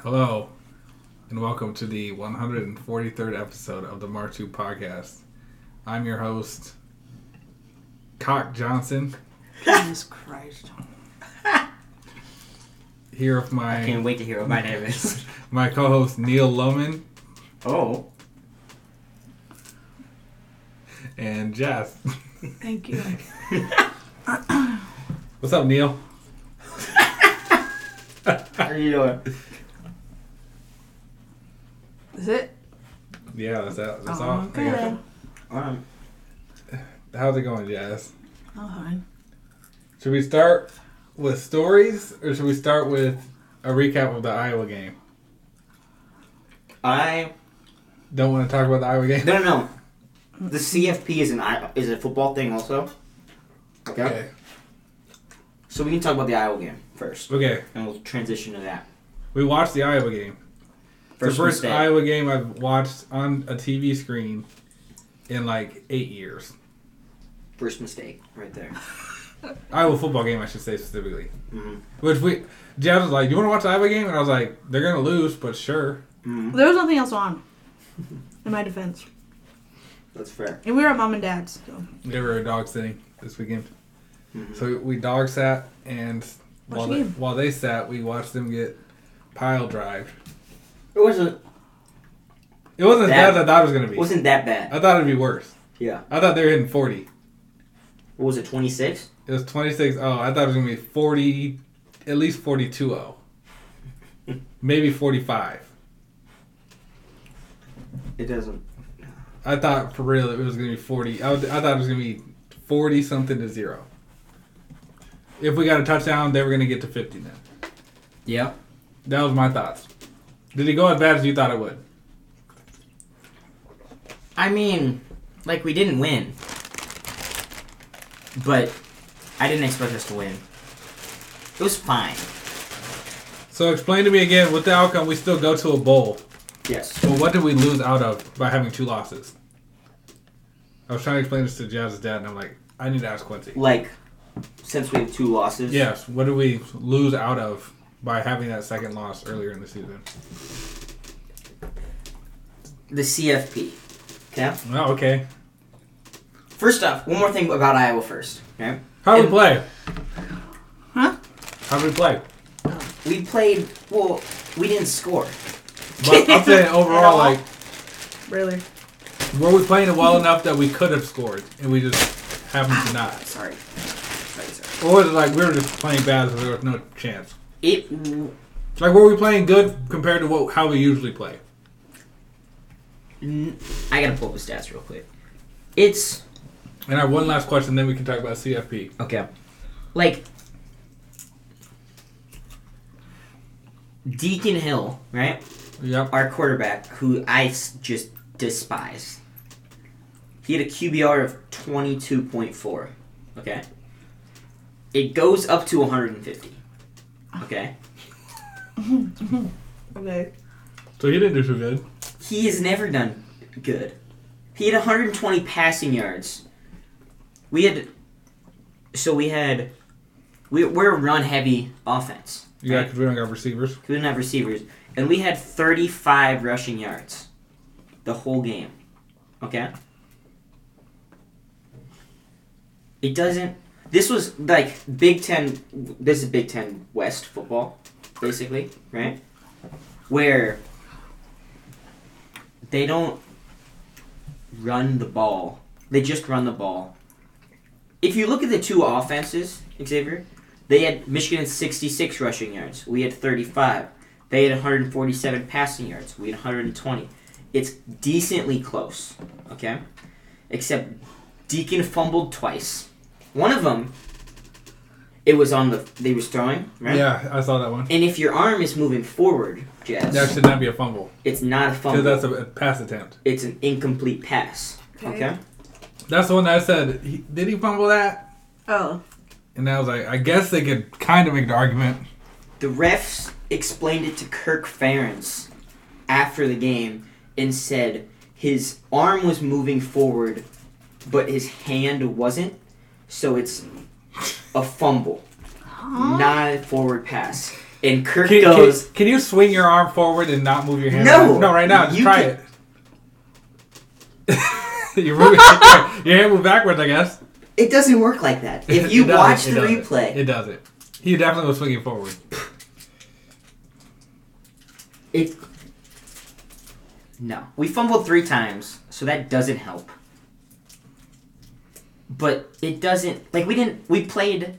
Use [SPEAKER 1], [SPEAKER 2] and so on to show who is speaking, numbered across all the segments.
[SPEAKER 1] Hello, and welcome to the 143rd episode of the Mark 2 podcast. I'm your host, Cock Johnson,
[SPEAKER 2] Jesus Christ.
[SPEAKER 1] here with my
[SPEAKER 3] I can't wait to hear what my name is.
[SPEAKER 1] my co-host Neil Loman
[SPEAKER 3] Oh,
[SPEAKER 1] and Jess.
[SPEAKER 2] Thank you.
[SPEAKER 1] What's up, Neil?
[SPEAKER 3] how are you doing?
[SPEAKER 2] Is it?
[SPEAKER 1] Yeah, that's that. That's
[SPEAKER 2] Oh,
[SPEAKER 1] all.
[SPEAKER 2] good.
[SPEAKER 1] Yeah.
[SPEAKER 3] Um,
[SPEAKER 1] How's it going, Jess?
[SPEAKER 2] Oh, fine.
[SPEAKER 1] Should we start with stories, or should we start with a recap of the Iowa game?
[SPEAKER 3] I
[SPEAKER 1] Don't want to talk about the Iowa game.
[SPEAKER 3] no no no. The CFP is an I- is a football thing also. Okay.
[SPEAKER 1] Okay.
[SPEAKER 3] So we can talk about the Iowa game first,
[SPEAKER 1] Okay.
[SPEAKER 3] and we'll transition to that.
[SPEAKER 1] We watched the Iowa game.
[SPEAKER 3] First,
[SPEAKER 1] the first
[SPEAKER 3] mistake.
[SPEAKER 1] Iowa game I've watched on a TV screen in like eight years.
[SPEAKER 3] First mistake, right there.
[SPEAKER 1] Iowa football game, I should say specifically.
[SPEAKER 3] Mhm.
[SPEAKER 1] Which we, Jeff was like, "You want to watch the Iowa game?" And I was like, "They're gonna lose, but sure."
[SPEAKER 3] Mm,
[SPEAKER 2] There was nothing else on. In my defense.
[SPEAKER 3] that's fair.
[SPEAKER 2] And we were at mom and dad's. So.
[SPEAKER 1] They were dog sitting this weekend,
[SPEAKER 3] Mhm.
[SPEAKER 1] so we dog sat, and while
[SPEAKER 2] the
[SPEAKER 1] they,
[SPEAKER 2] game.
[SPEAKER 1] while they sat, we watched them get pile drived.
[SPEAKER 3] It wasn't
[SPEAKER 1] It wasn't
[SPEAKER 3] That-
[SPEAKER 1] as bad as I thought it was gonna be.
[SPEAKER 3] it wasn't that bad.
[SPEAKER 1] I thought it'd be worse.
[SPEAKER 3] Yeah.
[SPEAKER 1] I thought they were hitting forty.
[SPEAKER 3] What was it? Twenty six.
[SPEAKER 1] It was twenty six. Oh, I thought it was gonna be forty, at least forty two zero, maybe forty five.
[SPEAKER 3] It doesn't.
[SPEAKER 1] I thought for real it was gonna be forty. I, was- I thought it was gonna be forty something to zero. If we got a touchdown, they were gonna get to fifty. Then
[SPEAKER 3] Yeah.
[SPEAKER 1] that was my thoughts. Did it go as bad as you thought it would?
[SPEAKER 3] I mean, like we didn't win, but I didn't expect us to win. It was fine.
[SPEAKER 1] So explain to me again. With the outcome, we still go to a bowl.
[SPEAKER 3] Yes.
[SPEAKER 1] But what did we lose out of by having two losses? I was trying to explain this to Jazz's dad, and I'm like, I need to ask Quincy.
[SPEAKER 3] Like, since we have two losses.
[SPEAKER 1] Yes, what did we lose out of by having that second loss earlier in the season?
[SPEAKER 3] The CFP. Okay.
[SPEAKER 1] Oh, okay.
[SPEAKER 3] First off, one more thing about Iowa first. Okay.
[SPEAKER 1] How did
[SPEAKER 3] And-
[SPEAKER 1] we play?
[SPEAKER 2] Huh?
[SPEAKER 1] How did we play?
[SPEAKER 3] We played. Well, we didn't score.
[SPEAKER 1] But I'm saying
[SPEAKER 3] At
[SPEAKER 1] overall,
[SPEAKER 3] all.
[SPEAKER 1] like,
[SPEAKER 2] Really?
[SPEAKER 1] Were we playing it well enough that we could have scored and we just happened to not?
[SPEAKER 3] Sorry. Sorry. Sorry.
[SPEAKER 1] Or was it like we were just playing bad so there was no chance?
[SPEAKER 3] It.
[SPEAKER 1] Like were we playing good compared to what how we usually play?
[SPEAKER 3] n- I gotta pull up the stats real quick. It's
[SPEAKER 1] And I have one last question, then we can talk about CFP.
[SPEAKER 3] Okay. Like Deacon Hill, right?
[SPEAKER 1] Yep.
[SPEAKER 3] Our quarterback, who I s- just despise. He had a QBR of 22.4. Okay. It goes up to 150. Okay.
[SPEAKER 2] Okay.
[SPEAKER 1] So you didn't do too good.
[SPEAKER 3] He has never done good. He had 120 passing yards. We had. So we had. We, we're a run heavy offense.
[SPEAKER 1] Yeah,
[SPEAKER 3] right?
[SPEAKER 1] because we don't got receivers.
[SPEAKER 3] We didn't have receivers, and we had 35 rushing yards the whole game. Okay? It doesn't. This was like Big Ten. This is Big Ten West football, basically, right? Where they don't run the ball, they just run the ball. If you look at the two offenses, Xavier, they had Michigan had 66 rushing yards. We had 35. They had 147 passing yards. We had 120. It's decently close, okay? Except Deacon fumbled twice. One of them, it was on the they was throwing, right?
[SPEAKER 1] Yeah, I saw that one.
[SPEAKER 3] And if your arm is moving forward, Jazz,
[SPEAKER 1] That should not be a fumble
[SPEAKER 3] it's not a
[SPEAKER 1] because
[SPEAKER 3] fumble.
[SPEAKER 1] that's a a pass attempt.
[SPEAKER 3] it's an incomplete pass.
[SPEAKER 2] Okay.
[SPEAKER 3] Okay.
[SPEAKER 1] That's the one that I said. He, did he fumble that?
[SPEAKER 2] Oh.
[SPEAKER 1] And I was like, I guess they could kind of make the argument.
[SPEAKER 3] The refs explained it to Kirk Ferentz after the game and said his arm was moving forward, but his hand wasn't, so it's a fumble,
[SPEAKER 2] Huh?
[SPEAKER 3] not a forward pass. and Kirk
[SPEAKER 1] Can, can,
[SPEAKER 3] goes,
[SPEAKER 1] can you swing your arm forward and not move your hand?
[SPEAKER 3] No!
[SPEAKER 1] no, right now. Just
[SPEAKER 3] You
[SPEAKER 1] try
[SPEAKER 3] can-
[SPEAKER 1] it. You're moving your hand moved backwards, I guess.
[SPEAKER 3] "It doesn't work like that. If
[SPEAKER 1] It
[SPEAKER 3] you
[SPEAKER 1] doesn't,
[SPEAKER 3] watch
[SPEAKER 1] it
[SPEAKER 3] the
[SPEAKER 1] doesn't.
[SPEAKER 3] replay,
[SPEAKER 1] it doesn't. He definitely was swinging forward.
[SPEAKER 3] It. No. We fumbled three times, so that doesn't help. But it doesn't. Like, we didn't. We played.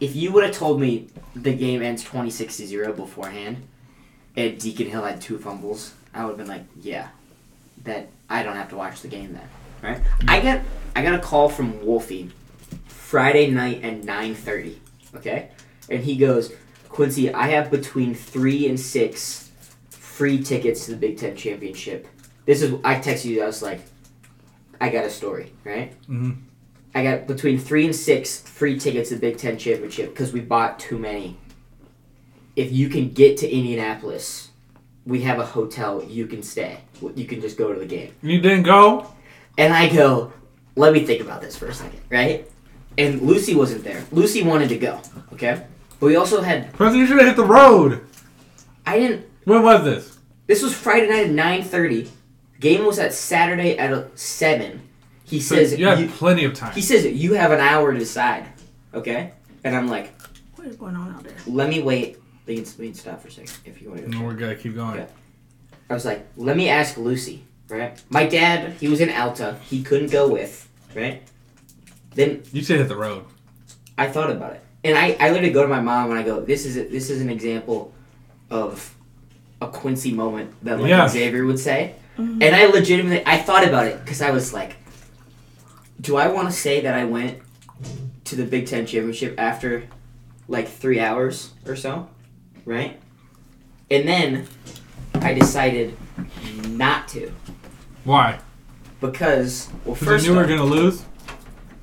[SPEAKER 3] If you would have told me the game ends 26 to 0 beforehand, and Deacon Hill had two fumbles, I would have been like, yeah. That I don't have to watch the game then. Right? I got I got a call from Wolfie Friday night at 9:30. Okay? And he goes, Quincy, I have between three and six free tickets to the Big Ten Championship. This is I texted you. I was like, I got a story, right?
[SPEAKER 1] Mhm.
[SPEAKER 3] I got between three and six free tickets to the Big Ten Championship because we bought too many. If you can get to Indianapolis, we have a hotel. You can stay. You can just go to the game.
[SPEAKER 1] You didn't go.
[SPEAKER 3] And I go, let me think about this for a second, right? And Lucy wasn't there. Lucy wanted to go, okay? But we also had
[SPEAKER 1] Quincy, you should have hit the road.
[SPEAKER 3] I didn't
[SPEAKER 1] When was this?
[SPEAKER 3] this was Friday night at nine thirty. Game was at Saturday at seven. He
[SPEAKER 1] So
[SPEAKER 3] says
[SPEAKER 1] you had
[SPEAKER 3] you-
[SPEAKER 1] plenty of time.
[SPEAKER 3] he says you have an hour to decide, okay? And I'm like,
[SPEAKER 2] What is going on out there?
[SPEAKER 3] let me wait. We can, we can stop for a second if you want to.
[SPEAKER 1] No, we're gonna keep going.
[SPEAKER 3] Yeah. I was like, let me ask Lucy, right? My dad, he was in Alta. He couldn't go with, right? Then
[SPEAKER 1] You should hit the road.
[SPEAKER 3] I thought about it, and I, I literally go to my mom and I go, "This is a, this is an example of a Quincy moment that like
[SPEAKER 1] Yeah.
[SPEAKER 3] Xavier would say."
[SPEAKER 2] Mhm.
[SPEAKER 3] And I legitimately I thought about it because I was like, "Do I want to say that I went to the Big Ten championship after like three hours or so, right?" And then I decided not to
[SPEAKER 1] Why?
[SPEAKER 3] because well
[SPEAKER 1] Because
[SPEAKER 3] first
[SPEAKER 1] you knew we were
[SPEAKER 3] off,
[SPEAKER 1] gonna lose.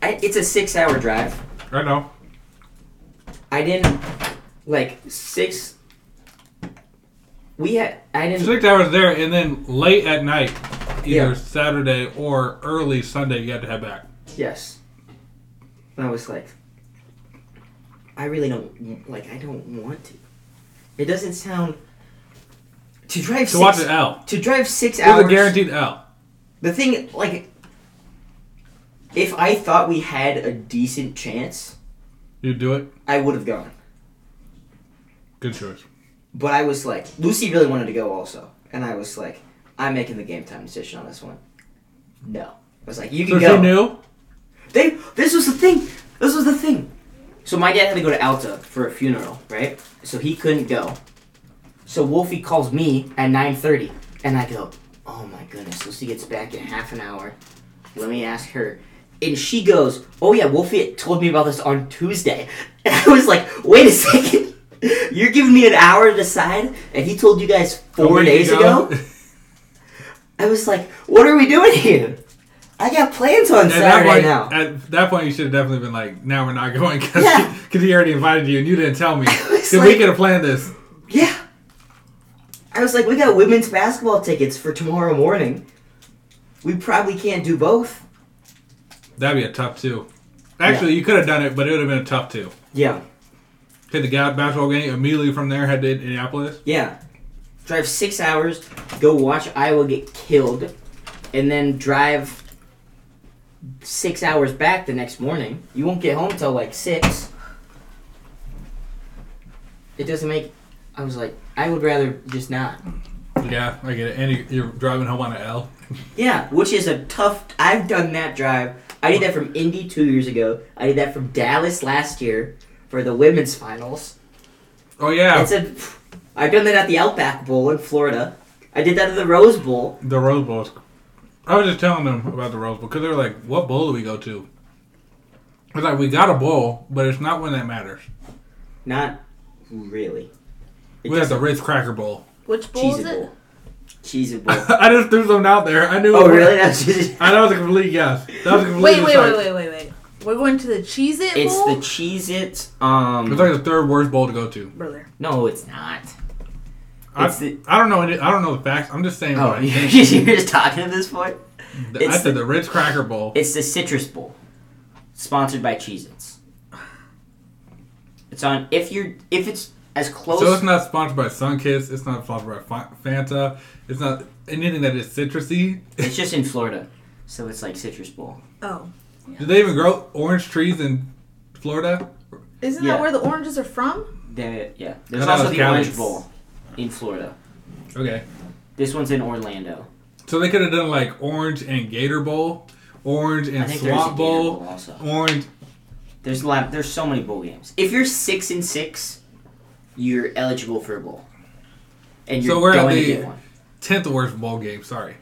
[SPEAKER 3] I, it's a six hour drive.
[SPEAKER 1] I know.
[SPEAKER 3] I didn't like six. We had I didn't
[SPEAKER 1] Six hours there, and then late at night, either
[SPEAKER 3] Yeah.
[SPEAKER 1] Saturday or early Sunday, you had to head back.
[SPEAKER 3] yes. And I was like, I really don't like. I don't want to. It doesn't sound to drive
[SPEAKER 1] So
[SPEAKER 3] six,
[SPEAKER 1] watch an L.
[SPEAKER 3] to drive six
[SPEAKER 1] It was a
[SPEAKER 3] hours.
[SPEAKER 1] guaranteed L.
[SPEAKER 3] The thing like, if I thought we had a decent chance,
[SPEAKER 1] You do it.
[SPEAKER 3] I would have gone.
[SPEAKER 1] Good choice.
[SPEAKER 3] But I was like, Lucy really wanted to go also, and I was like, I'm making the game time decision on this one. No, I was like, you
[SPEAKER 1] So
[SPEAKER 3] can
[SPEAKER 1] she
[SPEAKER 3] go.
[SPEAKER 1] knew.
[SPEAKER 3] They this was the thing. This was the thing. So my dad had to go to Alta for a funeral, right? So he couldn't go. So Wolfie calls me at 9:30 and I go, "Oh my goodness, Lucy gets back in half an hour. Let me ask her." And she goes, "Oh yeah, Wolfie told me about this on Tuesday." And I was like, "Wait a second. You're giving me an hour to decide and he told you guys 4
[SPEAKER 1] A week
[SPEAKER 3] days ago?" I was like, "What are we doing here?" I got plans on
[SPEAKER 1] At that,
[SPEAKER 3] Saturday
[SPEAKER 1] point,
[SPEAKER 3] now.
[SPEAKER 1] at that point, you should have definitely been like, "Now we're not going," because
[SPEAKER 3] Yeah.
[SPEAKER 1] he already invited you and you didn't tell me.
[SPEAKER 3] was
[SPEAKER 1] Because
[SPEAKER 3] like-
[SPEAKER 1] we could have planned this.
[SPEAKER 3] Yeah. I was like, we got women's basketball tickets for tomorrow morning. We probably can't do both.
[SPEAKER 1] That'd be a tough two. Actually, you could have done it, but it would have been a tough two.
[SPEAKER 3] Yeah.
[SPEAKER 1] Hit the ga- basketball game immediately from there. Head to Indianapolis.
[SPEAKER 3] Yeah. Drive six hours, go watch Iowa get killed, and then drive six hours back the next morning. You won't get home till like six. It doesn't make. I was like, I would rather just not.
[SPEAKER 1] Yeah, I get it. And you- you're driving home on an L.
[SPEAKER 3] Yeah, which is a tough. I've done that drive. I did that from Indy two years ago. I did that from Dallas last year for the women's finals.
[SPEAKER 1] Oh yeah,
[SPEAKER 3] It's a. I've done that at the Outback Bowl in Florida. I did that at the Rose Bowl.
[SPEAKER 1] the Rose Bowl. I was just telling them about the Rose Bowl because they were like, "What bowl do we go to?" I was like, "We got a bowl, but it's not one that matters.
[SPEAKER 3] Not really. It
[SPEAKER 1] we have
[SPEAKER 3] does
[SPEAKER 1] the Ritz Cracker Bowl."
[SPEAKER 2] Which bowl
[SPEAKER 3] cheese
[SPEAKER 2] is
[SPEAKER 3] it
[SPEAKER 2] it?
[SPEAKER 3] bowl. Cheese it bowl.
[SPEAKER 1] I just threw something out there. I knew.
[SPEAKER 3] oh really? That's just.
[SPEAKER 1] I know it's a complete guess. That was a complete
[SPEAKER 2] Wait, wait,
[SPEAKER 1] guess.
[SPEAKER 2] wait, wait, wait, wait. We're going to the Cheez It
[SPEAKER 3] It's
[SPEAKER 2] bowl?
[SPEAKER 3] the Cheese It. Um.
[SPEAKER 1] It's like the third worst bowl to go to.
[SPEAKER 2] Brother.
[SPEAKER 3] no, it's not.
[SPEAKER 1] I,
[SPEAKER 3] It's the-
[SPEAKER 1] I don't know. any- I don't know the facts. I'm just saying.
[SPEAKER 3] Oh,
[SPEAKER 1] what I
[SPEAKER 3] you're
[SPEAKER 1] think.
[SPEAKER 3] just, you're just talking at this point.
[SPEAKER 1] I
[SPEAKER 3] it's
[SPEAKER 1] said the Ritz Cracker Bowl.
[SPEAKER 3] It's the Citrus Bowl, sponsored by Cheez Its. It's on if you're if it's as close.
[SPEAKER 1] So it's not sponsored by Sunkiss. It's not sponsored by Fa- Fanta. It's not anything that is citrusy.
[SPEAKER 3] it's just in Florida, so it's like citrus bowl.
[SPEAKER 2] Oh.
[SPEAKER 1] Do they even grow orange trees in Florida?
[SPEAKER 2] Isn't
[SPEAKER 3] Yeah.
[SPEAKER 2] that where the oranges are from?
[SPEAKER 3] There, yeah. There's
[SPEAKER 1] thought it
[SPEAKER 3] also
[SPEAKER 1] was
[SPEAKER 3] the Orange
[SPEAKER 1] Cali's.
[SPEAKER 3] Bowl in Florida.
[SPEAKER 1] Okay.
[SPEAKER 3] This one's in Orlando.
[SPEAKER 1] So they could have done like orange and Gator Bowl, orange
[SPEAKER 3] I
[SPEAKER 1] and
[SPEAKER 3] think there's a
[SPEAKER 1] Swamp
[SPEAKER 3] Gator
[SPEAKER 1] Bowl,
[SPEAKER 3] Bowl also.
[SPEAKER 1] orange.
[SPEAKER 3] There's a lot. There's so many bowl games. If you're six and six, you're eligible for a bowl, and you're
[SPEAKER 1] So we're at
[SPEAKER 3] going to
[SPEAKER 1] the-
[SPEAKER 3] get one.
[SPEAKER 1] Tenth worst bowl game. Sorry.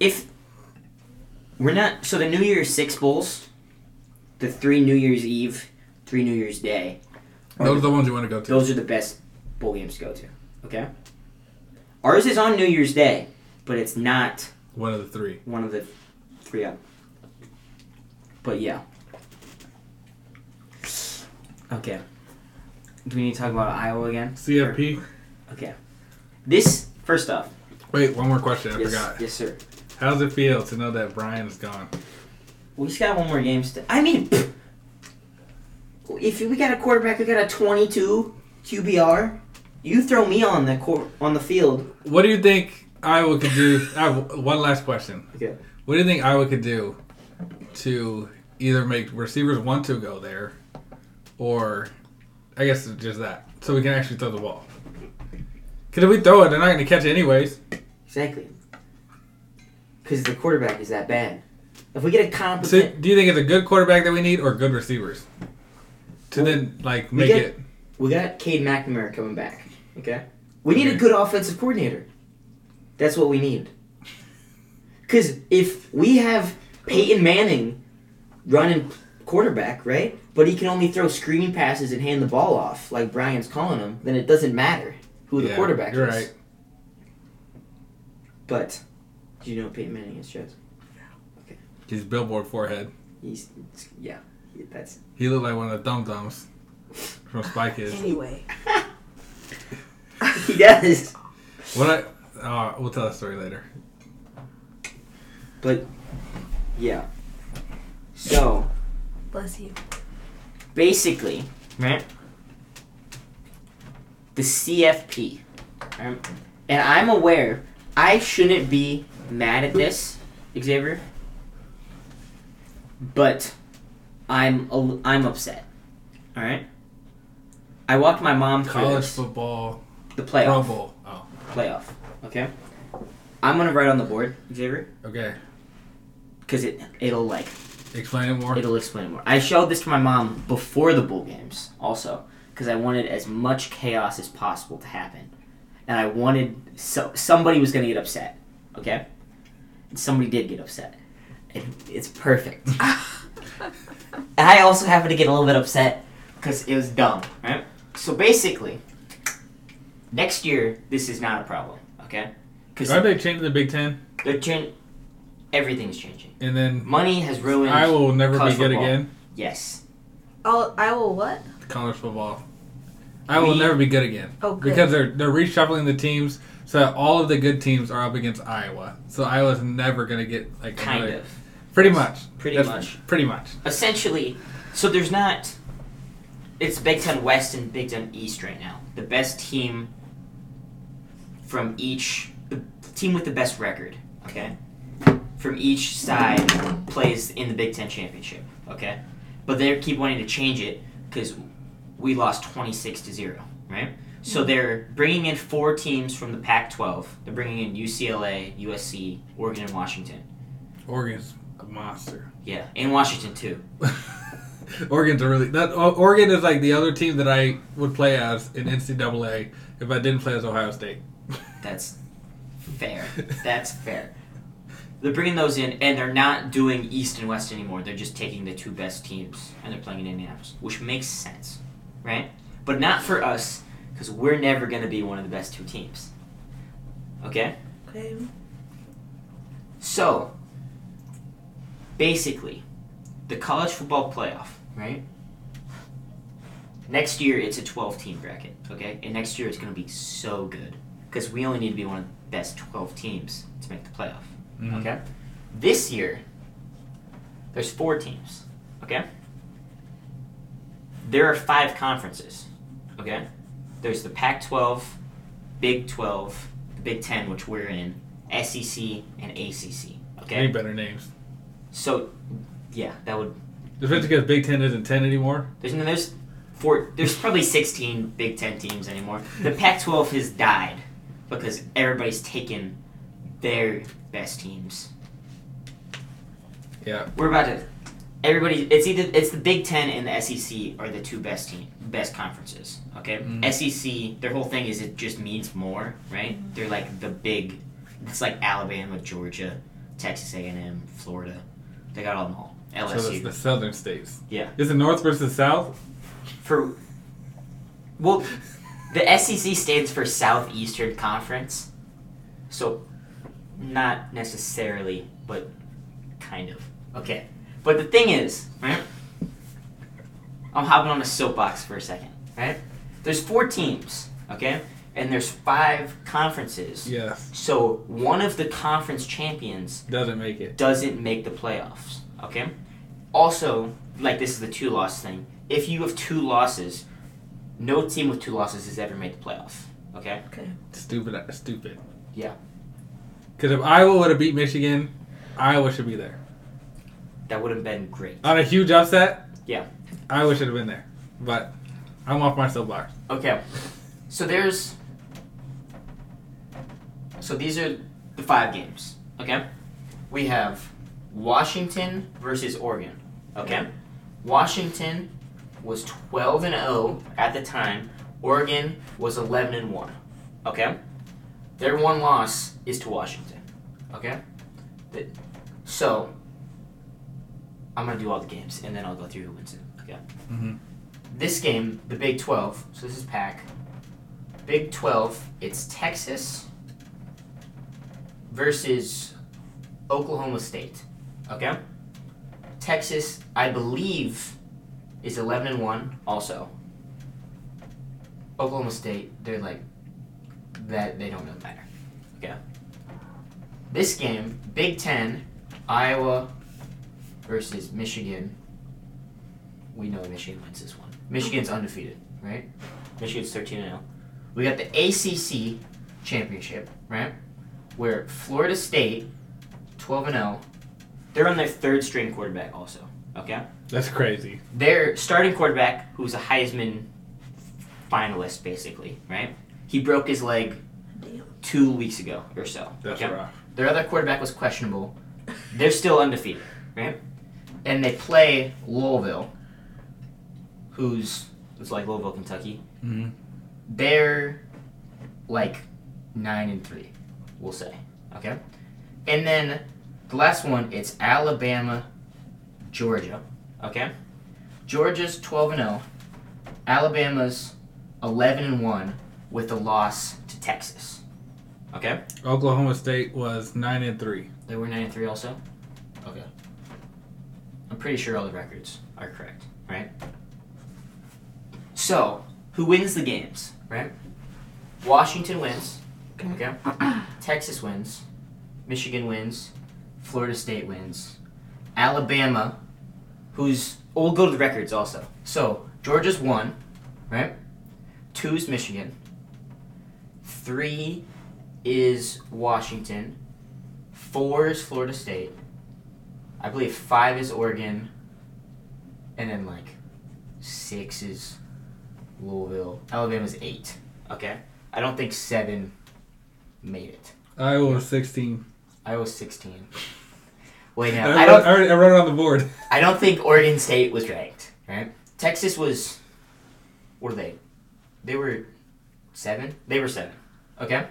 [SPEAKER 3] If we're not, so the New Year's six bowls, the three New Year's Eve, three New Year's Day, are
[SPEAKER 1] Those are the ones you want to go to.
[SPEAKER 3] Those are the best bowl games to go to. Okay. Ours is on New Year's Day, but it's not
[SPEAKER 1] One of the three.
[SPEAKER 3] one of the three up. But yeah. Okay. Do we need to talk about Iowa again?
[SPEAKER 1] CFP.
[SPEAKER 3] Okay. This first off.
[SPEAKER 1] Wait, one more question. I
[SPEAKER 3] yes,
[SPEAKER 1] forgot.
[SPEAKER 3] yes, sir.
[SPEAKER 1] How does it feel to know that Brian is gone?
[SPEAKER 3] We just got one more game. St- I mean, pfft. if we got a quarterback who got a 22 QBR, you throw me on the court on the field.
[SPEAKER 1] What do you think Iowa could do? I have one last question.
[SPEAKER 3] Okay.
[SPEAKER 1] What do you think Iowa could do to either make receivers want to go there, or I guess it's just that, so we can actually throw the ball? Because if we throw it, they're not going to catch it anyways.
[SPEAKER 3] Exactly. Because the quarterback is that bad. If we get a
[SPEAKER 1] So,
[SPEAKER 3] competent,
[SPEAKER 1] do you think it's a good quarterback that we need, or good receivers to then like
[SPEAKER 3] we
[SPEAKER 1] make
[SPEAKER 3] get-
[SPEAKER 1] it?
[SPEAKER 3] we got Cade McNamara coming back. Okay. We need a
[SPEAKER 1] Okay.
[SPEAKER 3] good offensive coordinator. That's what we need. Because if we have Peyton Manning running quarterback, right, but he can only throw screen passes and hand the ball off like Brian's calling him, then it doesn't matter who the
[SPEAKER 1] Yeah,
[SPEAKER 3] quarterback
[SPEAKER 1] You're
[SPEAKER 3] is.
[SPEAKER 1] right.
[SPEAKER 3] But do you know Peyton Manning is just
[SPEAKER 1] His billboard forehead.
[SPEAKER 3] he's yeah that's
[SPEAKER 1] He looked like one of the dum dums from Spy Kids.
[SPEAKER 2] Anyway.
[SPEAKER 3] he does.
[SPEAKER 1] What I uh, we'll tell that story later.
[SPEAKER 3] But yeah. So
[SPEAKER 2] Bless you.
[SPEAKER 3] basically, right? The CFP. Right? And I'm aware I shouldn't be mad at this, Xavier. But I'm a- I'm upset. All right. I walked my mom through
[SPEAKER 1] College
[SPEAKER 3] this,
[SPEAKER 1] football
[SPEAKER 3] the playoff.
[SPEAKER 1] rumble. Oh,
[SPEAKER 3] Playoff. Okay. I'm gonna write on the board, Xavier,
[SPEAKER 1] okay.
[SPEAKER 3] because it it'll like
[SPEAKER 1] Explain it more.
[SPEAKER 3] It'll explain more. I showed this to my mom before the bowl games, also, because I wanted as much chaos as possible to happen, and I wanted so somebody was gonna get upset, okay? And somebody did get upset. It, it's perfect. and I also happened to get a little bit upset because it was dumb, right? So basically, next year this is not a problem, okay? Because
[SPEAKER 1] Are they changing the Big Ten?
[SPEAKER 3] they're chan- everything's changing.
[SPEAKER 1] And then
[SPEAKER 3] Money has ruined.
[SPEAKER 1] Iowa will never be
[SPEAKER 3] college
[SPEAKER 1] good
[SPEAKER 3] football.
[SPEAKER 1] again.
[SPEAKER 3] Yes.
[SPEAKER 2] I'll, I will what?
[SPEAKER 1] College football. Iowa will
[SPEAKER 3] We-
[SPEAKER 1] never be good again
[SPEAKER 2] Oh, good.
[SPEAKER 1] because they're they're reshuffling the teams so that all of the good teams are up against Iowa. So Iowa's never gonna get like
[SPEAKER 3] Kind
[SPEAKER 1] another-
[SPEAKER 3] of.
[SPEAKER 1] pretty much
[SPEAKER 3] Pretty
[SPEAKER 1] That's
[SPEAKER 3] much.
[SPEAKER 1] pretty much.
[SPEAKER 3] Essentially, so there's not. It's Big Ten West and Big Ten East right now. The best team from each. The team with the best record, okay? From each side plays in the Big Ten Championship, okay? But they keep wanting to change it because we lost 26 to 0, right? So they're bringing in four teams from the Pac 12. They're bringing in UCLA, USC, Oregon, and Washington.
[SPEAKER 1] Oregon's a monster.
[SPEAKER 3] Yeah, and Washington, too.
[SPEAKER 1] Oregon's a really that O- Oregon is like the other team that I would play as in NCAA if I didn't play as Ohio State.
[SPEAKER 3] That's fair. That's fair. They're bringing those in, and they're not doing East and West anymore. They're just taking the two best teams, and they're playing in Indianapolis, which makes sense, right? But not for us, because we're never going to be one of the best two teams. Okay?
[SPEAKER 2] Okay.
[SPEAKER 3] So, basically, the college football playoff, right? Next year, it's a 12 team bracket, okay? And next year, it's going to be so good because we only need to be one of the best 12 teams to make the playoff,
[SPEAKER 1] Mhm.
[SPEAKER 3] okay? This year, there's four teams, okay? there are five conferences. Okay, there's the Pac-12, Big 12, the Big 10, which we're in, SEC, and ACC.
[SPEAKER 1] Any
[SPEAKER 3] Okay,
[SPEAKER 1] better names?
[SPEAKER 3] so yeah, that would
[SPEAKER 1] Especially because Big Ten isn't ten anymore.
[SPEAKER 3] there's no there's four there's probably 16 Big 10 teams anymore. The Pac-12 has died because everybody's taken their best teams.
[SPEAKER 1] Yeah.
[SPEAKER 3] We're about to. Everybody, it's either it's the Big Ten and the SEC are the two best team, best conferences. Okay,
[SPEAKER 1] Mhm.
[SPEAKER 3] SEC, their whole thing is it just means more, right? They're like the big. It's like Alabama, Georgia, Texas A and M, Florida. They got all them all.
[SPEAKER 1] So that's
[SPEAKER 3] LSU
[SPEAKER 1] the Southern states.
[SPEAKER 3] Yeah.
[SPEAKER 1] Is it North versus South?
[SPEAKER 3] for. Well, the SEC stands for Southeastern Conference, so not necessarily, but kind of. Okay, but the thing is, right? I'm hopping on a soapbox for a second, right? There's four teams, okay, and there's five conferences.
[SPEAKER 1] Yes.
[SPEAKER 3] So one of the conference champions
[SPEAKER 1] Doesn't make it.
[SPEAKER 3] doesn't make the playoffs. Okay. Also, like this is the two loss thing. If you have two losses, no team with two losses has ever made the playoff. Okay.
[SPEAKER 1] Stupid. Stupid.
[SPEAKER 3] Yeah.
[SPEAKER 1] Because if Iowa would have beat Michigan, Iowa should be there
[SPEAKER 3] That would have been great.
[SPEAKER 1] on a huge upset.
[SPEAKER 3] Yeah.
[SPEAKER 1] Iowa should have been there, but I'm off my soapbox.
[SPEAKER 3] Okay. So there's. So these are the five games. Okay. We have Washington versus Oregon. Okay. Washington was 12 and 0 at the time. Oregon was 11 and 1. Okay. Their one loss is to Washington. Okay. Th- So I'm gonna do all the games and then I'll go through who wins it. Okay this game, the Big 12, so this is pack. Big 12, it's Texas versus Oklahoma State. Okay? Texas, I believe, is 11 and 1 also. Oklahoma State, they're like that they don't really matter. Okay. This game, Big 10, Iowa versus Michigan. We know Michigan wins this one. Michigan's undefeated, right? Michigan's 13 and oh. 0. We got the ACC championship, right? Where Florida State 12 and oh. 0. They're on their third string quarterback also, okay?
[SPEAKER 1] That's crazy.
[SPEAKER 3] their starting quarterback, who's a Heisman finalist, basically, right? He broke his leg
[SPEAKER 2] Damn.
[SPEAKER 3] two weeks ago or so.
[SPEAKER 1] That's
[SPEAKER 3] okay?
[SPEAKER 1] rough.
[SPEAKER 3] Their other quarterback was questionable. They're still undefeated, right? And they play Louisville, who's it's like Louisville, Kentucky.
[SPEAKER 1] Mm-hmm.
[SPEAKER 3] They're like nine and three, we'll say. Okay, and then the last one it's Alabama, Georgia. Okay, Georgia's twelve and zero, Alabama's eleven and one with a loss to Texas. Okay.
[SPEAKER 1] Oklahoma State was nine and three.
[SPEAKER 3] They were 9 and 3 also? Okay. I'm pretty sure all the records are correct, right? So, who wins the games, right? Washington wins. Okay. Texas wins. Michigan wins. Florida State wins. Alabama, who's. Oh, we'll go to the records also. So, Georgia's one, right? Two is Michigan. Three is Washington. Four is Florida State. I believe five is Oregon. And then like six is Louisville. Alabama's eight. Okay. I don't think seven made it.
[SPEAKER 1] Iowa was sixteen.
[SPEAKER 3] I was sixteen. Wait now.
[SPEAKER 1] I, wrote,
[SPEAKER 3] I don't
[SPEAKER 1] I, already- I wrote it on the board.
[SPEAKER 3] I don't think Oregon State was ranked, right? Texas was were they? They were seven? They were seven. Okay?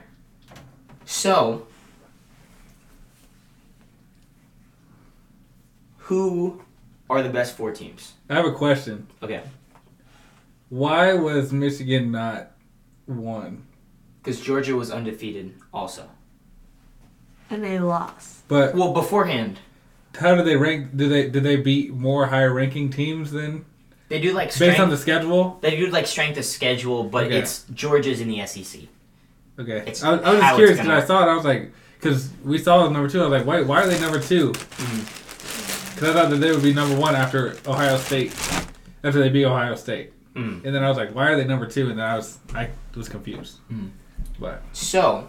[SPEAKER 3] So who are the best four teams?
[SPEAKER 1] I have a question.
[SPEAKER 3] Okay.
[SPEAKER 1] Why was Michigan not one?
[SPEAKER 3] Because Georgia was undefeated also.
[SPEAKER 2] And they lost.
[SPEAKER 1] But
[SPEAKER 3] Well beforehand.
[SPEAKER 1] how do they rank? Do they do they beat more higher ranking teams than
[SPEAKER 3] They do like strength
[SPEAKER 1] based on the schedule?
[SPEAKER 3] they do like strength of schedule, but
[SPEAKER 1] Okay.
[SPEAKER 3] it's Georgia's in the E SEC.
[SPEAKER 1] Okay,
[SPEAKER 3] It's
[SPEAKER 1] I, was- I was
[SPEAKER 3] how
[SPEAKER 1] just
[SPEAKER 3] it's
[SPEAKER 1] curious because
[SPEAKER 3] gonna
[SPEAKER 1] I
[SPEAKER 3] work.
[SPEAKER 1] saw it. I was like, because we saw it as number two. I was like, wait, why are
[SPEAKER 3] Mm-hmm.
[SPEAKER 1] they number two? Because I thought that they would be number one after Ohio State after they beat Ohio State.
[SPEAKER 3] Mm.
[SPEAKER 1] And then I was like, why are they number two? And then I was I was confused.
[SPEAKER 3] Mm.
[SPEAKER 1] But
[SPEAKER 3] So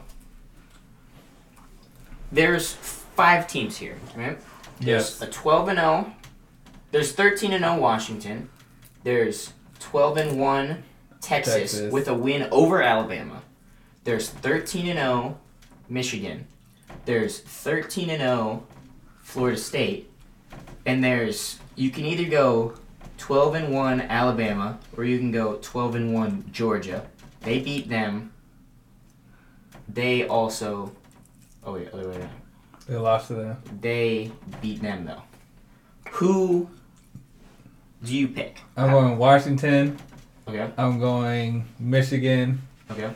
[SPEAKER 3] there's five teams here, right? There's
[SPEAKER 1] yes,
[SPEAKER 3] a 12 and 0. There's 13 and 0 Washington. There's 12 and 1 Texas,
[SPEAKER 1] Texas.
[SPEAKER 3] with a win over Alabama. There's 13 and 0 Michigan. There's 13 and 0 Florida State. And there's you can either go 12 and 1 Alabama or you can go 12 and 1 Georgia. They beat them. They also Oh wait, other way around
[SPEAKER 1] they lost to them.
[SPEAKER 3] they beat them though. Who do you pick?
[SPEAKER 1] I'm going Washington.
[SPEAKER 3] Okay.
[SPEAKER 1] I'm going Michigan.
[SPEAKER 3] Okay.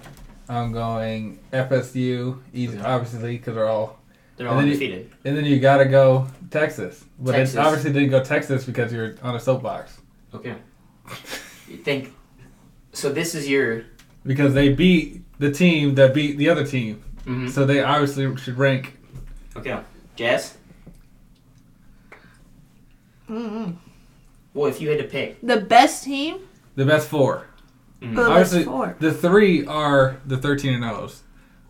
[SPEAKER 1] I'm going FSU. Easy,
[SPEAKER 3] Okay.
[SPEAKER 1] obviously, because they're all.
[SPEAKER 3] They're
[SPEAKER 1] And
[SPEAKER 3] all
[SPEAKER 1] then you-
[SPEAKER 3] undefeated.
[SPEAKER 1] And then you gotta go Texas, but
[SPEAKER 3] Texas.
[SPEAKER 1] it obviously didn't go Texas because you're on a soapbox
[SPEAKER 3] Okay. You think so this is your
[SPEAKER 1] because they beat the team that beat the other team,
[SPEAKER 3] mhm.
[SPEAKER 1] so they obviously should rank.
[SPEAKER 3] Okay. Jazz?
[SPEAKER 2] Mm-mm.
[SPEAKER 3] Well if you had to pick
[SPEAKER 2] The best team
[SPEAKER 1] The best four.
[SPEAKER 2] or the best
[SPEAKER 1] Obviously,
[SPEAKER 2] four?
[SPEAKER 1] the three are the thirteen and O's.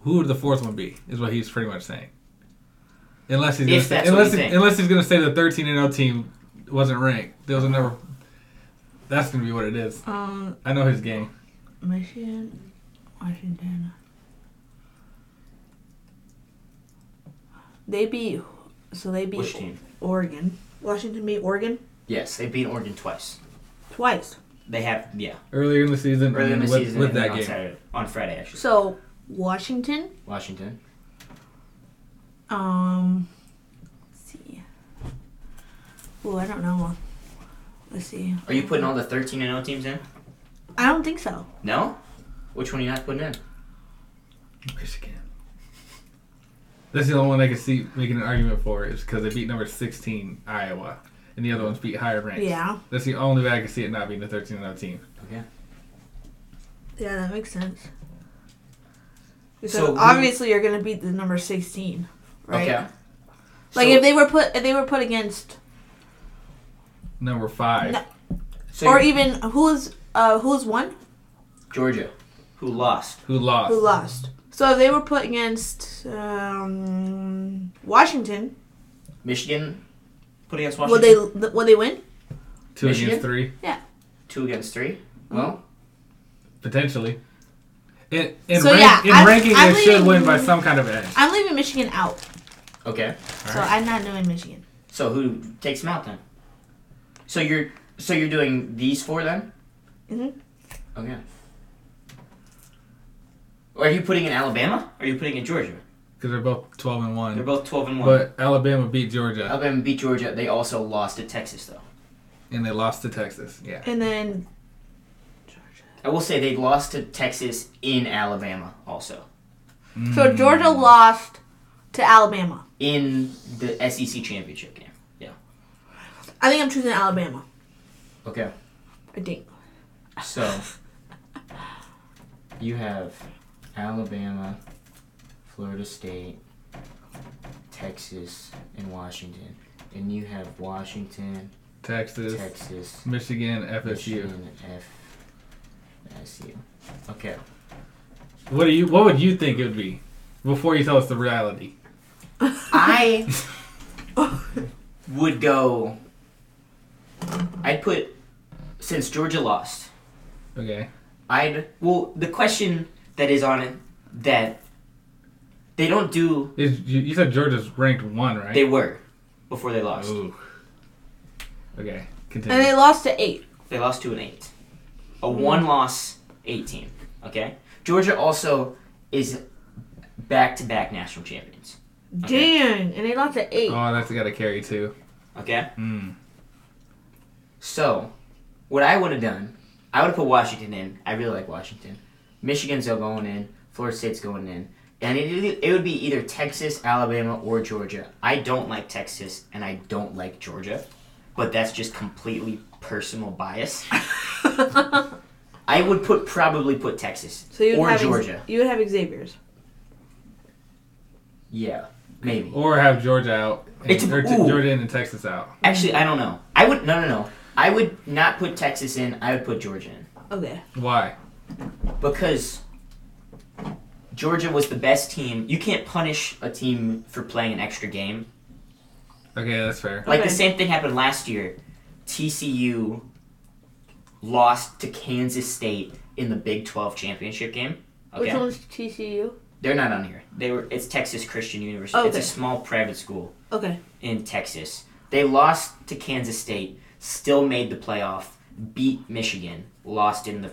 [SPEAKER 1] Who would the fourth one be? Is what he's pretty much saying. Unless he's gonna
[SPEAKER 3] If
[SPEAKER 1] say,
[SPEAKER 3] that's what
[SPEAKER 1] unless
[SPEAKER 3] you
[SPEAKER 1] he-
[SPEAKER 3] think.
[SPEAKER 1] unless he's gonna say the thirteen and O team wasn't ranked. There was another. That's gonna be what it is.
[SPEAKER 2] Um,
[SPEAKER 1] I know his game.
[SPEAKER 2] Michigan, Washington. They beat, so they beat
[SPEAKER 3] which team?
[SPEAKER 2] Oregon. Washington beat Oregon
[SPEAKER 3] Yes, they beat Oregon twice.
[SPEAKER 2] twice.
[SPEAKER 3] They have yeah.
[SPEAKER 1] Earlier in the season,
[SPEAKER 3] Early in
[SPEAKER 1] and
[SPEAKER 3] the
[SPEAKER 1] with,
[SPEAKER 3] season
[SPEAKER 1] with
[SPEAKER 3] and
[SPEAKER 1] that
[SPEAKER 3] on
[SPEAKER 1] game.
[SPEAKER 3] Saturday, on Friday actually.
[SPEAKER 2] So Washington,
[SPEAKER 3] Washington.
[SPEAKER 2] um, let's see. Oh, I don't know. Let's see.
[SPEAKER 3] Are you putting all the thirteen and 0 teams in?
[SPEAKER 2] I don't think so.
[SPEAKER 3] No? Which one are you not putting in?
[SPEAKER 1] Michigan. That's the only one I can see making an argument for is because they beat number 16 Iowa, and the other ones beat higher ranks.
[SPEAKER 2] Yeah.
[SPEAKER 1] That's the only way I can see it not being the 13 and 0 team.
[SPEAKER 2] Yeah, that makes sense.
[SPEAKER 3] So
[SPEAKER 2] So
[SPEAKER 3] we-
[SPEAKER 2] obviously you're gonna beat the number sixteen, right?
[SPEAKER 3] Okay.
[SPEAKER 2] Like
[SPEAKER 3] So-
[SPEAKER 2] if they were put if they were put against
[SPEAKER 1] Number five.
[SPEAKER 2] No.
[SPEAKER 3] so
[SPEAKER 2] or
[SPEAKER 3] you're-
[SPEAKER 2] even who's uh who's won e-
[SPEAKER 3] Georgia. Who lost?
[SPEAKER 1] Who lost?
[SPEAKER 3] Uh,
[SPEAKER 2] who lost. So if they were put against um, Washington,
[SPEAKER 3] Michigan put against
[SPEAKER 2] would
[SPEAKER 3] Washington.
[SPEAKER 2] they would they win?
[SPEAKER 1] Two
[SPEAKER 3] Michigan?
[SPEAKER 1] against three,
[SPEAKER 3] two against 3 Well,
[SPEAKER 1] potentially. In, in,
[SPEAKER 2] So,
[SPEAKER 1] rank,
[SPEAKER 2] yeah,
[SPEAKER 1] in
[SPEAKER 2] I'm-
[SPEAKER 1] ranking,
[SPEAKER 2] I'm
[SPEAKER 1] they should
[SPEAKER 2] leaving-
[SPEAKER 1] win by some kind of edge.
[SPEAKER 2] I'm leaving Michigan out,
[SPEAKER 3] okay.
[SPEAKER 2] so I'm not doing Michigan.
[SPEAKER 3] So who takes them out then? So you're so you're doing these four then?
[SPEAKER 2] Mhm.
[SPEAKER 3] Okay. Are you putting in Alabama? Or are you putting in Georgia?
[SPEAKER 1] Because they're both 12 and 1.
[SPEAKER 3] They're both twelve and one.
[SPEAKER 1] but Alabama beat Georgia,
[SPEAKER 3] Alabama beat Georgia. They also lost to Texas though.
[SPEAKER 1] and they lost to Texas. Yeah.
[SPEAKER 2] And then
[SPEAKER 3] I will say they lost to Texas in Alabama also Mm.
[SPEAKER 2] so Georgia lost to Alabama.
[SPEAKER 3] in the SEC championship game.
[SPEAKER 2] I think I'm choosing Alabama.
[SPEAKER 3] Okay.
[SPEAKER 2] I think.
[SPEAKER 3] So you have Alabama, Florida State, Texas, and Washington. And you have Washington,
[SPEAKER 1] Texas,
[SPEAKER 3] Texas,
[SPEAKER 1] Michigan, FSU.
[SPEAKER 3] Michigan, FSU. Okay.
[SPEAKER 1] What do you? What would you think it would be before you tell us the reality?
[SPEAKER 3] I would go. I'd put. Since Georgia lost,
[SPEAKER 1] Okay.
[SPEAKER 3] I'd. Well, the question that is on it that they don't do
[SPEAKER 1] Is, you, you said Georgia's ranked one, right?
[SPEAKER 3] They were before they lost.
[SPEAKER 1] Ooh. Okay. Continue.
[SPEAKER 2] And they lost to eight.
[SPEAKER 3] They lost to an eight, a one loss eight team. Okay, Georgia also is back to back national champions. Okay.
[SPEAKER 2] Dang, and they lost to eight.
[SPEAKER 1] oh, that's got to carry too.
[SPEAKER 3] Okay,
[SPEAKER 1] Mm.
[SPEAKER 3] so what I would have done, I would have put Washington in. I really like Washington. Michigan's still going in. Florida State's going in. And it, it would be either Texas, Alabama, or Georgia. I don't like Texas, and I don't like Georgia, but that's just completely personal bias. I would put probably put Texas
[SPEAKER 2] so you would
[SPEAKER 3] or
[SPEAKER 2] have Ex-
[SPEAKER 3] Georgia.
[SPEAKER 2] you would have Xavier's.
[SPEAKER 3] Yeah, maybe.
[SPEAKER 1] Or have Georgia out. And,
[SPEAKER 3] It's-
[SPEAKER 1] or t-
[SPEAKER 3] ooh.
[SPEAKER 1] Georgia in and Texas out.
[SPEAKER 3] Actually, I don't know. I would no no no. I would not put Texas in. I would put Georgia in
[SPEAKER 2] Okay.
[SPEAKER 1] Why?
[SPEAKER 3] because Georgia was the best team. You can't punish a team for playing an extra game.
[SPEAKER 1] Okay, that's fair.
[SPEAKER 3] Like
[SPEAKER 2] Okay.
[SPEAKER 3] the same thing happened last year. TCU lost to Kansas State in the Big 12 championship game. Okay.
[SPEAKER 2] Which one's TCU?
[SPEAKER 3] They're not on here. They were. It's Texas Christian University. It's a
[SPEAKER 2] Oh, Okay.
[SPEAKER 3] small private school
[SPEAKER 2] Okay.
[SPEAKER 3] in Texas. They lost to Kansas State. Still made the playoff. Beat Michigan. Lost in the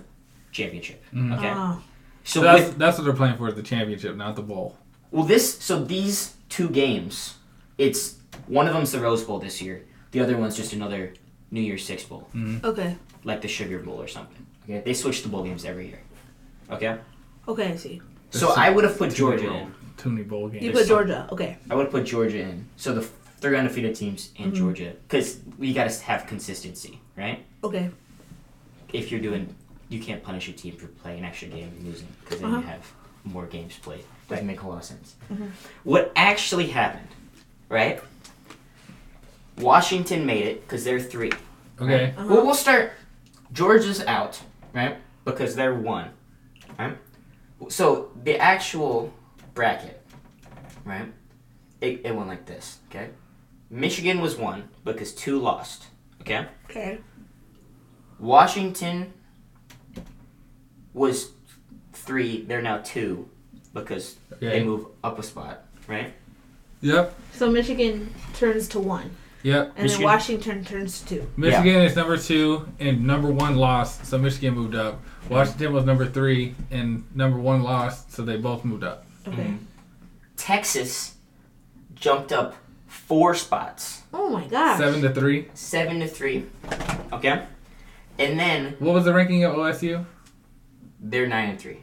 [SPEAKER 3] championship.
[SPEAKER 1] Mhm.
[SPEAKER 3] Okay.
[SPEAKER 2] Ah,
[SPEAKER 1] So
[SPEAKER 3] Mm-hmm. so
[SPEAKER 1] that's,
[SPEAKER 3] with,
[SPEAKER 1] that's what they're playing for is the championship, not the bowl.
[SPEAKER 3] well, this. So these two games. It's one of them's the Rose Bowl this year. The other one's just another New Year's Six Bowl,
[SPEAKER 2] okay.
[SPEAKER 3] like the Sugar Bowl or something. Okay. They switch the bowl games every year. Okay.
[SPEAKER 2] Okay, I see.
[SPEAKER 1] There's
[SPEAKER 3] so
[SPEAKER 1] some-
[SPEAKER 3] I would have put
[SPEAKER 1] too
[SPEAKER 3] Georgia
[SPEAKER 1] many
[SPEAKER 3] in.
[SPEAKER 1] bowl- Too many bowl games.
[SPEAKER 2] You
[SPEAKER 3] There's
[SPEAKER 2] put
[SPEAKER 3] some-
[SPEAKER 2] Georgia. Okay.
[SPEAKER 3] I would put Georgia in. So the three undefeated teams and
[SPEAKER 2] Mhm.
[SPEAKER 3] Georgia, because we got to have consistency, right?
[SPEAKER 2] Okay.
[SPEAKER 3] If you're doing, you can't punish your team for playing an extra game and losing, because then you
[SPEAKER 2] Uh-huh.
[SPEAKER 3] have more games played. Doesn't make a lot of sense.
[SPEAKER 2] Mhm.
[SPEAKER 3] What actually happened, right? Washington made it because they're three.
[SPEAKER 1] okay.
[SPEAKER 2] Uh-huh.
[SPEAKER 3] Well, we'll start. Georgia's out, right? Because they're one, right? So the actual bracket, right? It, it went like this, okay? Michigan was one because two lost, okay?
[SPEAKER 2] Okay.
[SPEAKER 3] Washington was three. They're now two because they
[SPEAKER 1] Okay.
[SPEAKER 3] move up a spot, right?
[SPEAKER 1] Yep.
[SPEAKER 2] So Michigan turns to one,
[SPEAKER 1] Yep.
[SPEAKER 2] and
[SPEAKER 3] Michigan-
[SPEAKER 2] then Washington turns to two.
[SPEAKER 1] Michigan is number two and number one lost, so Michigan moved up. Washington was number three and number one lost, so they both moved up.
[SPEAKER 2] Okay.
[SPEAKER 3] Mm-hmm. Texas jumped up four spots.
[SPEAKER 2] Oh my gosh.
[SPEAKER 1] Seven to three.
[SPEAKER 3] seven to three. Okay, and then
[SPEAKER 1] What was the ranking of OSU?
[SPEAKER 3] they're nine and three.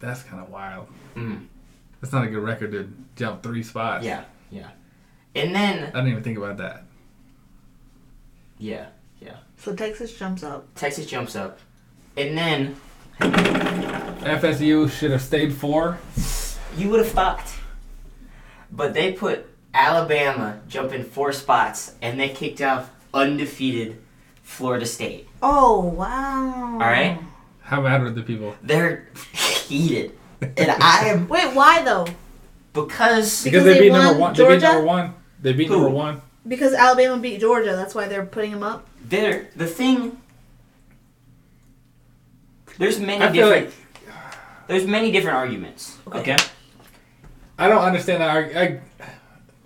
[SPEAKER 1] That's kind of wild.
[SPEAKER 3] Mm.
[SPEAKER 1] That's not a good record to jump three spots.
[SPEAKER 3] Yeah, yeah. And then
[SPEAKER 1] I didn't even think about that.
[SPEAKER 3] yeah,
[SPEAKER 2] So Texas jumps up.
[SPEAKER 3] Texas jumps up, and then
[SPEAKER 1] FSU should have stayed four.
[SPEAKER 3] you would have fucked, but they put Alabama jumping four spots, and they kicked off undefeated Florida State.
[SPEAKER 2] Oh wow. All
[SPEAKER 3] right.
[SPEAKER 1] How mad were the people?
[SPEAKER 3] They're heated, and I am
[SPEAKER 2] Wait, why though?
[SPEAKER 3] because
[SPEAKER 2] Because they
[SPEAKER 1] beat number
[SPEAKER 2] won
[SPEAKER 1] one. They beat
[SPEAKER 2] Georgia?
[SPEAKER 1] number one. They beat
[SPEAKER 3] Who?
[SPEAKER 1] number one.
[SPEAKER 2] Because Alabama beat Georgia. That's why they're putting them up.
[SPEAKER 3] they're the thing. There's many
[SPEAKER 1] I feel
[SPEAKER 3] different. there's many different arguments.
[SPEAKER 2] Okay.
[SPEAKER 3] okay?
[SPEAKER 1] I don't understand that. I,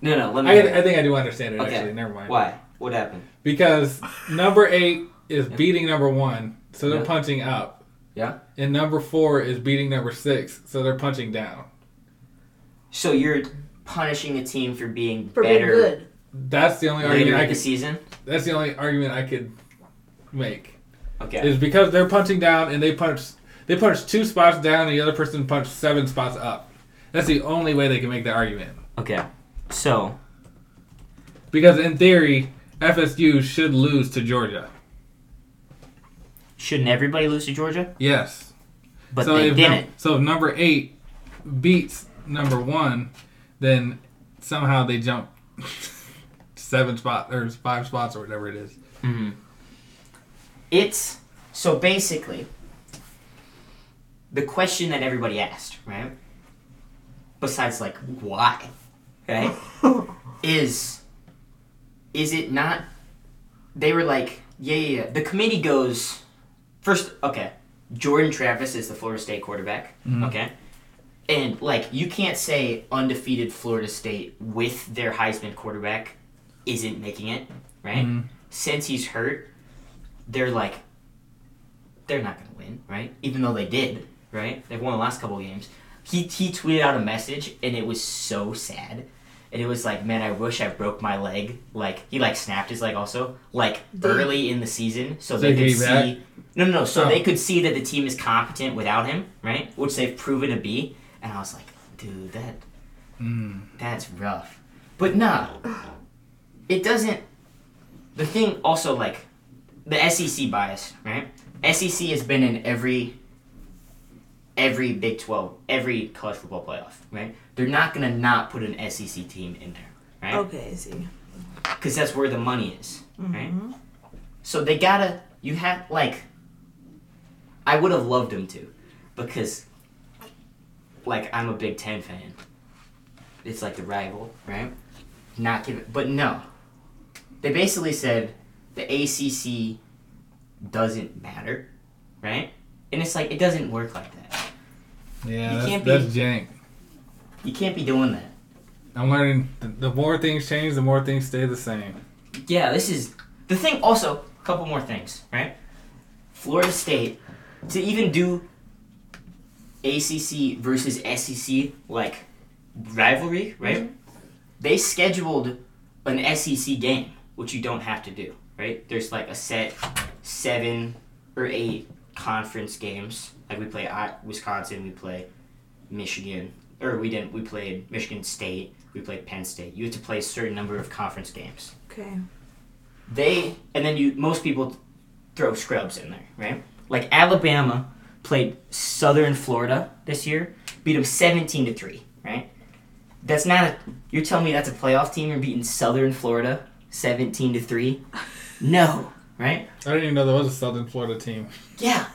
[SPEAKER 3] No, no. Let me.
[SPEAKER 1] I,
[SPEAKER 3] hear
[SPEAKER 1] I, I
[SPEAKER 3] it.
[SPEAKER 1] think I do understand it
[SPEAKER 3] Okay.
[SPEAKER 1] actually. Never mind.
[SPEAKER 3] Why? What happened?
[SPEAKER 1] Because number eight is beating number one, so they're
[SPEAKER 3] Yeah.
[SPEAKER 1] punching up.
[SPEAKER 3] Yeah.
[SPEAKER 1] And number four is beating number six, so they're punching down.
[SPEAKER 3] So you're punishing a team for being
[SPEAKER 2] For
[SPEAKER 3] better
[SPEAKER 2] being good.
[SPEAKER 1] That's the only
[SPEAKER 3] later
[SPEAKER 1] argument
[SPEAKER 3] in
[SPEAKER 1] I
[SPEAKER 3] the
[SPEAKER 1] could.
[SPEAKER 3] season.
[SPEAKER 1] That's the only argument I could make
[SPEAKER 3] Okay.
[SPEAKER 1] is because they're punching down and they punch. They punch two spots down, and the other person punched seven spots up. That's the only way they can make the argument.
[SPEAKER 3] Okay. So
[SPEAKER 1] Because in theory, FSU should lose to Georgia.
[SPEAKER 3] shouldn't everybody lose to Georgia?
[SPEAKER 1] Yes.
[SPEAKER 3] But
[SPEAKER 1] so
[SPEAKER 3] they
[SPEAKER 1] if
[SPEAKER 3] didn't.
[SPEAKER 1] num- so if number eight beats number one, then somehow they jump seven spots or five spots or whatever it is.
[SPEAKER 3] Mhm. It's so basically the question that everybody asked, right? Besides, like, why, right? is is it not? They were like, yeah, yeah. yeah. The committee goes first. Okay, Jordan Travis is the Florida State quarterback. Okay. And like you can't say undefeated Florida State with their Heisman quarterback isn't making it, right?
[SPEAKER 1] Mm-hmm.
[SPEAKER 3] Since he's hurt, they're like they're not gonna win, right? Even though they did, right? They've won the last couple of games. He he tweeted out a message and it was so sad. And it was like, man, I wish I broke my leg. Like he like snapped his leg also, like
[SPEAKER 2] Damn.
[SPEAKER 3] early in the season, so
[SPEAKER 1] So
[SPEAKER 3] they
[SPEAKER 1] he
[SPEAKER 3] could
[SPEAKER 1] came back?
[SPEAKER 3] see no, no, no. So
[SPEAKER 1] Oh.
[SPEAKER 3] they could see that the team is competent without him, right? Which they've proven to be. And I was like, dude, that
[SPEAKER 1] Hmm.
[SPEAKER 3] that's rough. But nah, it doesn't. The thing also like the SEC bias, right? SEC has been in every every Big Twelve, every college football playoff, right? They're not gonna not put an
[SPEAKER 2] Oh,
[SPEAKER 3] SEC team in there, right?
[SPEAKER 2] Okay, I see.
[SPEAKER 3] Because that's where the money is, right? So they gotta. You have like. I would have loved them to, because. Like I'm a Big Ten fan. It's like the rival, right? Not give it, but no. They basically said the ACC doesn't matter, right? And it's like it doesn't work like that.
[SPEAKER 1] Yeah,
[SPEAKER 3] You
[SPEAKER 1] that's,
[SPEAKER 3] can't be-
[SPEAKER 1] that's jank.
[SPEAKER 3] You can't be doing that.
[SPEAKER 1] I'm learning. The, the more things change, the more things stay the same.
[SPEAKER 3] Yeah, this is the thing. Also, a couple more things, right? Florida State to even do ACC versus SEC like rivalry, right? They scheduled an SEC game, which you don't have to do, right? There's like a set seven or eight conference games. Like we play I- Wisconsin, we play Michigan, or we didn't. We played Michigan State, we played Penn State. You have to play a certain number of conference games
[SPEAKER 2] Okay.
[SPEAKER 3] they and then you most people throw scrubs in there, right? Like Alabama played Southern Florida this year, beat them seventeen to three, right? That's not a. You're telling me that's a playoff team? You're beating Southern Florida seventeen to three? No, right?
[SPEAKER 1] I didn't even know there was a Southern Florida team.
[SPEAKER 3] Yeah.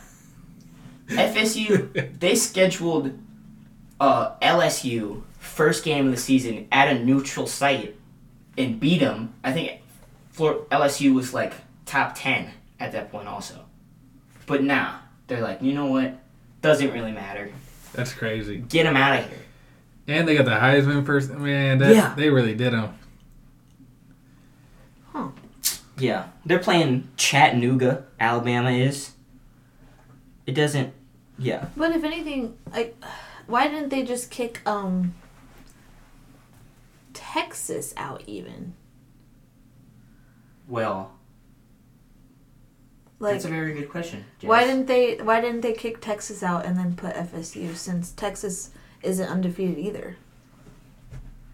[SPEAKER 3] FSU they scheduled uh, LSU first game of the season at a neutral site and beat them. I think Flor- LSU was like top ten at that point also, but nah, they're like you know what doesn't really matter.
[SPEAKER 1] That's crazy.
[SPEAKER 3] Get them out of here.
[SPEAKER 1] And they got the Heisman person. Man, that,
[SPEAKER 3] Yeah.
[SPEAKER 1] they really did him.
[SPEAKER 3] Yeah, they're playing Chattanooga. Alabama is. It doesn't. Yeah.
[SPEAKER 2] But if anything, like, why didn't they just kick um Texas out even?
[SPEAKER 3] Well,
[SPEAKER 2] Like,
[SPEAKER 3] that's a very good question.
[SPEAKER 2] why
[SPEAKER 3] Jess.
[SPEAKER 2] didn't they? Why didn't they kick Texas out and then put FSU since Texas isn't undefeated either?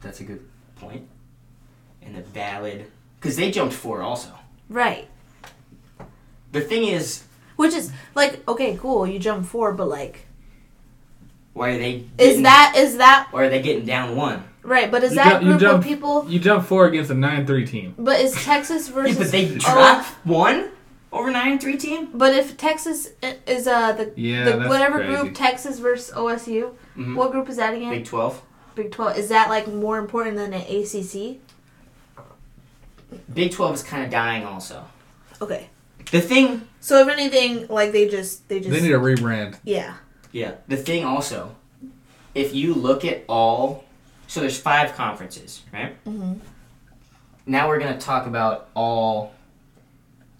[SPEAKER 3] That's a good point. And a valid. Because they jumped four also.
[SPEAKER 2] Right.
[SPEAKER 3] The thing is,
[SPEAKER 2] Which is like okay, cool. You jump four, but like,
[SPEAKER 3] why are they.
[SPEAKER 2] is
[SPEAKER 3] getting-
[SPEAKER 2] that is that
[SPEAKER 3] Or are they getting down one?
[SPEAKER 2] right? But is
[SPEAKER 1] You
[SPEAKER 2] that
[SPEAKER 1] ju- you
[SPEAKER 2] group of
[SPEAKER 1] jump-
[SPEAKER 2] people?
[SPEAKER 1] You jump four against a 9 3 team.
[SPEAKER 2] But is Texas
[SPEAKER 3] Yeah,
[SPEAKER 2] versus?
[SPEAKER 3] but they
[SPEAKER 2] oh,
[SPEAKER 3] dropped one over 9 and 3 team?
[SPEAKER 2] But if Texas i- is uh the,
[SPEAKER 1] Yeah,
[SPEAKER 2] the
[SPEAKER 1] that's
[SPEAKER 2] whatever
[SPEAKER 1] crazy. Mm-hmm.
[SPEAKER 2] group Texas versus OSU,
[SPEAKER 3] Mhm.
[SPEAKER 2] what group is that again?
[SPEAKER 3] Big 12?
[SPEAKER 2] Big Twelve is that like more important than an ACC?
[SPEAKER 3] Big 12 is kind of dying also.
[SPEAKER 2] Okay,
[SPEAKER 3] The thing.
[SPEAKER 2] so if anything, like they just they just
[SPEAKER 1] They need a rebrand.
[SPEAKER 2] yeah
[SPEAKER 3] Yeah. The thing also, if you look at all. So there's five conferences, right?
[SPEAKER 2] mm-hmm.
[SPEAKER 3] now we're going to talk about all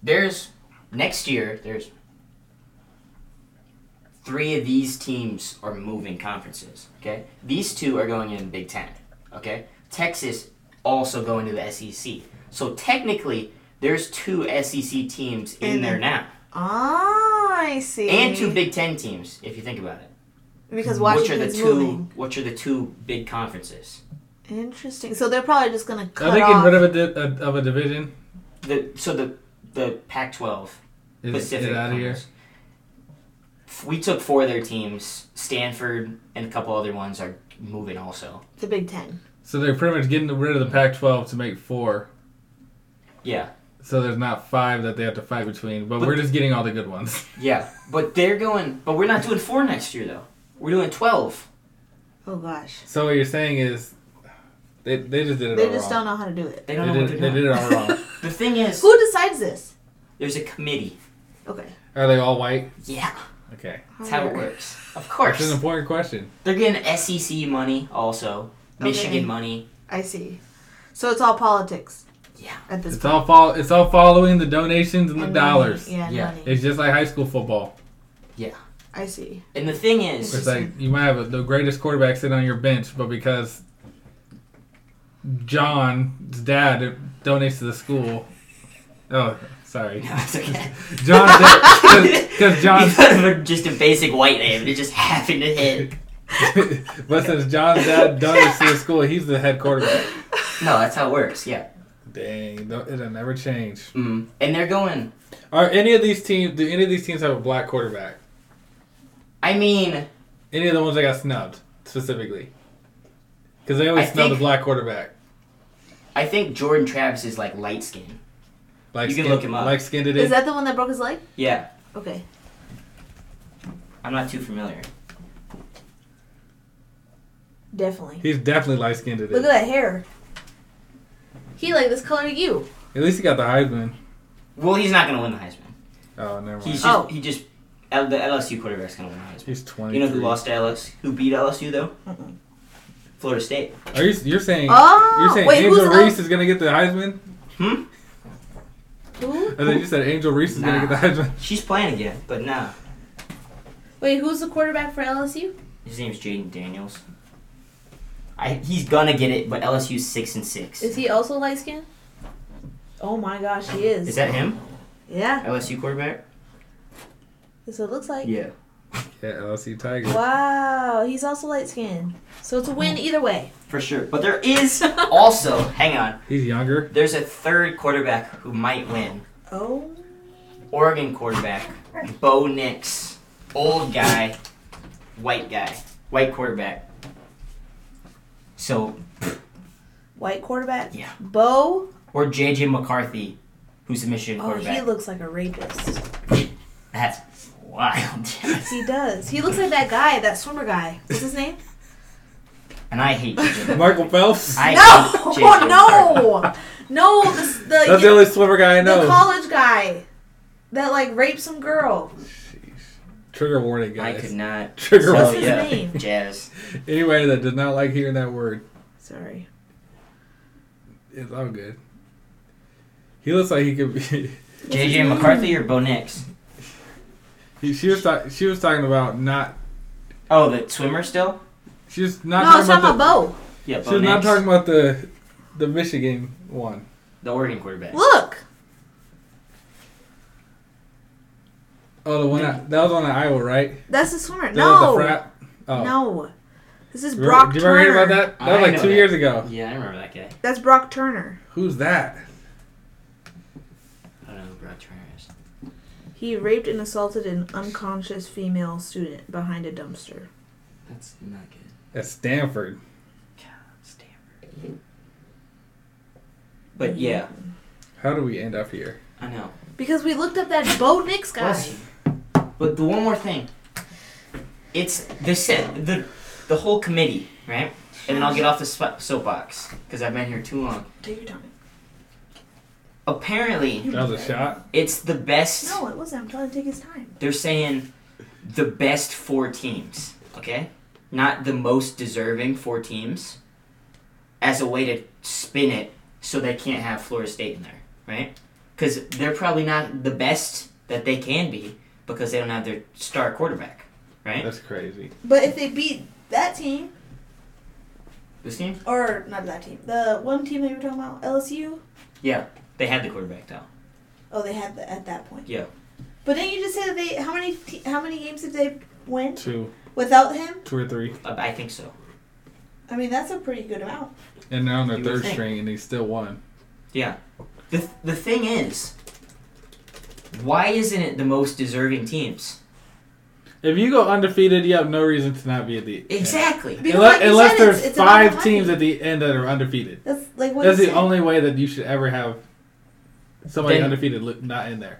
[SPEAKER 3] there's next year there's three of these teams are moving conferences okay these two are going in big ten okay texas also going to the sec so technically there's two sec teams in
[SPEAKER 2] Mhm.
[SPEAKER 3] there now
[SPEAKER 2] ah I see
[SPEAKER 3] and two big ten teams if you think about it
[SPEAKER 2] because
[SPEAKER 3] Mm, which are
[SPEAKER 2] Washington's
[SPEAKER 3] the two
[SPEAKER 2] moving.
[SPEAKER 3] which are the two big conferences
[SPEAKER 2] Interesting. So they're probably just gonna cut
[SPEAKER 1] Are they
[SPEAKER 2] off.
[SPEAKER 1] getting rid of a, di- a, of a division?
[SPEAKER 3] the so the the pac 12
[SPEAKER 1] Is
[SPEAKER 3] Pacific
[SPEAKER 1] get out of here.
[SPEAKER 3] Conference. F- We took four of their teams. Stanford and a couple other ones are moving also.
[SPEAKER 2] the Big Ten.
[SPEAKER 1] So they're pretty much getting rid of the Pac 12 to make four.
[SPEAKER 3] Yeah.
[SPEAKER 1] So there's not five that they have to fight between, but,
[SPEAKER 3] But-
[SPEAKER 1] we're just getting all the good ones.
[SPEAKER 3] Yeah. But they're going but we're not doing four next year though. We're doing twelve.
[SPEAKER 2] Oh gosh,
[SPEAKER 1] So what you're saying is they, they just did it
[SPEAKER 2] they
[SPEAKER 1] all
[SPEAKER 2] just
[SPEAKER 1] wrong.
[SPEAKER 2] don't know how to do it.
[SPEAKER 3] They don't know
[SPEAKER 1] they,
[SPEAKER 3] what
[SPEAKER 1] did,
[SPEAKER 3] they're
[SPEAKER 1] they did
[SPEAKER 3] doing.
[SPEAKER 1] it all wrong.
[SPEAKER 3] The thing is
[SPEAKER 2] Who decides this?
[SPEAKER 3] there's a committee.
[SPEAKER 2] Okay,
[SPEAKER 1] Are they all white?
[SPEAKER 3] Yeah.
[SPEAKER 1] Okay.
[SPEAKER 3] That's how it
[SPEAKER 2] Alright.
[SPEAKER 3] works. Of
[SPEAKER 1] That's an
[SPEAKER 3] course.
[SPEAKER 1] important question.
[SPEAKER 3] They're getting SEC money also. Michigan
[SPEAKER 2] Okay.
[SPEAKER 3] money.
[SPEAKER 2] I see. So it's all politics.
[SPEAKER 3] Yeah.
[SPEAKER 2] At this
[SPEAKER 1] It's all fol- it's all following the donations and the
[SPEAKER 2] And money.
[SPEAKER 1] dollars.
[SPEAKER 2] Yeah, and
[SPEAKER 3] Yeah.
[SPEAKER 2] money.
[SPEAKER 1] It's just like high school football.
[SPEAKER 2] I see.
[SPEAKER 3] And the thing
[SPEAKER 1] It's,
[SPEAKER 3] is
[SPEAKER 2] It's
[SPEAKER 1] like you might have a, the greatest quarterback sitting on your bench, but because John's dad donates to the school. Oh, sorry.
[SPEAKER 3] No, it's okay.
[SPEAKER 1] John's dad. Because
[SPEAKER 3] You
[SPEAKER 1] John's.
[SPEAKER 3] thought of just a basic white name and it just happened to hit.
[SPEAKER 1] but since John's dad donates to the school, he's the head quarterback.
[SPEAKER 3] No, that's how it works, yeah.
[SPEAKER 1] Dang, don't- it'll never change.
[SPEAKER 3] Mm.
[SPEAKER 4] Mm-hmm.
[SPEAKER 3] And they're going.
[SPEAKER 1] Are any of these teams? Do any of these teams have a black quarterback?
[SPEAKER 3] I mean,
[SPEAKER 1] Any of the ones that got snubbed specifically? Because they always
[SPEAKER 3] I
[SPEAKER 1] snub the
[SPEAKER 3] think-
[SPEAKER 1] black quarterback.
[SPEAKER 3] I think Jordan Travis is like light skin.
[SPEAKER 1] Like
[SPEAKER 4] You can
[SPEAKER 1] skin-
[SPEAKER 4] look him up.
[SPEAKER 1] Like skinned it
[SPEAKER 2] Is
[SPEAKER 1] in.
[SPEAKER 2] that the one that broke his leg?
[SPEAKER 4] Yeah,
[SPEAKER 2] Okay.
[SPEAKER 4] I'm not too familiar.
[SPEAKER 2] Definitely.
[SPEAKER 1] He's definitely light skinned it
[SPEAKER 2] Look
[SPEAKER 1] in.
[SPEAKER 2] at that hair. He like this color to you.
[SPEAKER 1] At least he got the Heisman.
[SPEAKER 3] Well, he's not gonna win the Heisman.
[SPEAKER 1] Oh, never mind.
[SPEAKER 4] He's
[SPEAKER 1] He's,
[SPEAKER 4] just
[SPEAKER 2] Oh.
[SPEAKER 4] he just L- the LSU quarterback's gonna win the Heisman.
[SPEAKER 1] twenty.
[SPEAKER 4] You know who lost to LSU? Who beat LSU though?
[SPEAKER 2] Mm-mm.
[SPEAKER 4] Florida State.
[SPEAKER 1] Are you? You're saying?
[SPEAKER 2] Oh,
[SPEAKER 1] you're saying
[SPEAKER 2] wait,
[SPEAKER 1] Angel
[SPEAKER 2] who's
[SPEAKER 1] Reese is gonna get the Heisman?
[SPEAKER 4] Hmm.
[SPEAKER 2] Who?
[SPEAKER 1] I think you said Angel Reese is gonna
[SPEAKER 4] Nah.
[SPEAKER 1] get the Heisman.
[SPEAKER 4] She's playing again, but nah.
[SPEAKER 2] Wait, who's the quarterback for LSU?
[SPEAKER 4] His name's Jaden Daniels.
[SPEAKER 3] I, he's gonna get it, but LSU's six and six.
[SPEAKER 2] Is he also light skinned? Oh my gosh, he is.
[SPEAKER 3] Is that him?
[SPEAKER 2] yeah,
[SPEAKER 3] LSU quarterback?
[SPEAKER 2] that's what it looks like.
[SPEAKER 3] Yeah.
[SPEAKER 1] Yeah, LSU Tigers.
[SPEAKER 2] Wow, he's also light skinned. So it's a win
[SPEAKER 3] Mm.
[SPEAKER 2] either way.
[SPEAKER 4] For sure. But there is
[SPEAKER 3] Also, hang on.
[SPEAKER 1] He's younger.
[SPEAKER 3] There's a third quarterback who might win.
[SPEAKER 2] Oh.
[SPEAKER 3] Oregon quarterback, Bo Nix, old guy, white guy, white quarterback. So
[SPEAKER 2] White quarterback?
[SPEAKER 3] Yeah.
[SPEAKER 2] Bo?
[SPEAKER 3] or JJ McCarthy, who's a Michigan
[SPEAKER 2] Oh, he
[SPEAKER 3] quarterback.
[SPEAKER 2] looks like a rapist.
[SPEAKER 3] That's wild.
[SPEAKER 2] He does. He looks like that guy, that swimmer guy. What's his name?
[SPEAKER 3] and I hate JJ.
[SPEAKER 1] Michael Phelps.
[SPEAKER 3] I hate
[SPEAKER 2] no!
[SPEAKER 3] JJ McCarthy.
[SPEAKER 2] no! No, the, s- the,
[SPEAKER 1] That's the only swimmer guy I
[SPEAKER 2] the
[SPEAKER 1] know.
[SPEAKER 2] college guy that, like, raped some girl.
[SPEAKER 1] Trigger warning,
[SPEAKER 3] I
[SPEAKER 1] guys.
[SPEAKER 3] could not.
[SPEAKER 1] Trigger
[SPEAKER 2] What's
[SPEAKER 3] So
[SPEAKER 1] warning.
[SPEAKER 2] his
[SPEAKER 3] yeah,
[SPEAKER 2] name?
[SPEAKER 3] Jazz.
[SPEAKER 1] Anyway, that does not like hearing that word.
[SPEAKER 2] Sorry.
[SPEAKER 1] It's all good. He looks like he could be.
[SPEAKER 4] JJ McCarthy or Bo Nix.
[SPEAKER 1] he, she was ta- she was talking about not.
[SPEAKER 4] Oh, the swimmer still?
[SPEAKER 1] She was
[SPEAKER 2] No,
[SPEAKER 1] not
[SPEAKER 2] I was
[SPEAKER 1] talking
[SPEAKER 2] talking
[SPEAKER 1] about,
[SPEAKER 2] about Bo.
[SPEAKER 4] Yeah,
[SPEAKER 1] the.
[SPEAKER 4] Bo
[SPEAKER 1] She was
[SPEAKER 4] Nix.
[SPEAKER 1] not talking about the the Michigan one.
[SPEAKER 3] The Oregon quarterback.
[SPEAKER 2] Look!
[SPEAKER 1] Oh, the one that, that was on Iowa, right?
[SPEAKER 2] That's the swimmer.
[SPEAKER 1] The,
[SPEAKER 2] no!
[SPEAKER 1] The frat. Oh.
[SPEAKER 2] No. This is
[SPEAKER 1] Remember-
[SPEAKER 2] Brock
[SPEAKER 1] Do you remember hearing
[SPEAKER 2] Turner.
[SPEAKER 1] about that? That
[SPEAKER 3] I
[SPEAKER 1] was like
[SPEAKER 3] know
[SPEAKER 1] two
[SPEAKER 3] that.
[SPEAKER 1] years ago.
[SPEAKER 3] Yeah, I remember that guy.
[SPEAKER 2] That's Brock Turner.
[SPEAKER 1] Who's that?
[SPEAKER 3] I don't know who Brock Turner is.
[SPEAKER 2] He raped and assaulted an unconscious female student behind a dumpster.
[SPEAKER 3] That's not good.
[SPEAKER 1] At Stanford.
[SPEAKER 3] God, Stanford.
[SPEAKER 4] But yeah,
[SPEAKER 1] How do we end up here?
[SPEAKER 3] I know.
[SPEAKER 2] Because we looked up that Bo Nix guy.
[SPEAKER 3] Bless you. But the one more thing. It's the set, the the whole committee, right? And then I'll get off the sp- soapbox because I've been here too long.
[SPEAKER 2] Take your time.
[SPEAKER 3] Apparently,
[SPEAKER 1] That was a shot.
[SPEAKER 3] it's the best.
[SPEAKER 2] No, it wasn't. I'm trying to take his time.
[SPEAKER 3] They're saying the best four teams, okay? Not the most deserving four teams as a way to spin it so they can't have Florida State in there, right? Because they're probably not the best that they can be because they don't have their star quarterback, right?
[SPEAKER 1] That's crazy.
[SPEAKER 2] But if they beat that team,
[SPEAKER 3] This team?
[SPEAKER 2] or not that team, the one team that you were talking about, LSU.
[SPEAKER 3] Yeah. They had the quarterback, though.
[SPEAKER 2] Oh, they had the, at that point.
[SPEAKER 3] Yeah.
[SPEAKER 2] But didn't you just say that they? How many? Te- how many games did they win
[SPEAKER 1] Two,
[SPEAKER 2] without him?
[SPEAKER 1] two or three,
[SPEAKER 3] Uh, I think so.
[SPEAKER 2] I mean, that's a pretty good amount.
[SPEAKER 1] and they're on their
[SPEAKER 3] You would
[SPEAKER 1] third
[SPEAKER 3] think.
[SPEAKER 1] string, and they still won.
[SPEAKER 3] Yeah. The, th- the thing is, why isn't it the most deserving teams?
[SPEAKER 1] If you go undefeated, you have no reason to not be at the
[SPEAKER 3] Exactly.
[SPEAKER 2] Because
[SPEAKER 1] unless,
[SPEAKER 2] like you
[SPEAKER 1] unless
[SPEAKER 2] said,
[SPEAKER 1] there's
[SPEAKER 2] it's, it's a lot of
[SPEAKER 1] five
[SPEAKER 2] money.
[SPEAKER 1] teams at the end that are undefeated.
[SPEAKER 2] That's like what
[SPEAKER 1] That's
[SPEAKER 2] you
[SPEAKER 1] the
[SPEAKER 2] said.
[SPEAKER 1] only way that you should ever have somebody
[SPEAKER 3] Then-
[SPEAKER 1] undefeated li- not in there.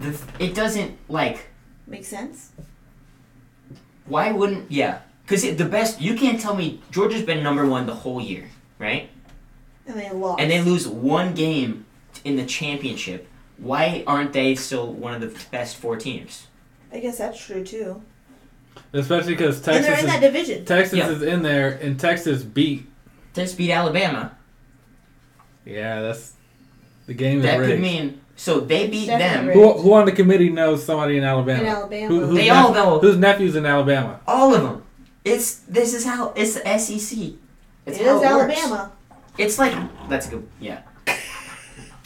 [SPEAKER 3] The th- it doesn't, like,
[SPEAKER 2] makes sense.
[SPEAKER 3] Why wouldn't yeah? Because the best you can't tell me Georgia's been number one the whole year, right?
[SPEAKER 2] And they lost.
[SPEAKER 3] And they lose one game in the championship. Why aren't they still one of the best four teams?
[SPEAKER 2] I guess that's true too.
[SPEAKER 1] Especially because
[SPEAKER 2] and they're
[SPEAKER 1] Texas,
[SPEAKER 2] in that
[SPEAKER 1] is,
[SPEAKER 2] division.
[SPEAKER 1] Texas
[SPEAKER 3] Yeah.
[SPEAKER 1] is in there, and Texas beat.
[SPEAKER 3] Just beat Alabama.
[SPEAKER 1] Yeah, that's the game is
[SPEAKER 3] that could
[SPEAKER 1] rigged.
[SPEAKER 3] mean so they beat them.
[SPEAKER 2] Definitely
[SPEAKER 1] who, who on the committee knows somebody in Alabama?
[SPEAKER 2] In Alabama.
[SPEAKER 1] Who, whose
[SPEAKER 3] They all know.
[SPEAKER 1] Whose nephew's in Alabama?
[SPEAKER 3] All of them. It's this is how it's the SEC. It's
[SPEAKER 2] it
[SPEAKER 3] how
[SPEAKER 2] is
[SPEAKER 3] it works.
[SPEAKER 2] Alabama.
[SPEAKER 3] It's like that's a good yeah.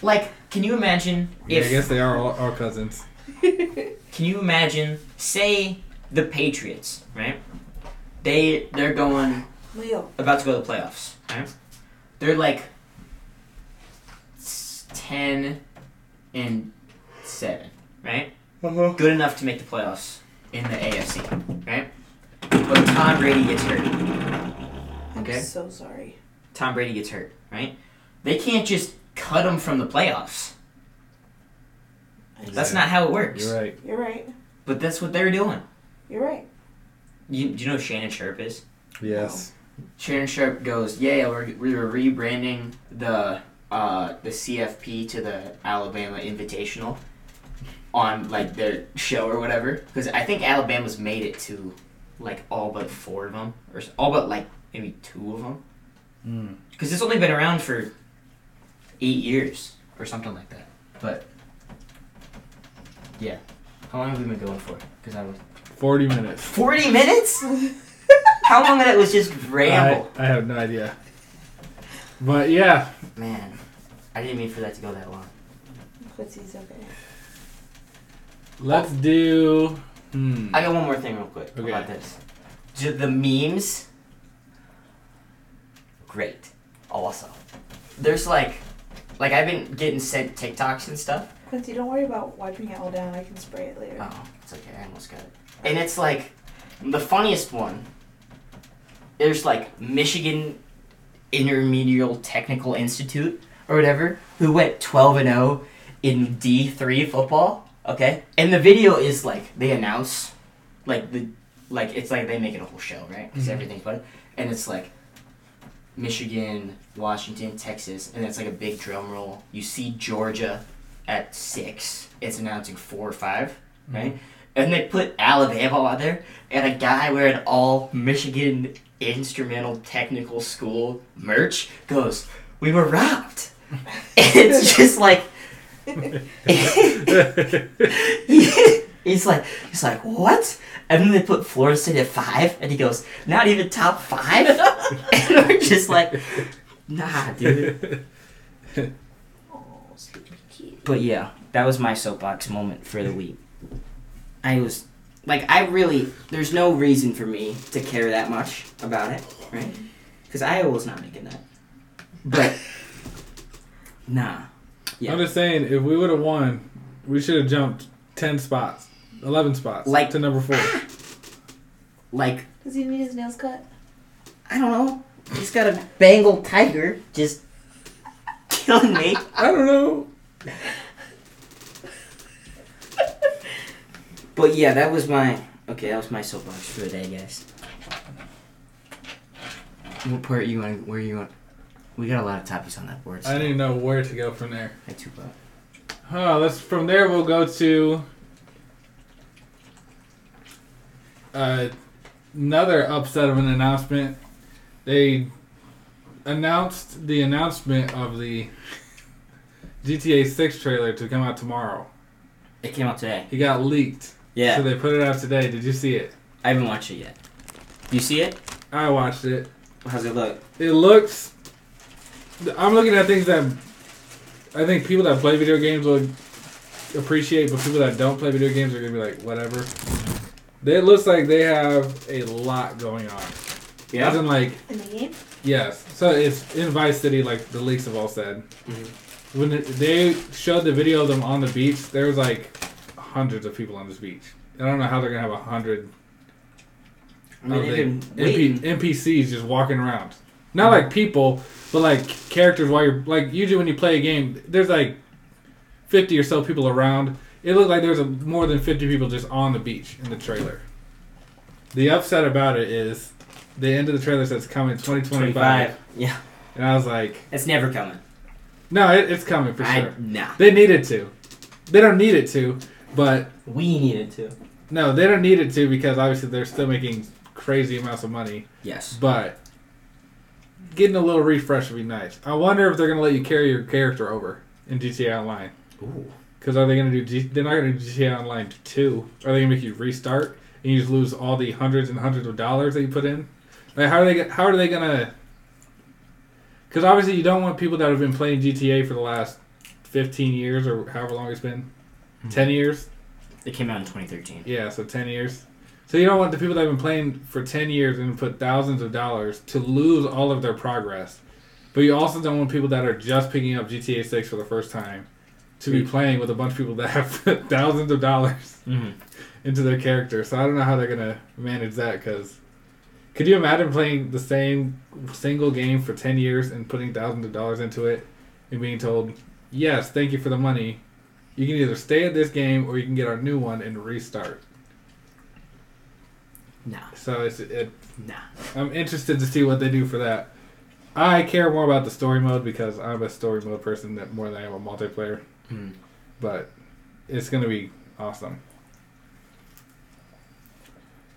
[SPEAKER 3] Like, can you imagine
[SPEAKER 1] Yeah,
[SPEAKER 3] if
[SPEAKER 1] I guess they are all, all cousins.
[SPEAKER 3] Can you imagine? Say the Patriots, right? They they're going
[SPEAKER 2] Leo.
[SPEAKER 3] about to go to the playoffs, right? They're like s- ten and seven, right?
[SPEAKER 1] Uh-huh.
[SPEAKER 3] Good enough to make the playoffs in the AFC, right? But Tom Brady gets hurt.
[SPEAKER 2] I'm
[SPEAKER 3] Okay.
[SPEAKER 2] so sorry.
[SPEAKER 3] Tom Brady gets hurt, right? They can't just cut him from the playoffs. That's
[SPEAKER 1] Yeah.
[SPEAKER 3] not how it works.
[SPEAKER 1] You're right.
[SPEAKER 2] You're right.
[SPEAKER 3] But that's what they're doing.
[SPEAKER 2] You're right.
[SPEAKER 5] You, do you know who Shannon Sharp is?
[SPEAKER 1] Yes.
[SPEAKER 3] Sharon Sharp goes, "Yeah, we're we were rebranding the uh, the CFP to the Alabama Invitational on like their show or whatever." Because I think Alabama's made it to like all but four of them, or s- all but like maybe two of them.
[SPEAKER 1] Mm.
[SPEAKER 3] Because it's only been around for eight years or something like that. But yeah, how long have we been going for? Because I was
[SPEAKER 1] Forty minutes.
[SPEAKER 3] forty minutes. How long of that was just ramble?
[SPEAKER 1] I, I have no idea. But yeah,
[SPEAKER 3] Man, I didn't mean for that to go that long.
[SPEAKER 2] Footsie's okay.
[SPEAKER 1] let's do. Hmm.
[SPEAKER 3] I got one more thing real quick
[SPEAKER 1] Okay.
[SPEAKER 3] about this. Ju- the memes, great. Also, there's like, like I've been getting sent TikToks and stuff.
[SPEAKER 2] Quincy, don't worry about wiping it all down. I can spray it later.
[SPEAKER 3] Oh, it's okay. I almost got it. And it's like, the funniest one. There's like Michigan Intermediate Technical Institute or whatever who went 12 and 0 in D3 football. Okay, and the video is like they announce like the like it's like they make it a whole show, right? Because
[SPEAKER 1] Mhm.
[SPEAKER 3] everything's fun, and it's like Michigan, Washington, Texas, and it's like a big drum roll. You see Georgia at six; it's announcing four or five, right? And they put Alabama on there, and a guy wearing all Michigan instrumental technical school merch goes, "We were robbed." it's just like. he's like he's like what and then they put Florida State at five and he goes not even top five and we're just like nah dude
[SPEAKER 2] Oh, stupid kid.
[SPEAKER 3] but yeah that was my soapbox moment for the week I was like I really
[SPEAKER 5] There's no reason for me to care that much about it, right? Because Iowa was not making that. But nah, yeah.
[SPEAKER 1] I'm just saying, if we would have won, we should have jumped ten spots, eleven spots,
[SPEAKER 5] Like-
[SPEAKER 1] to number four.
[SPEAKER 5] like
[SPEAKER 2] Does he need his nails cut?
[SPEAKER 5] I don't know. He's got a Bengal tiger just killing me.
[SPEAKER 1] I don't know.
[SPEAKER 5] But yeah, that was my okay. That was my soapbox for the day, guys.
[SPEAKER 3] what part you want where you want we got a lot of topics on that board
[SPEAKER 1] I didn't even know where to go from there.
[SPEAKER 3] I too loud.
[SPEAKER 1] Huh, let's from there we'll go to uh, another upset of an announcement. They announced the announcement of the GTA 6 trailer to come out tomorrow.
[SPEAKER 5] It came out today.
[SPEAKER 1] It got leaked.
[SPEAKER 5] Yeah,
[SPEAKER 1] So they put it out today. Did you see it?
[SPEAKER 5] I haven't watched it yet. You see it?
[SPEAKER 1] I watched it.
[SPEAKER 5] How's it look?
[SPEAKER 1] It looks. I'm looking at things that I think people that play video games will appreciate, but people that don't play video games are gonna be like, whatever. It looks like they have a lot going on. As in, like,
[SPEAKER 2] In the game?
[SPEAKER 1] yes. So it's in Vice City, like the leaks have all said.
[SPEAKER 5] Mhm.
[SPEAKER 1] When it- they showed the video of them on the beach, there was like hundreds of people on this beach. I don't know how they're gonna have a hundred
[SPEAKER 5] I mean,
[SPEAKER 1] of
[SPEAKER 5] they've
[SPEAKER 1] the
[SPEAKER 5] been
[SPEAKER 1] NP-
[SPEAKER 5] waiting.
[SPEAKER 1] NPCs just walking around. Not like people, but like characters while you're like usually when you play a game, there's like fifty or so people around. It looked like there's a, more than fifty people just on the beach in the trailer. The upset about it is the end of the trailer says coming 2025,
[SPEAKER 5] Yeah,
[SPEAKER 1] and I was like,
[SPEAKER 5] it's never coming.
[SPEAKER 1] no, it, it's coming for
[SPEAKER 5] I
[SPEAKER 1] sure.
[SPEAKER 5] nah.
[SPEAKER 1] They need it to. They don't need it to, but
[SPEAKER 5] We needed to.
[SPEAKER 1] no, they don't need it to because obviously they're still making crazy amounts of money.
[SPEAKER 5] Yes.
[SPEAKER 1] But getting a little refresh would be nice. I wonder if they're going to let you carry your character over in GTA Online.
[SPEAKER 5] Ooh.
[SPEAKER 1] Because are they going to do? G- they're not going to do GTA Online two. Are they going to make you restart and you just lose all the hundreds and hundreds of dollars that you put in? Like how are they? How are they going to? Because obviously you don't want people that have been playing GTA for the last fifteen years or however long it's been, ten years.
[SPEAKER 3] it came out in 2013
[SPEAKER 1] Yeah, so ten years. So you don't want the people that have been playing for ten years and put thousands of dollars to lose all of their progress. But you also don't want people that are just picking up GTA six for the first time to be playing with a bunch of people that have put thousands of dollars
[SPEAKER 3] Mhm.
[SPEAKER 1] into their character. So I don't know how they're gonna manage that because could you imagine playing the same single game for ten years and putting thousands of dollars into it and being told, Yes, thank you for the money. You can either stay at this game or you can get our new one and restart.
[SPEAKER 6] Nah,
[SPEAKER 1] So it's it,
[SPEAKER 6] nah.
[SPEAKER 1] I'm interested to see what they do for that. I care more about the story mode because I'm a story mode person that more than I am a multiplayer.
[SPEAKER 6] Mm.
[SPEAKER 1] But it's gonna be awesome.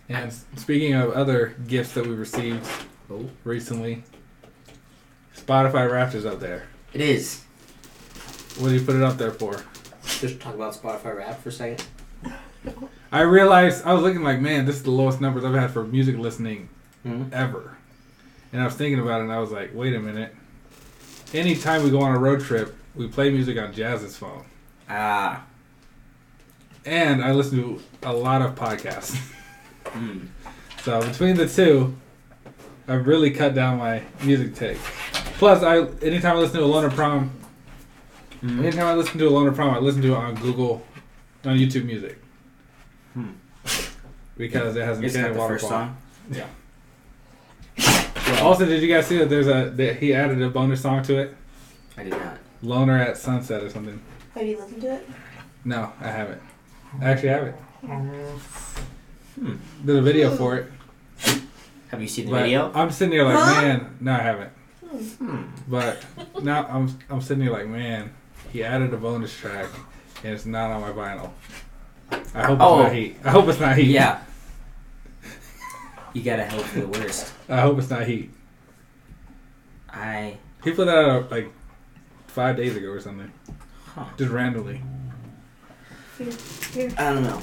[SPEAKER 1] And s- speaking of other gifts that we received
[SPEAKER 6] Oh.
[SPEAKER 1] recently, Spotify Wrapped is up there.
[SPEAKER 6] It is.
[SPEAKER 1] What do you put it up there for?
[SPEAKER 3] Just talk about Spotify rap for a second.
[SPEAKER 1] I realized I was looking like, man, this is the lowest numbers I've had for music listening
[SPEAKER 3] Mhm.
[SPEAKER 1] ever. And I was thinking about it, and I was like, wait a minute. Anytime we go on a road trip, we play music on Jazz's phone,
[SPEAKER 3] Ah.
[SPEAKER 1] and I listen to a lot of podcasts.
[SPEAKER 3] Mm.
[SPEAKER 1] So between the two, I've really cut down my music take. Plus, I anytime I listen to Alone at Prom,
[SPEAKER 3] Mm.
[SPEAKER 1] anytime I listen to Alone at Prom, I listen to it on Google, on YouTube Music,
[SPEAKER 3] Hmm.
[SPEAKER 1] because it has
[SPEAKER 3] It's
[SPEAKER 1] Uncanny
[SPEAKER 3] not the first
[SPEAKER 1] Waterfall.
[SPEAKER 3] song.
[SPEAKER 1] Yeah. Also, did you guys see that there's a that he added a bonus song to it,
[SPEAKER 3] I did not.
[SPEAKER 1] "Loner at Sunset" or something?
[SPEAKER 2] Have you listened to it?
[SPEAKER 1] No, I haven't. I actually have it.
[SPEAKER 3] Hmm.
[SPEAKER 1] There's a video for it.
[SPEAKER 3] Have you seen the
[SPEAKER 1] But
[SPEAKER 3] video?
[SPEAKER 1] I'm sitting here like,
[SPEAKER 2] Huh?
[SPEAKER 1] man, no, I haven't.
[SPEAKER 3] Hmm.
[SPEAKER 1] But now I'm I'm sitting here like, man, he added a bonus track, and it's not on my vinyl. I hope
[SPEAKER 3] Oh.
[SPEAKER 1] it's not heat. I hope it's not heat.
[SPEAKER 3] Yeah. You gotta hope for the worst.
[SPEAKER 1] I hope it's not heat.
[SPEAKER 3] I.
[SPEAKER 1] He put that out like five days ago or something,
[SPEAKER 3] Huh.
[SPEAKER 1] just randomly.
[SPEAKER 3] I don't know.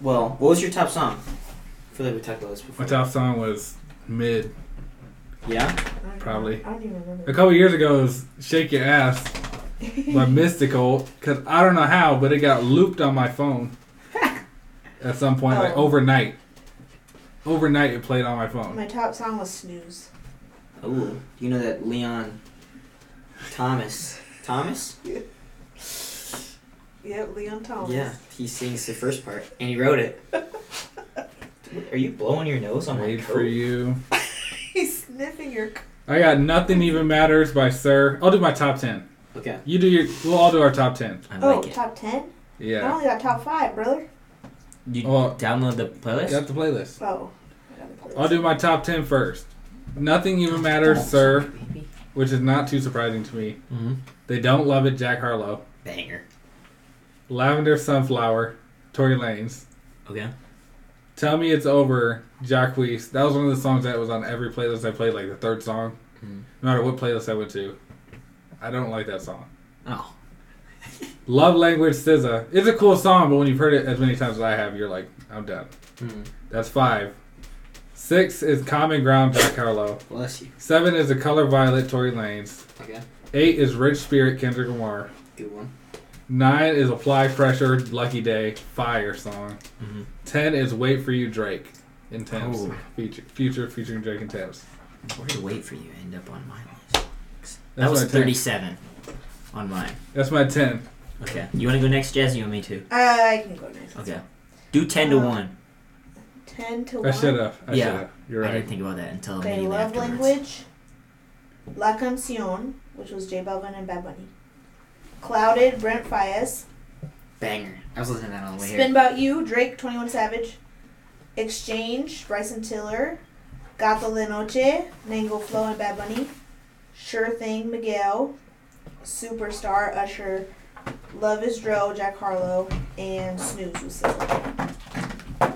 [SPEAKER 3] Well, what was your top song? I feel like we talked about this before.
[SPEAKER 1] My top song was mid.
[SPEAKER 3] Yeah?
[SPEAKER 1] Probably.
[SPEAKER 2] I don't even
[SPEAKER 1] A
[SPEAKER 2] remember.
[SPEAKER 1] couple years ago, it was "Shake Your Ass" by Mystical, because I don't know how, but it got looped on my phone at some point, like
[SPEAKER 2] Oh.
[SPEAKER 1] overnight. Overnight, it played on my phone.
[SPEAKER 2] My top song was Snooze.
[SPEAKER 3] Ooh. You know that Leon Thomas. Thomas?
[SPEAKER 2] Yep, Leon Thomas.
[SPEAKER 3] Yeah, he sings the first part, and he wrote it. Dude, Are you blowing your nose on Oh my
[SPEAKER 1] Made
[SPEAKER 3] coat?
[SPEAKER 1] for you.
[SPEAKER 2] He's sniffing your.
[SPEAKER 1] I got nothing even matters by Sir. I'll do my top ten.
[SPEAKER 3] Okay,
[SPEAKER 1] You do your. We'll all do our top ten.
[SPEAKER 3] I
[SPEAKER 2] Oh,
[SPEAKER 3] like it.
[SPEAKER 2] top 10? I
[SPEAKER 1] Yeah.
[SPEAKER 2] only got top 5, brother.
[SPEAKER 3] You
[SPEAKER 1] Oh.
[SPEAKER 3] download the playlist.
[SPEAKER 1] Got the playlist.
[SPEAKER 2] Oh. I gotta play
[SPEAKER 1] I'll
[SPEAKER 2] this.
[SPEAKER 1] do my top ten first. Nothing even matters, Sir, which is not too surprising to me.
[SPEAKER 3] Mm-hmm.
[SPEAKER 1] They don't love it. Jack Harlow,
[SPEAKER 3] Banger.
[SPEAKER 1] Lavender Sunflower, Tory Lanez.
[SPEAKER 3] Okay.
[SPEAKER 1] Tell Me It's Over, Jacquees. That was one of the songs that was on every playlist I played, like the third song.
[SPEAKER 3] Mhm.
[SPEAKER 1] No matter what playlist I went to. I don't like that song.
[SPEAKER 3] Oh.
[SPEAKER 1] Love Language SZA. It's a cool song, but when you've heard it as many times as I have, you're like, I'm done.
[SPEAKER 3] Mhm.
[SPEAKER 1] That's five. Six is Common Ground, Jack Harlow.
[SPEAKER 3] Bless you.
[SPEAKER 1] Seven is The Color Violet, Tory Lanez.
[SPEAKER 3] Okay.
[SPEAKER 1] Eight is Rich Spirit, Kendrick Lamar.
[SPEAKER 3] Good one.
[SPEAKER 1] Nine is Apply Pressure, Lucky Day, Fire song.
[SPEAKER 3] Mhm.
[SPEAKER 1] Ten is Wait for You, Drake, and Temps.
[SPEAKER 3] Oh.
[SPEAKER 1] Feature, future featuring Drake and Temps.
[SPEAKER 6] Where did wait for you end up on my list?
[SPEAKER 1] That's
[SPEAKER 6] that was
[SPEAKER 1] my 10.
[SPEAKER 6] 37 on mine.
[SPEAKER 1] That's my 10.
[SPEAKER 6] Okay. You want to go next, Jazz? You want me to?
[SPEAKER 2] Uh, I can go next.
[SPEAKER 6] Okay. Do 10 to
[SPEAKER 2] Uh,
[SPEAKER 6] 1.
[SPEAKER 2] 10 to 1.
[SPEAKER 1] I should have. I
[SPEAKER 6] Yeah.
[SPEAKER 1] should have. You're
[SPEAKER 6] I
[SPEAKER 1] right.
[SPEAKER 6] didn't think about that until
[SPEAKER 2] Okay,
[SPEAKER 6] immediately
[SPEAKER 2] Love
[SPEAKER 6] afterwards.
[SPEAKER 2] Language, La Cancion, which was J Balvin and Bad Bunny, Clouded, Brent Fias,
[SPEAKER 6] Banger. I was listening to that on the way
[SPEAKER 2] Spin
[SPEAKER 6] here.
[SPEAKER 2] About You, Drake, 21 Savage, Exchange, Bryson Tiller, Gato de Noche, Nango Flow and Bad Bunny, Sure Thing, Miguel, Superstar, Usher, Love is Dro, Jack Harlow, and Snooze was SZA.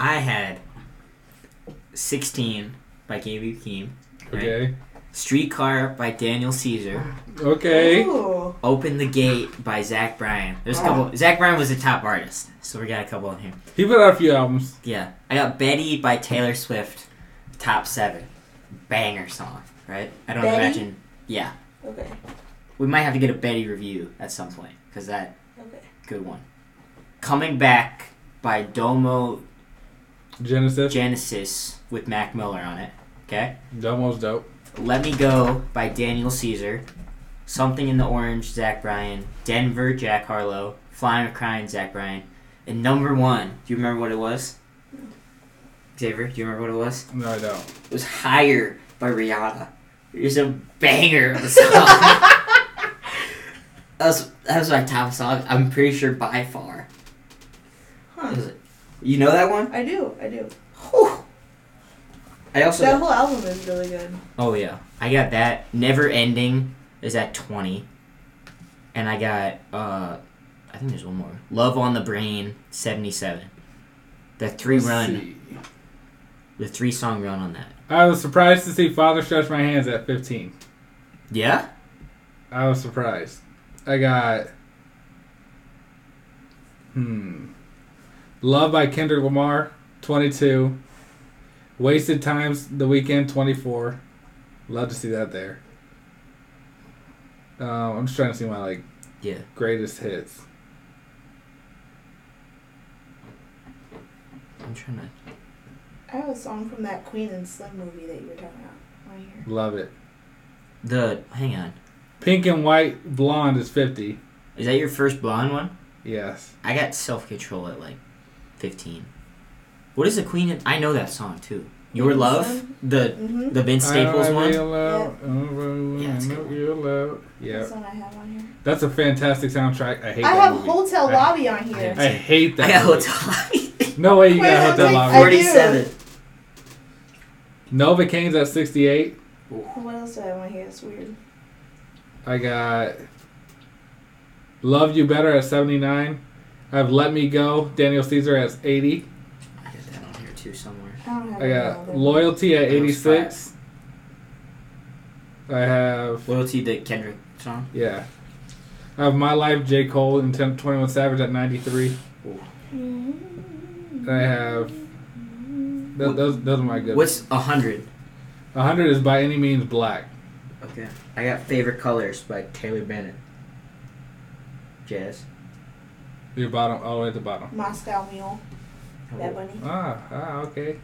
[SPEAKER 6] I had 16 by KB Keem. right?
[SPEAKER 1] Okay.
[SPEAKER 6] Streetcar by Daniel Caesar.
[SPEAKER 1] Okay.
[SPEAKER 2] Ooh,
[SPEAKER 6] Open the Gate by Zach Bryan. There's a couple. Zach Bryan was a top artist, so we got a couple in here.
[SPEAKER 1] He put out a few albums.
[SPEAKER 6] Yeah. I got Betty by Taylor Swift, top seven. Banger song, right? I don't
[SPEAKER 2] Betty?
[SPEAKER 6] imagine. Yeah.
[SPEAKER 2] okay,
[SPEAKER 6] We might have to get a Betty review at some point, because that
[SPEAKER 2] okay.
[SPEAKER 6] good one. Coming Back by Domo
[SPEAKER 1] Genesis.
[SPEAKER 6] Genesis with Mac Miller on it. Okay?
[SPEAKER 1] Domo's dope.
[SPEAKER 6] Let Me Go by Daniel Caesar. Something in the Orange, Zach Bryan. Denver, Jack Harlow. Flying or Crying, Zach Bryan. And number one, do you remember what it was? Xavier, do you remember what it was?
[SPEAKER 1] No, I don't.
[SPEAKER 6] It was Higher by Rihanna. It was a banger of a song.
[SPEAKER 7] That's that was my top song. I'm pretty sure by far.
[SPEAKER 8] Huh. Is it- You know that one?
[SPEAKER 2] I do, I do.
[SPEAKER 8] Whew. I also
[SPEAKER 2] that whole album is really good.
[SPEAKER 3] Oh yeah, I got that. Never ending is at twenty, and I got uh, I think there's one more. Love on the brain seventy seven. The three run, the three song run on that.
[SPEAKER 1] I was surprised to see Father Stretch My Hands at 15.
[SPEAKER 3] Yeah.
[SPEAKER 1] I was surprised. I got. Hmm. Love by Kendrick Lamar, 22. Wasted Times, The Weekend, 24. Love to see that there. Uh, I'm just trying to see my, like,
[SPEAKER 3] Yeah.
[SPEAKER 1] greatest hits.
[SPEAKER 3] I'm trying to.
[SPEAKER 2] I have a song from that Queen and Slim movie that you were talking about right here.
[SPEAKER 1] Love it.
[SPEAKER 3] The hang on.
[SPEAKER 1] Pink and White Blonde is 50.
[SPEAKER 3] Is that your first blonde one?
[SPEAKER 1] Yes.
[SPEAKER 3] I got self control at like fifteen. What is the queen? of- I know that song too. Your
[SPEAKER 2] Queen
[SPEAKER 3] love,
[SPEAKER 2] Slim?
[SPEAKER 3] the
[SPEAKER 2] Mm-hmm.
[SPEAKER 3] the Vince Staples
[SPEAKER 1] I
[SPEAKER 3] one.
[SPEAKER 1] Real loud, oh,
[SPEAKER 3] Yeah,
[SPEAKER 1] yeah,
[SPEAKER 3] that's a good one.
[SPEAKER 1] real loud.
[SPEAKER 2] That's
[SPEAKER 1] Yeah,
[SPEAKER 2] the one I have on here.
[SPEAKER 1] that's a fantastic soundtrack. I hate
[SPEAKER 2] I
[SPEAKER 1] that
[SPEAKER 2] have
[SPEAKER 1] movie.
[SPEAKER 2] Hotel
[SPEAKER 1] I-
[SPEAKER 2] Lobby on here.
[SPEAKER 1] I hate that.
[SPEAKER 3] I got
[SPEAKER 1] movie.
[SPEAKER 3] hotel lobby.
[SPEAKER 1] No way you
[SPEAKER 2] Wait,
[SPEAKER 1] got
[SPEAKER 2] I
[SPEAKER 1] hotel
[SPEAKER 2] think-
[SPEAKER 1] lobby.
[SPEAKER 2] I-
[SPEAKER 1] Nova
[SPEAKER 2] do.
[SPEAKER 8] 47.
[SPEAKER 1] Novocaine's at 68.
[SPEAKER 2] What else do I have on here? That's weird.
[SPEAKER 1] I got Love You Better at 79. I have Let Me Go, Daniel Caesar at 80.
[SPEAKER 3] I got that on here too somewhere.
[SPEAKER 2] I don't have
[SPEAKER 1] I got
[SPEAKER 2] another.
[SPEAKER 1] Loyalty at
[SPEAKER 3] That was
[SPEAKER 1] 86. I have,
[SPEAKER 3] Loyalty, the Kendrick song.
[SPEAKER 1] yeah. I have My Life, J. Cole, and 10, 21 Savage at 93.
[SPEAKER 2] Mm-hmm.
[SPEAKER 1] And I have, th- those, those are my good
[SPEAKER 3] What's a hundred?
[SPEAKER 1] 100 is By Any Means Black.
[SPEAKER 8] Okay.
[SPEAKER 3] I got favorite colors by Taylor Bennett. Jazz.
[SPEAKER 1] Your bottom, all the way at the bottom.
[SPEAKER 2] Moscow Mule. Bad Bunny.
[SPEAKER 1] Ah, ah, okay.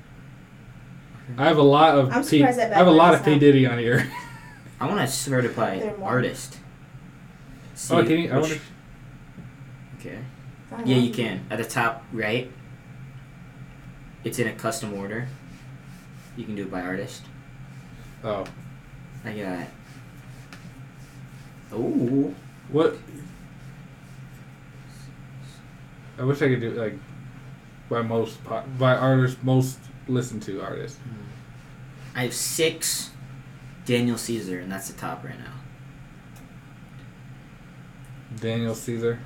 [SPEAKER 1] I have a lot of
[SPEAKER 2] I'm
[SPEAKER 1] P. I
[SPEAKER 2] surprised that
[SPEAKER 1] have a
[SPEAKER 2] Batman
[SPEAKER 1] lot
[SPEAKER 2] is
[SPEAKER 1] of P
[SPEAKER 2] not-
[SPEAKER 1] Diddy on here.
[SPEAKER 3] I want to certify
[SPEAKER 2] They're more-
[SPEAKER 3] artist. See
[SPEAKER 1] oh, can you? I
[SPEAKER 3] which-
[SPEAKER 1] wonder,
[SPEAKER 2] I
[SPEAKER 3] okay.
[SPEAKER 2] don't
[SPEAKER 3] Yeah,
[SPEAKER 2] know.
[SPEAKER 3] you can. At the top right, it's in a custom order. You can do it by artist.
[SPEAKER 1] oh,
[SPEAKER 3] I got. Oh.
[SPEAKER 1] what? I wish I could do like by most po- by artist most listened to artist.
[SPEAKER 3] I have six Daniel Caesar, and that's the top right now.
[SPEAKER 1] Daniel Caesar.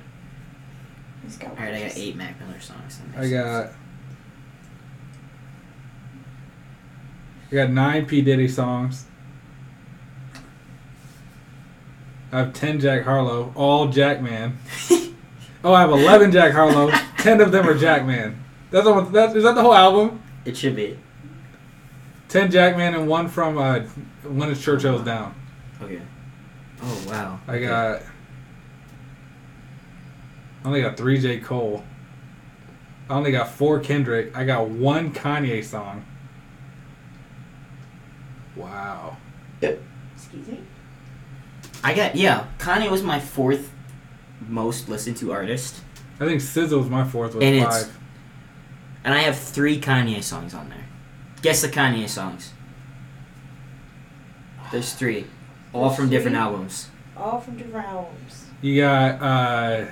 [SPEAKER 2] Moscow
[SPEAKER 3] All right, I got
[SPEAKER 2] Mules.
[SPEAKER 3] eight Mac Miller songs. That makes
[SPEAKER 1] I
[SPEAKER 3] sense.
[SPEAKER 1] got. I got nine P Diddy songs. I have ten Jack Harlow, all Jackman. oh, I have eleven Jack Harlow. ten of them are Jackman. That's the one, that, is that the whole album?
[SPEAKER 3] It should be.
[SPEAKER 1] Ten Jackman and one from uh, when is Churchill's down.
[SPEAKER 3] Okay. Oh wow.
[SPEAKER 1] I
[SPEAKER 3] Okay.
[SPEAKER 1] got. I only got three J Cole. I only got four Kendrick. I got one Kanye song. Wow.
[SPEAKER 2] Excuse me.
[SPEAKER 3] I got yeah. Kanye was my fourth most listened to artist,
[SPEAKER 1] I think Sizzle was my fourth with
[SPEAKER 3] And it's-
[SPEAKER 1] five.
[SPEAKER 3] and I have three Kanye songs on there. Guess the Kanye songs. There's three, all from different
[SPEAKER 2] Three?
[SPEAKER 3] albums.
[SPEAKER 2] All from different albums.
[SPEAKER 1] You got uh,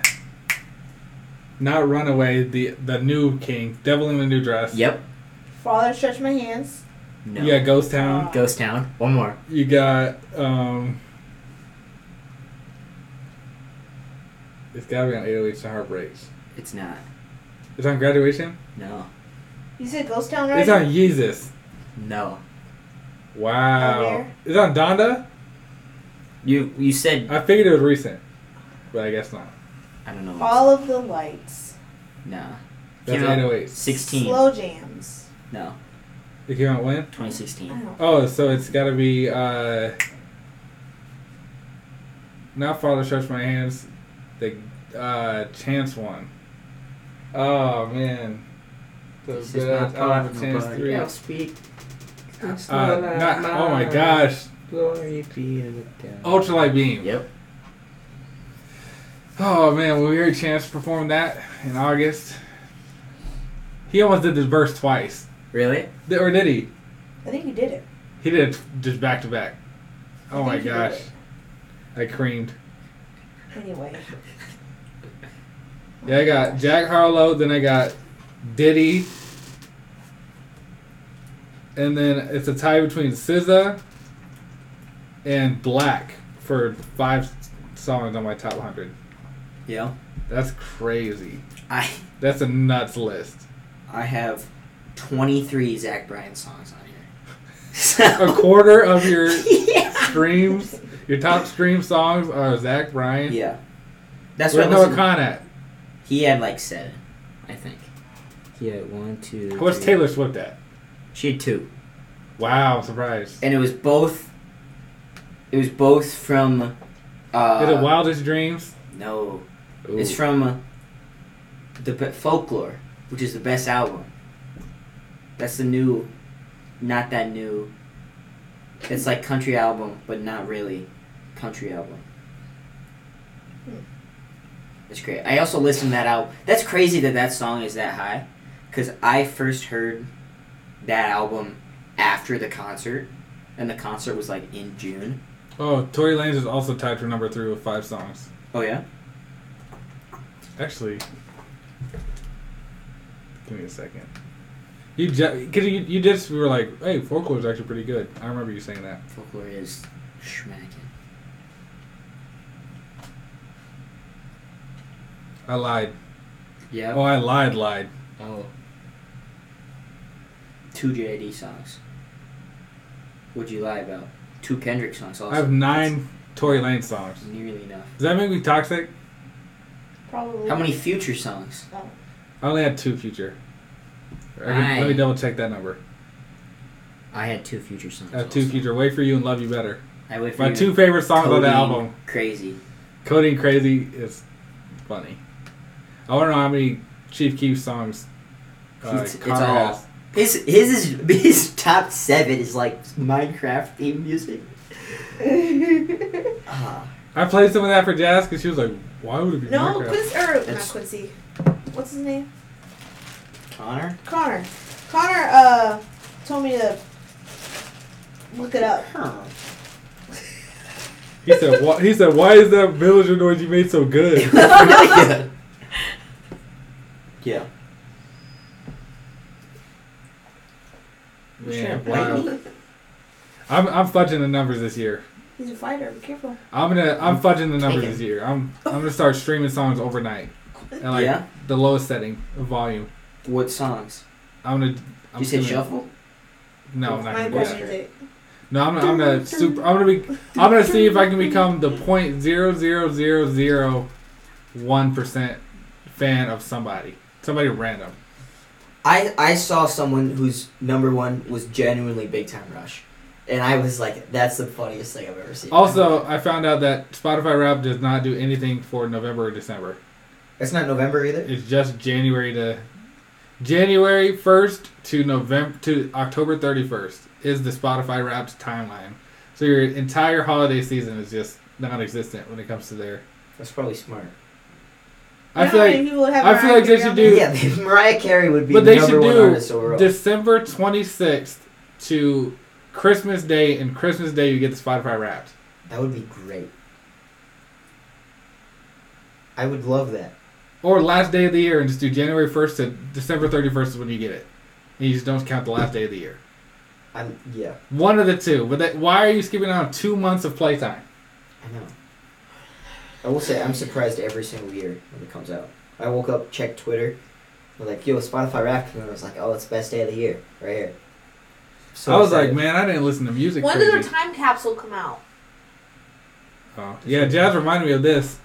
[SPEAKER 1] not Runaway, the the new King, Devil in a New Dress.
[SPEAKER 3] Yep.
[SPEAKER 2] Father Stretch My Hands.
[SPEAKER 3] No.
[SPEAKER 1] You got Ghost Town.
[SPEAKER 3] Ghost Town. One more.
[SPEAKER 1] You got um. It's gotta be on 808s and Heartbreaks.
[SPEAKER 3] It's not.
[SPEAKER 1] It's on Graduation.
[SPEAKER 3] No.
[SPEAKER 2] You said Ghost Town right?
[SPEAKER 1] It's on Yeezus.
[SPEAKER 3] No.
[SPEAKER 2] On
[SPEAKER 1] Wow.
[SPEAKER 2] where?
[SPEAKER 1] It's on Donda?
[SPEAKER 3] You you said
[SPEAKER 1] I figured it was recent, but I guess not.
[SPEAKER 3] I don't know.
[SPEAKER 2] All of the lights.
[SPEAKER 3] Nah.
[SPEAKER 1] That's
[SPEAKER 3] Came out
[SPEAKER 1] 808.
[SPEAKER 3] 16.
[SPEAKER 2] Slow jams.
[SPEAKER 3] No.
[SPEAKER 1] It came out when?
[SPEAKER 3] 2016.
[SPEAKER 2] I don't.
[SPEAKER 1] Oh, so it's got to be uh, not Father Stretch My Hands, the uh, Chance one. Oh man, the
[SPEAKER 8] This is
[SPEAKER 1] good
[SPEAKER 8] my
[SPEAKER 1] ass album,
[SPEAKER 8] partner,
[SPEAKER 1] Chance
[SPEAKER 8] but
[SPEAKER 1] three.
[SPEAKER 8] I'll
[SPEAKER 1] Uh,
[SPEAKER 8] speak.
[SPEAKER 1] not, oh my gosh,
[SPEAKER 8] Glory be to God.
[SPEAKER 1] Ultralight Beam.
[SPEAKER 3] Yep.
[SPEAKER 1] Oh man, when we heard Chance perform that in August, he almost did this verse twice.
[SPEAKER 3] Really?
[SPEAKER 1] Did- Or did he?
[SPEAKER 2] I think you did it.
[SPEAKER 1] He did it just back to back. Oh
[SPEAKER 2] I
[SPEAKER 1] my
[SPEAKER 2] think he
[SPEAKER 1] gosh.
[SPEAKER 2] did
[SPEAKER 1] I creamed.
[SPEAKER 2] Anyway,
[SPEAKER 1] Yeah, I got Jack Harlow, then I got Diddy. And then it's a tie between SZA and Black for five songs on my top 100.
[SPEAKER 3] Yeah.
[SPEAKER 1] That's crazy.
[SPEAKER 3] I
[SPEAKER 1] That's a nuts list.
[SPEAKER 3] I have 23 Zach Bryan songs on here. So,
[SPEAKER 1] A quarter of your
[SPEAKER 3] yeah.
[SPEAKER 1] streams, your top stream songs are Zach Bryan.
[SPEAKER 3] Yeah. That's
[SPEAKER 1] Where's
[SPEAKER 3] what
[SPEAKER 1] Noah
[SPEAKER 3] was.
[SPEAKER 1] Khan at?
[SPEAKER 3] He had like seven, I think.
[SPEAKER 6] He had one, two.
[SPEAKER 1] What's
[SPEAKER 6] three.
[SPEAKER 1] Taylor Swift at?
[SPEAKER 3] She had two.
[SPEAKER 1] Wow, I'm surprised.
[SPEAKER 3] and it was both. It was both from. Uh,
[SPEAKER 1] Is it Wildest Dreams?
[SPEAKER 3] No,
[SPEAKER 1] Ooh.
[SPEAKER 3] it's from uh, the Be- folklore, which is the best album. That's the new, not that new. It's like country album, but not really country album. Hmm. It's great. I also listened to that out. That's crazy that that song is that high, because I first heard that album after the concert, and the concert was like in June.
[SPEAKER 1] Oh, Tory Lanez is also tied for number three with five songs.
[SPEAKER 3] Oh yeah.
[SPEAKER 1] Actually, give me a second. You ju- cause you, you just were like, hey, folklore is actually pretty good. I remember you saying that.
[SPEAKER 3] Folklore is schmacking.
[SPEAKER 1] I lied.
[SPEAKER 3] Yeah.
[SPEAKER 1] Oh, I lied, lied.
[SPEAKER 3] Oh. Two JD songs. Would you lie about? Two Kendrick songs also.
[SPEAKER 1] I have nine Tory Lanez songs.
[SPEAKER 3] That's nearly enough.
[SPEAKER 1] Does that make me toxic?
[SPEAKER 2] probably. Oh.
[SPEAKER 3] How many future songs?
[SPEAKER 1] I only had two Future. I can- Let me
[SPEAKER 3] Aye.
[SPEAKER 1] double check that number.
[SPEAKER 3] I had two future songs.
[SPEAKER 1] I have two
[SPEAKER 3] also.
[SPEAKER 1] Future. Wait for you and love you better.
[SPEAKER 3] I wait for
[SPEAKER 1] My
[SPEAKER 3] you.
[SPEAKER 1] two favorite songs on the
[SPEAKER 3] Codeine,
[SPEAKER 1] album.
[SPEAKER 3] Crazy.
[SPEAKER 1] Cody and Crazy is funny. I want to know how many Chief Keef songs. Uh,
[SPEAKER 3] It's- it's
[SPEAKER 1] Connor
[SPEAKER 3] all-
[SPEAKER 1] has.
[SPEAKER 9] His his is his top seven is like Minecraft theme music. Ah,
[SPEAKER 1] I played some of that for Jazz because she was like, "Why would it be
[SPEAKER 2] no,
[SPEAKER 1] Minecraft?"
[SPEAKER 2] Quincy or not
[SPEAKER 3] It's-
[SPEAKER 2] Quincy. What's his name?
[SPEAKER 3] Connor.
[SPEAKER 2] Connor. Connor uh told me to look it up.
[SPEAKER 3] Huh.
[SPEAKER 1] He said, "Why?" He said, "Why is that villager noise you made so good?"
[SPEAKER 9] yeah.
[SPEAKER 3] Yeah.
[SPEAKER 1] Man,
[SPEAKER 3] Sure.
[SPEAKER 1] wow. I'm I'm fudging the numbers this year.
[SPEAKER 2] He's a fighter. Be careful.
[SPEAKER 1] I'm gonna
[SPEAKER 3] Mm.
[SPEAKER 1] I'm fudging the
[SPEAKER 9] Take
[SPEAKER 1] numbers
[SPEAKER 9] it.
[SPEAKER 1] this year. I'm I'm gonna start streaming songs overnight and like
[SPEAKER 3] Yeah?
[SPEAKER 1] the lowest setting of volume.
[SPEAKER 3] What songs?
[SPEAKER 1] I'm gonna. I'm
[SPEAKER 3] you said
[SPEAKER 1] gonna-
[SPEAKER 3] shuffle.
[SPEAKER 1] No, I'm not gonna do
[SPEAKER 2] Minecraft
[SPEAKER 1] that.
[SPEAKER 2] music.
[SPEAKER 1] No, I'm, I'm gonna super. I'm gonna be. I'm gonna see if I can become the point zero zero zero zero one percent fan of somebody, somebody random.
[SPEAKER 9] I I saw someone whose number one was genuinely Big Time Rush, and I was like, that's the funniest thing I've ever seen.
[SPEAKER 1] Also, I found out that Spotify Wrapped does not do anything for November or December.
[SPEAKER 9] it's not November either.
[SPEAKER 1] It's just January to January first to November to October thirty first is the Spotify Wrapped timeline. So your entire holiday season is just non-existent when it comes to their.
[SPEAKER 3] That's probably smart.
[SPEAKER 1] I
[SPEAKER 2] You know
[SPEAKER 1] feel
[SPEAKER 2] how
[SPEAKER 1] like
[SPEAKER 2] many people have
[SPEAKER 1] I feel
[SPEAKER 2] Mariah
[SPEAKER 1] like they
[SPEAKER 2] Carey
[SPEAKER 1] should
[SPEAKER 2] on
[SPEAKER 1] do-
[SPEAKER 2] there?
[SPEAKER 9] Yeah, Mariah Carey would be
[SPEAKER 1] But
[SPEAKER 9] the
[SPEAKER 1] they
[SPEAKER 9] number
[SPEAKER 1] should
[SPEAKER 9] one
[SPEAKER 1] do
[SPEAKER 9] artist in the world.
[SPEAKER 1] December 26th to Christmas Day, and Christmas Day you get the Spotify Wrapped.
[SPEAKER 9] that would be great. I would love that.
[SPEAKER 1] Or last day of the year and just do January 1st to December 31st is when you get it. And you just don't count the last day of the year.
[SPEAKER 9] I'm yeah.
[SPEAKER 1] One of the two. But that, why are you skipping out on two months of playtime?
[SPEAKER 9] I know. I will say I'm surprised every single year when it comes out. I woke up, checked Twitter, was like, "Yo, Spotify Wrapped," and I was like, "Oh, it's best day of the year, right here." So
[SPEAKER 1] I was
[SPEAKER 9] excited.
[SPEAKER 1] like, man, I didn't listen to music.
[SPEAKER 2] When
[SPEAKER 1] crazy.
[SPEAKER 2] did the time capsule come out?
[SPEAKER 1] Oh. Yeah, Jazz reminded me of this.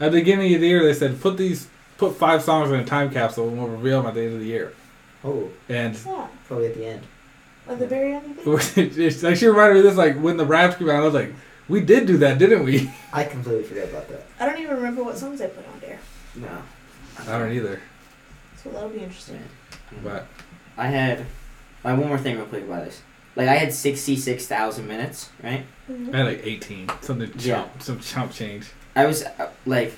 [SPEAKER 1] At the beginning of the year, they said, put these, put five songs in a time capsule and we'll reveal them at the end of the year.
[SPEAKER 9] "Oh,
[SPEAKER 1] And
[SPEAKER 2] Yeah.
[SPEAKER 9] probably at the end."
[SPEAKER 2] At the very end. of it?
[SPEAKER 1] it's like she reminded me of this, like when the raps came out, I was like, we did do that, didn't we?
[SPEAKER 9] I completely forgot about that.
[SPEAKER 2] I don't even remember what songs I put on there.
[SPEAKER 3] No.
[SPEAKER 1] I don't either.
[SPEAKER 2] So that'll be interesting.
[SPEAKER 1] But
[SPEAKER 3] I had. I have one more thing real quick about this. Like I had sixty-six thousand minutes, right?
[SPEAKER 1] I had like 18. Something chump,
[SPEAKER 3] Yeah.
[SPEAKER 1] some chump change.
[SPEAKER 3] I was uh, like,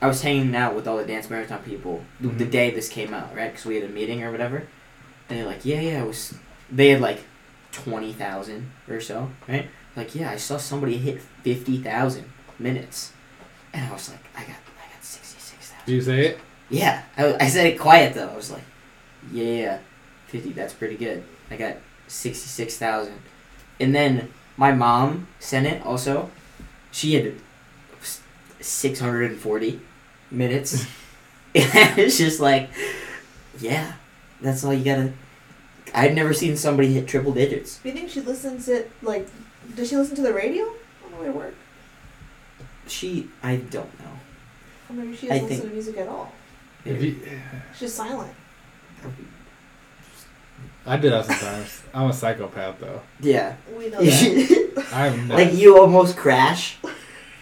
[SPEAKER 3] I was hanging out with all the dance marathon people the- the
[SPEAKER 1] Mhm.
[SPEAKER 3] day this came out, right? Because we had a meeting or whatever, and they're like, "Yeah, yeah," I was. They had like twenty thousand or so, right? Like, yeah, I saw somebody hit fifty thousand minutes, and I was like, I got, I got sixty-six thousand.
[SPEAKER 1] Do you say it?
[SPEAKER 3] Yeah, I, I said it quiet though. I was like, yeah, 50, that's pretty good. I got 66,000. And then my mom sent it also. She had s- 640 minutes. and it's just like, yeah, that's all you gotta. I've never seen somebody hit triple digits.
[SPEAKER 2] Do you think she listens to like? Does she listen to the radio on the way to work?
[SPEAKER 3] She, I don't know.
[SPEAKER 2] Or maybe she
[SPEAKER 3] I
[SPEAKER 2] doesn't listen
[SPEAKER 3] think-
[SPEAKER 2] to music at all.
[SPEAKER 1] If you,
[SPEAKER 2] She's just silent.
[SPEAKER 1] I do that sometimes. I'm a psychopath though.
[SPEAKER 3] Yeah.
[SPEAKER 2] We know that.
[SPEAKER 3] like
[SPEAKER 1] I'm not.
[SPEAKER 3] you almost crash.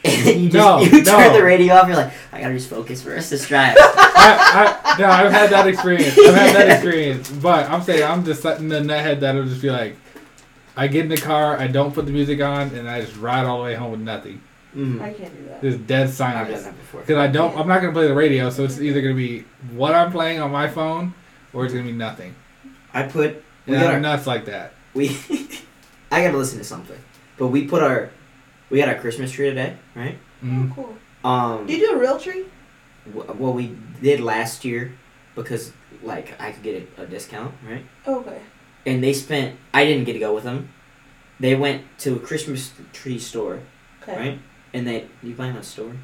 [SPEAKER 3] And then you just
[SPEAKER 1] No,
[SPEAKER 3] you turn
[SPEAKER 1] no.
[SPEAKER 3] the radio off. You're like, I gotta just focus for us to drive.
[SPEAKER 1] I, I, no, I've had that experience. I've had that experience. But I'm saying I'm just in the nethead that'll just be like, I get in the car, I don't put the music on, and I just ride all the way home with nothing.
[SPEAKER 3] Mm.
[SPEAKER 2] I can't do that.
[SPEAKER 1] Just dead
[SPEAKER 3] I've done
[SPEAKER 1] silence.
[SPEAKER 3] that before.
[SPEAKER 1] Because I don't, I'm not gonna play the radio, so it's either gonna be what I'm playing on my phone, or it's gonna be nothing.
[SPEAKER 3] I put we
[SPEAKER 1] And
[SPEAKER 3] got
[SPEAKER 1] I'm
[SPEAKER 3] our,
[SPEAKER 1] nuts like that.
[SPEAKER 3] we I gotta listen to something. But we put our we had our Christmas tree today, right?
[SPEAKER 1] Mm.
[SPEAKER 2] Oh, cool.
[SPEAKER 3] Um,
[SPEAKER 2] Do you do a real tree?
[SPEAKER 3] wh- what we did last year because like I could get a, a discount, right?
[SPEAKER 2] Oh, Okay.
[SPEAKER 3] And they spent I didn't get to go with them. They went to a Christmas tree store,
[SPEAKER 2] Okay.
[SPEAKER 3] right? And they you buy them at a store,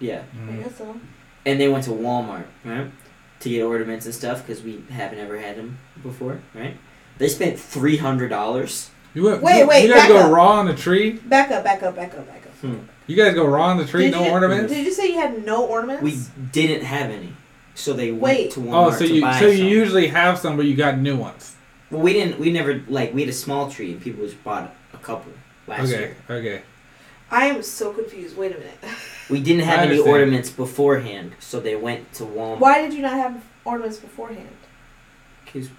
[SPEAKER 3] yeah.
[SPEAKER 2] I
[SPEAKER 1] Mm.
[SPEAKER 2] guess so.
[SPEAKER 3] And they went to Walmart, right? To get ornaments and stuff because we haven't ever had them before, right? They spent three hundred dollars.
[SPEAKER 1] You went,
[SPEAKER 2] Wait,
[SPEAKER 1] you,
[SPEAKER 2] wait,
[SPEAKER 1] You guys
[SPEAKER 2] back
[SPEAKER 1] go
[SPEAKER 2] up.
[SPEAKER 1] raw on the tree.
[SPEAKER 2] Back up, back up, back up, back up.
[SPEAKER 1] You guys go raw on the tree.
[SPEAKER 2] Did
[SPEAKER 1] no
[SPEAKER 2] you-
[SPEAKER 1] ornaments.
[SPEAKER 2] Did you say you had no ornaments?
[SPEAKER 3] We didn't have any, so they went
[SPEAKER 2] Wait.
[SPEAKER 3] to Walmart
[SPEAKER 1] Oh, so
[SPEAKER 3] to
[SPEAKER 1] you
[SPEAKER 3] buy
[SPEAKER 1] so you
[SPEAKER 3] some.
[SPEAKER 1] usually have some, but you got new ones.
[SPEAKER 3] well, we didn't. We never like we had a small tree, and people just bought a couple last
[SPEAKER 1] okay,
[SPEAKER 3] year.
[SPEAKER 1] okay.
[SPEAKER 2] I am so confused. Wait a minute.
[SPEAKER 3] We didn't
[SPEAKER 1] I
[SPEAKER 3] have any
[SPEAKER 1] understand.
[SPEAKER 3] ornaments beforehand, so they went to Walmart.
[SPEAKER 2] Why did you not have ornaments beforehand?
[SPEAKER 3] 'Cause-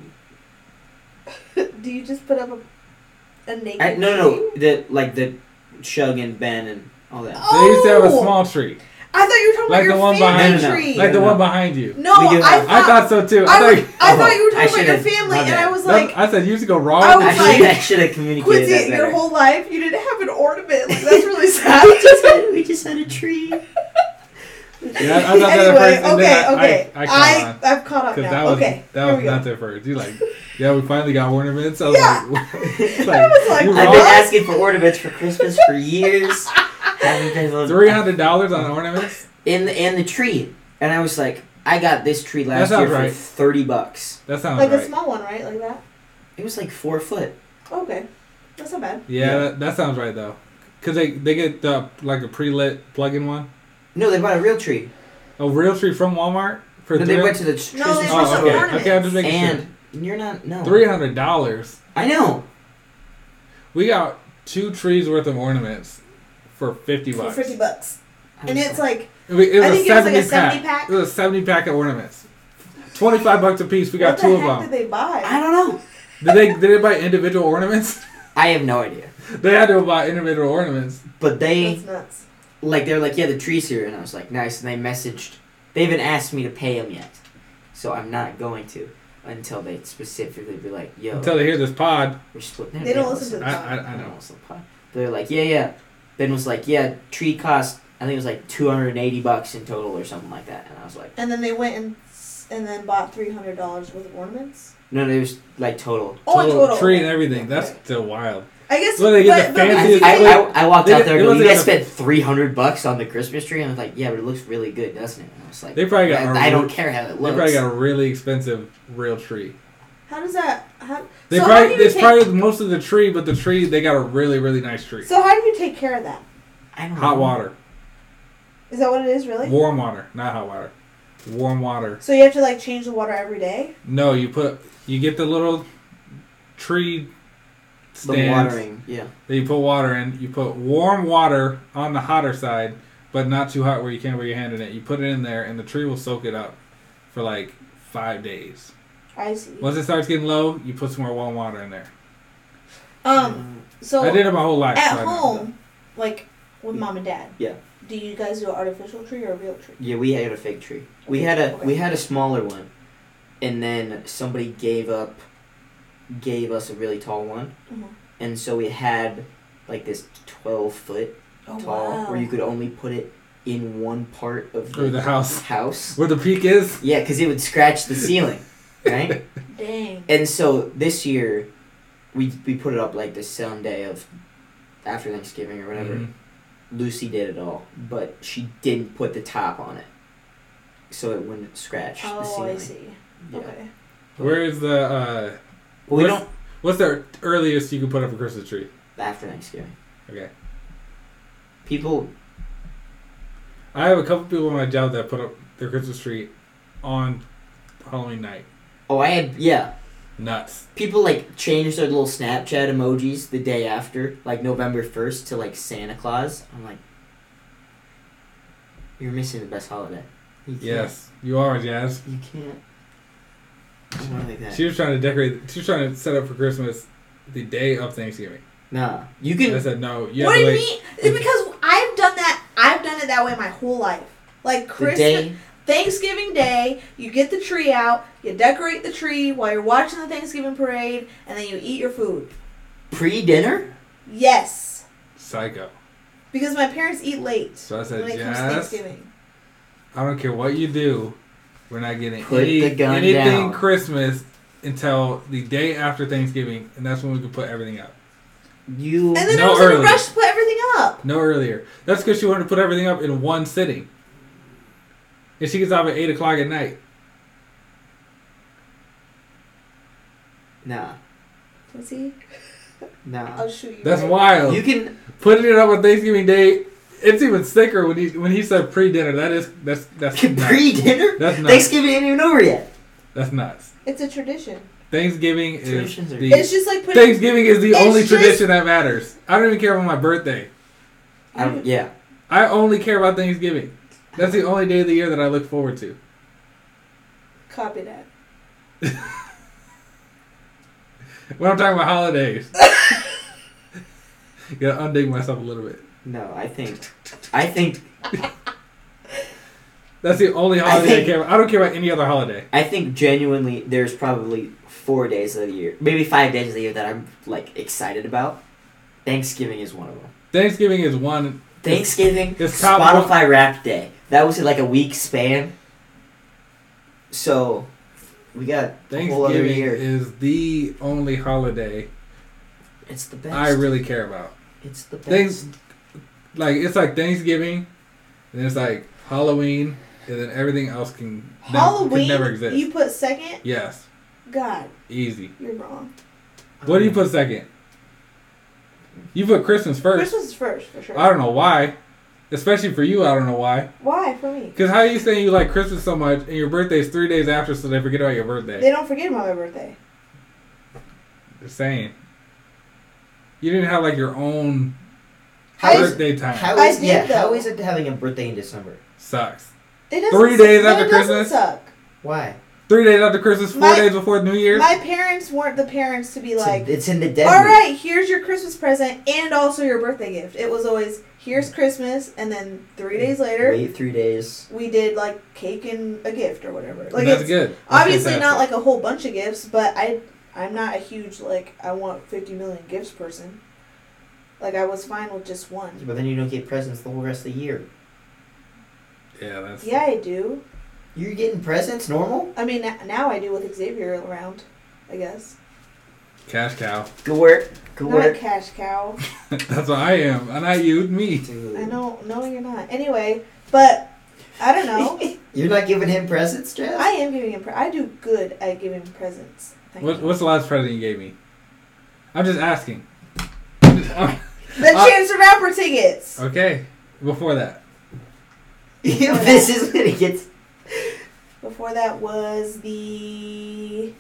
[SPEAKER 2] do you just put up a, a naked
[SPEAKER 3] I, no,
[SPEAKER 2] tree?
[SPEAKER 3] no, no, the like the Shug and Ben and all that.
[SPEAKER 1] They used to have a
[SPEAKER 2] Oh!
[SPEAKER 1] small tree,
[SPEAKER 2] I thought you were
[SPEAKER 1] Like
[SPEAKER 2] talking about
[SPEAKER 1] the
[SPEAKER 2] your
[SPEAKER 1] one
[SPEAKER 2] family
[SPEAKER 1] behind-
[SPEAKER 3] No, no, no.
[SPEAKER 2] tree.
[SPEAKER 1] like the
[SPEAKER 3] Yeah.
[SPEAKER 1] one behind you.
[SPEAKER 2] no,
[SPEAKER 3] We do
[SPEAKER 2] I
[SPEAKER 3] have-
[SPEAKER 2] thought,
[SPEAKER 1] I thought so too.
[SPEAKER 2] I,
[SPEAKER 1] I
[SPEAKER 2] was-
[SPEAKER 1] thought,
[SPEAKER 2] I thought you were talking
[SPEAKER 3] I
[SPEAKER 2] about your
[SPEAKER 3] should've-
[SPEAKER 2] family,
[SPEAKER 3] my
[SPEAKER 2] and
[SPEAKER 3] bad.
[SPEAKER 2] I was
[SPEAKER 1] that's-
[SPEAKER 2] like,
[SPEAKER 1] I said you used to go raw.
[SPEAKER 2] I
[SPEAKER 1] on
[SPEAKER 3] I
[SPEAKER 1] the
[SPEAKER 2] was
[SPEAKER 3] should,
[SPEAKER 1] tree.
[SPEAKER 2] like-
[SPEAKER 3] I should have communicated
[SPEAKER 2] Oh, Quincy,
[SPEAKER 3] that
[SPEAKER 2] your
[SPEAKER 3] better.
[SPEAKER 2] whole life you didn't have an ornament. Like that's really
[SPEAKER 3] we,
[SPEAKER 2] sad.
[SPEAKER 3] just had, we just had a tree.
[SPEAKER 1] Yeah, I thought that at
[SPEAKER 2] anyway,
[SPEAKER 1] first, and
[SPEAKER 2] okay,
[SPEAKER 1] then I-
[SPEAKER 2] okay.
[SPEAKER 1] I- I caught on.
[SPEAKER 2] have caught up
[SPEAKER 1] Because
[SPEAKER 2] now.
[SPEAKER 1] that was
[SPEAKER 2] okay,
[SPEAKER 1] that
[SPEAKER 2] here
[SPEAKER 1] was
[SPEAKER 2] we go.
[SPEAKER 1] not their first. You like, yeah, we finally got ornaments. I was
[SPEAKER 2] Yeah.
[SPEAKER 1] like,
[SPEAKER 2] I was like,
[SPEAKER 1] you
[SPEAKER 3] I've
[SPEAKER 2] What?
[SPEAKER 3] been asking for ornaments for Christmas for years. Haven't been able to-
[SPEAKER 1] three hundred dollars on ornaments.
[SPEAKER 3] in the, and the tree. And I was like, I got this tree last
[SPEAKER 1] sounds
[SPEAKER 3] year
[SPEAKER 1] right.
[SPEAKER 3] for thirty bucks.
[SPEAKER 1] That sounds
[SPEAKER 2] Like
[SPEAKER 1] right.
[SPEAKER 2] a small one, right? Like that.
[SPEAKER 3] It was like four foot.
[SPEAKER 2] Okay, that's not bad.
[SPEAKER 1] yeah,
[SPEAKER 3] Yeah.
[SPEAKER 1] That, that sounds right though. Cause they they get the like a pre lit plug in one,
[SPEAKER 3] No, they bought a real tree.
[SPEAKER 1] a real tree from Walmart for
[SPEAKER 3] No,
[SPEAKER 1] three.
[SPEAKER 3] they went to the tr-
[SPEAKER 2] No,
[SPEAKER 3] Christmas
[SPEAKER 2] they
[SPEAKER 3] tree
[SPEAKER 2] went
[SPEAKER 1] oh,
[SPEAKER 2] to
[SPEAKER 3] store.
[SPEAKER 1] okay,
[SPEAKER 2] ornaments. Oh.
[SPEAKER 1] okay. I'm just making sure.
[SPEAKER 3] And you're not no.
[SPEAKER 1] Three hundred dollars.
[SPEAKER 3] I know.
[SPEAKER 1] We got two trees worth of ornaments for fifty
[SPEAKER 2] For
[SPEAKER 1] bucks.
[SPEAKER 2] fifty bucks,
[SPEAKER 3] I
[SPEAKER 2] and
[SPEAKER 3] was
[SPEAKER 2] it's
[SPEAKER 3] like,
[SPEAKER 2] like
[SPEAKER 1] It was, it was
[SPEAKER 2] I
[SPEAKER 1] a
[SPEAKER 2] think it was like
[SPEAKER 1] 70
[SPEAKER 2] a
[SPEAKER 1] pack.
[SPEAKER 2] 70 pack.
[SPEAKER 1] It was a seventy pack of ornaments. Twenty five bucks a piece. We got
[SPEAKER 2] what
[SPEAKER 1] two
[SPEAKER 2] the
[SPEAKER 1] of
[SPEAKER 2] heck
[SPEAKER 1] them.
[SPEAKER 2] Did they buy?
[SPEAKER 3] I don't know.
[SPEAKER 1] Did they did they buy individual ornaments?
[SPEAKER 3] I have no idea.
[SPEAKER 1] they had to buy individual ornaments.
[SPEAKER 3] But they
[SPEAKER 2] That's nuts.
[SPEAKER 3] like they're like yeah the tree's here and I was like nice and they messaged. They haven't asked me to pay them yet, so I'm not going to until they specifically be like yo.
[SPEAKER 1] Until they hear this pod,
[SPEAKER 3] we're splitting it.
[SPEAKER 2] They don't listen to
[SPEAKER 1] I, I, I
[SPEAKER 3] I
[SPEAKER 1] know.
[SPEAKER 3] know it's a pie. They're like, yeah, yeah. Ben was like, yeah, tree cost. I think it was like two hundred and eighty bucks in total or something like that. And I was like,
[SPEAKER 2] And then they went and s- and then bought three hundred dollars worth of ornaments.
[SPEAKER 3] no, no, it was like total.
[SPEAKER 2] Oh, in
[SPEAKER 1] Total
[SPEAKER 2] total.
[SPEAKER 1] tree and everything. That's
[SPEAKER 2] Okay.
[SPEAKER 1] still wild.
[SPEAKER 2] I guess.
[SPEAKER 1] Well, they get
[SPEAKER 2] but,
[SPEAKER 1] the
[SPEAKER 2] but
[SPEAKER 1] fanciest
[SPEAKER 2] because
[SPEAKER 1] thing.
[SPEAKER 2] they-
[SPEAKER 3] I, I, I walked
[SPEAKER 1] They
[SPEAKER 3] out
[SPEAKER 1] didn't-
[SPEAKER 3] there.
[SPEAKER 1] it
[SPEAKER 3] and You
[SPEAKER 1] wasn't
[SPEAKER 3] guys
[SPEAKER 1] even
[SPEAKER 3] spent three hundred bucks on the Christmas tree, and I was like, yeah, but it looks really good, doesn't it? And I was like,
[SPEAKER 1] They probably got.
[SPEAKER 3] "Yeah,
[SPEAKER 1] a
[SPEAKER 3] I don't
[SPEAKER 1] re-
[SPEAKER 3] care how it
[SPEAKER 1] They
[SPEAKER 3] looks.
[SPEAKER 1] probably got a really expensive real tree.
[SPEAKER 2] How does that? How,
[SPEAKER 1] They
[SPEAKER 2] so how do
[SPEAKER 1] probably
[SPEAKER 2] you
[SPEAKER 1] it's
[SPEAKER 2] take,
[SPEAKER 1] probably most of the tree, but the tree they got a really really nice tree.
[SPEAKER 2] So how do you take care of that?
[SPEAKER 3] I don't
[SPEAKER 1] hot
[SPEAKER 3] know.
[SPEAKER 1] water,
[SPEAKER 2] Is that what it is, really?
[SPEAKER 1] warm water, not hot water. Warm water.
[SPEAKER 2] So you have to like change the water every day.
[SPEAKER 1] No, you put you get the little tree
[SPEAKER 3] The
[SPEAKER 1] stands
[SPEAKER 3] watering, yeah.
[SPEAKER 1] that you put water in. You put warm water on the hotter side, but not too hot where you can't wear your hand in it. You put it in there, and the tree will soak it up for like five days.
[SPEAKER 2] I see.
[SPEAKER 1] Once it starts getting low, you put some more warm water in there.
[SPEAKER 2] Um. So
[SPEAKER 1] I did it my whole life. so
[SPEAKER 2] at
[SPEAKER 1] I know.
[SPEAKER 2] home, like with mom and dad.
[SPEAKER 3] Yeah.
[SPEAKER 2] Do you guys do an artificial tree or a real tree?
[SPEAKER 3] Yeah, we had a fake tree. We had a we had a smaller one, and then somebody gave up, gave us a really tall one,
[SPEAKER 1] Mm-hmm.
[SPEAKER 2] Mhm.
[SPEAKER 3] and so we had like this twelve foot
[SPEAKER 2] Oh
[SPEAKER 3] tall where you could only put it in one part of
[SPEAKER 1] Or the house.
[SPEAKER 3] house.
[SPEAKER 1] Where the peak is?
[SPEAKER 3] Yeah, because it would scratch the ceiling, right?
[SPEAKER 2] Dang.
[SPEAKER 3] And so this year, we we put it up like the Sunday of after Thanksgiving or whatever.
[SPEAKER 1] Mhm.
[SPEAKER 3] Lucy did it all, but she didn't put the top on it, so it wouldn't scratch the
[SPEAKER 2] Oh,
[SPEAKER 3] ceiling.
[SPEAKER 2] I see.
[SPEAKER 3] Yeah.
[SPEAKER 2] Okay.
[SPEAKER 1] Where is the uh
[SPEAKER 3] Well, we
[SPEAKER 1] what's-
[SPEAKER 3] don't
[SPEAKER 1] what's the earliest you can put up a Christmas tree?
[SPEAKER 3] after Thanksgiving.
[SPEAKER 1] Okay.
[SPEAKER 3] People,
[SPEAKER 1] I have a couple people on my job that put up their Christmas tree on Halloween night.
[SPEAKER 3] oh, I had yeah.
[SPEAKER 1] Nuts.
[SPEAKER 3] People like changed their little Snapchat emojis the day after, like November first, to like Santa Claus. I'm like, you're missing the best holiday. You can't-
[SPEAKER 1] Yes. You are, Jazz.
[SPEAKER 3] You can't. I don't like that.
[SPEAKER 1] She was trying to decorate she was trying to set up for Christmas the day of Thanksgiving.
[SPEAKER 3] Nah, you
[SPEAKER 1] And
[SPEAKER 3] can.
[SPEAKER 1] I said no, you have to
[SPEAKER 2] what do you
[SPEAKER 1] wait.
[SPEAKER 2] mean? It's because I've done that. I've done it that way my whole life. Like
[SPEAKER 3] the
[SPEAKER 2] Christmas,
[SPEAKER 3] day
[SPEAKER 2] Thanksgiving Day, you get the tree out, you decorate the tree while you're watching the Thanksgiving parade, and then you eat your food.
[SPEAKER 3] pre dinner.
[SPEAKER 2] Yes,
[SPEAKER 1] Psycho.
[SPEAKER 2] because my parents eat late
[SPEAKER 1] So I said,
[SPEAKER 2] when it comes to
[SPEAKER 1] Jazz,
[SPEAKER 2] Thanksgiving.
[SPEAKER 1] I don't care what you do, we're not getting
[SPEAKER 3] Put
[SPEAKER 1] any,
[SPEAKER 3] the gun
[SPEAKER 1] anything
[SPEAKER 3] down.
[SPEAKER 1] Christmas until the day after Thanksgiving, and that's when we can put everything up.
[SPEAKER 3] You
[SPEAKER 2] And then
[SPEAKER 1] No
[SPEAKER 2] I was in a
[SPEAKER 1] early.
[SPEAKER 2] rush to put everything up.
[SPEAKER 1] No earlier. That's because she wanted to put everything up in one sitting. And she gets off at 8 o'clock at night.
[SPEAKER 3] nah
[SPEAKER 2] See,
[SPEAKER 3] nah.
[SPEAKER 2] I'll shoot you.
[SPEAKER 1] That's
[SPEAKER 2] right.
[SPEAKER 1] wild.
[SPEAKER 3] You can
[SPEAKER 1] Putting it up on Thanksgiving Day, it's even sicker when he when he said pre dinner. That is that's that's nuts.
[SPEAKER 3] pre dinner.
[SPEAKER 1] That's nuts.
[SPEAKER 3] Thanksgiving ain't even over yet.
[SPEAKER 1] That's nuts.
[SPEAKER 2] It's a tradition.
[SPEAKER 1] Thanksgiving is
[SPEAKER 3] Traditions are-
[SPEAKER 1] the
[SPEAKER 2] It's just like putting.
[SPEAKER 1] Thanksgiving is the
[SPEAKER 2] It's
[SPEAKER 1] only
[SPEAKER 2] just-
[SPEAKER 1] tradition that matters. I don't even care about my birthday.
[SPEAKER 3] I don't, yeah,
[SPEAKER 1] I only care about Thanksgiving. That's the only day of the year that I look forward to.
[SPEAKER 2] Copy that.
[SPEAKER 1] When I'm talking about holidays, gotta undig myself a little bit.
[SPEAKER 3] no. I think, I think,
[SPEAKER 1] That's the only
[SPEAKER 3] I
[SPEAKER 1] holiday I,
[SPEAKER 3] think-
[SPEAKER 1] care about. I don't care about any other holiday.
[SPEAKER 3] I think genuinely, there's probably four days of the year, maybe five days of the year that I'm like excited about. Thanksgiving is one of them.
[SPEAKER 1] Thanksgiving is one.
[SPEAKER 3] Thanksgiving,
[SPEAKER 1] It's top one-
[SPEAKER 3] Spotify Rap Day. That was like a week span. So, we got a whole other
[SPEAKER 1] Thanksgiving
[SPEAKER 3] year.
[SPEAKER 1] is the only holiday
[SPEAKER 3] It's the best.
[SPEAKER 1] I really care about.
[SPEAKER 3] It's the best.
[SPEAKER 1] Thanks- Like it's like Thanksgiving, and it's like Halloween, and then everything else can, ne- can
[SPEAKER 2] Halloween.
[SPEAKER 1] never exist.
[SPEAKER 2] You put second.
[SPEAKER 1] yes,
[SPEAKER 2] God,
[SPEAKER 1] easy.
[SPEAKER 2] you're wrong.
[SPEAKER 1] What do you put second? You put Christmas first.
[SPEAKER 2] Christmas is first for sure.
[SPEAKER 1] I don't know why, especially for you. I don't know why.
[SPEAKER 2] Why for me?
[SPEAKER 1] Because how are you saying you like Christmas so much and your birthday's three days after, so they forget about your
[SPEAKER 2] They
[SPEAKER 1] birthday?
[SPEAKER 2] don't forget about my birthday.
[SPEAKER 1] Just saying. You didn't have like your own
[SPEAKER 3] How is-
[SPEAKER 1] birthday time.
[SPEAKER 3] How
[SPEAKER 2] I
[SPEAKER 3] is
[SPEAKER 2] did,
[SPEAKER 3] yeah? How
[SPEAKER 2] though.
[SPEAKER 3] is it having a birthday in December?
[SPEAKER 1] Sucks.
[SPEAKER 2] It doesn't
[SPEAKER 1] Three
[SPEAKER 2] suck.
[SPEAKER 1] days
[SPEAKER 2] No,
[SPEAKER 1] after
[SPEAKER 2] it doesn't
[SPEAKER 1] Christmas?
[SPEAKER 2] Suck.
[SPEAKER 3] Why?
[SPEAKER 1] Three days after Christmas, four
[SPEAKER 2] My-
[SPEAKER 1] days before New Year's.
[SPEAKER 2] My parents weren't the parents to be
[SPEAKER 3] It's,
[SPEAKER 2] like,
[SPEAKER 3] in, it's in the dead.
[SPEAKER 2] all
[SPEAKER 3] week.
[SPEAKER 2] right, here's your Christmas present and also your birthday gift. It was always, here's Christmas, and then three days later,
[SPEAKER 3] Mm. Wait three days.
[SPEAKER 2] we did like cake and a gift or whatever. Like,
[SPEAKER 1] That's
[SPEAKER 2] it's
[SPEAKER 1] good. That's
[SPEAKER 2] obviously
[SPEAKER 1] fantastic.
[SPEAKER 2] not like a whole bunch of gifts, but I, I'm not a huge, like, I want 50 million gifts person. Like, I was fine with just one.
[SPEAKER 3] But then you don't get presents the whole rest of the year.
[SPEAKER 1] Yeah, that's.
[SPEAKER 2] Yeah, I do.
[SPEAKER 3] You're getting presents normal.
[SPEAKER 2] I mean, n- now I do with Xavier around, I guess.
[SPEAKER 1] Cash cow.
[SPEAKER 3] Good work. Good
[SPEAKER 2] Not a cash cow.
[SPEAKER 1] that's what I am. And I, you, me.
[SPEAKER 2] I know, no, you're not. Anyway, but I don't know.
[SPEAKER 3] You're not giving him presents, Jess.
[SPEAKER 2] I am giving him. Pre- I do good at giving presents. Thank
[SPEAKER 1] What,
[SPEAKER 2] you.
[SPEAKER 1] what's the last present you gave me? I'm just asking. I'm just- I'm-
[SPEAKER 2] The
[SPEAKER 1] Uh,
[SPEAKER 2] Chance the Rapper tickets.
[SPEAKER 1] okay. Before that,
[SPEAKER 3] this is when it gets.
[SPEAKER 2] Before that was the.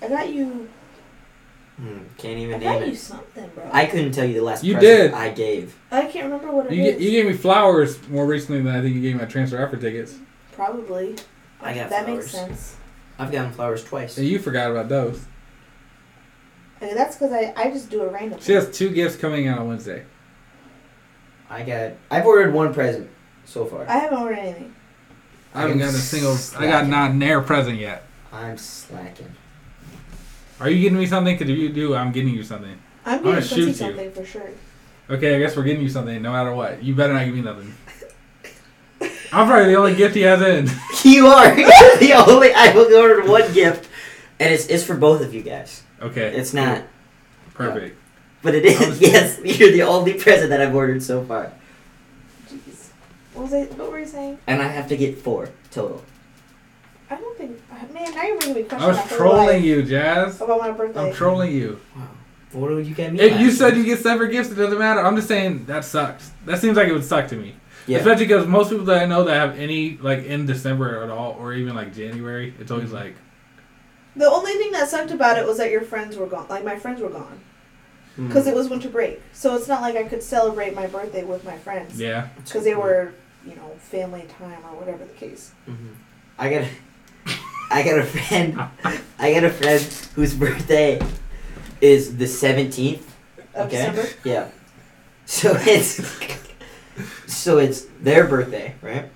[SPEAKER 2] I got you.
[SPEAKER 3] Hmm, can't
[SPEAKER 2] I
[SPEAKER 3] even
[SPEAKER 2] got
[SPEAKER 3] name
[SPEAKER 2] you
[SPEAKER 3] it.
[SPEAKER 2] something, bro.
[SPEAKER 3] I couldn't tell you the last
[SPEAKER 1] You did.
[SPEAKER 3] present I gave.
[SPEAKER 2] I can't remember what it
[SPEAKER 1] you,
[SPEAKER 2] is.
[SPEAKER 1] g- you gave me flowers more recently than I think you gave me my transfer offer tickets.
[SPEAKER 2] Probably.
[SPEAKER 3] I got
[SPEAKER 2] that
[SPEAKER 3] flowers.
[SPEAKER 2] makes sense.
[SPEAKER 3] I've gotten flowers twice.
[SPEAKER 1] And you forgot about those.
[SPEAKER 2] Okay, that's because I, I just do a random.
[SPEAKER 1] She has two gifts coming out on Wednesday.
[SPEAKER 3] I got. I've ordered one present so far.
[SPEAKER 2] I haven't ordered anything.
[SPEAKER 1] I haven't
[SPEAKER 3] I'm
[SPEAKER 1] gotten a single. I got
[SPEAKER 3] slacking.
[SPEAKER 1] not nair present yet.
[SPEAKER 3] I'm slacking.
[SPEAKER 1] Are you getting me something? Because if you do, I'm getting you something.
[SPEAKER 2] I'm
[SPEAKER 1] gonna
[SPEAKER 2] getting Quincy
[SPEAKER 1] shoot you.
[SPEAKER 2] something for sure.
[SPEAKER 1] okay, I guess we're getting you something no matter what. You better not give me nothing. I'm probably the only gift he has in.
[SPEAKER 3] You are the only. I only ordered one gift, and it's it's for both of you guys.
[SPEAKER 1] Okay,
[SPEAKER 3] It's not,
[SPEAKER 1] perfect.
[SPEAKER 3] but it
[SPEAKER 1] I was-
[SPEAKER 3] is. Yes, you're the only present that I've ordered so far,
[SPEAKER 2] Jeez. What was I? What were you saying?
[SPEAKER 3] and I have to get four total.
[SPEAKER 2] I don't think. Man, now you're making me question
[SPEAKER 1] I was
[SPEAKER 2] my whole
[SPEAKER 1] trolling
[SPEAKER 2] life
[SPEAKER 1] you, Jazz.
[SPEAKER 2] about my birthday.
[SPEAKER 1] I'm trolling you.
[SPEAKER 3] What do you get me?
[SPEAKER 1] If you said you get separate gifts, it doesn't matter. I'm just saying that sucks. That seems like it would suck to me.
[SPEAKER 3] Yeah.
[SPEAKER 1] Especially because most people that I know that have any like in December at all, or even like January, it's
[SPEAKER 3] Mm-hmm.
[SPEAKER 1] always like
[SPEAKER 2] The only thing that sucked about it was that your friends were gone. Like my friends were gone
[SPEAKER 3] Hmm.
[SPEAKER 1] Mm-hmm.
[SPEAKER 2] because it was winter break, so it's not like I could celebrate my birthday with my friends
[SPEAKER 1] yeah.
[SPEAKER 2] because they were, you know, family time or whatever the case.
[SPEAKER 3] Mm-hmm. I got, a, I got a friend, I got a friend whose birthday is the seventeenth.
[SPEAKER 2] Of
[SPEAKER 3] Okay.
[SPEAKER 2] December.
[SPEAKER 3] Yeah, so it's, so it's their birthday, right?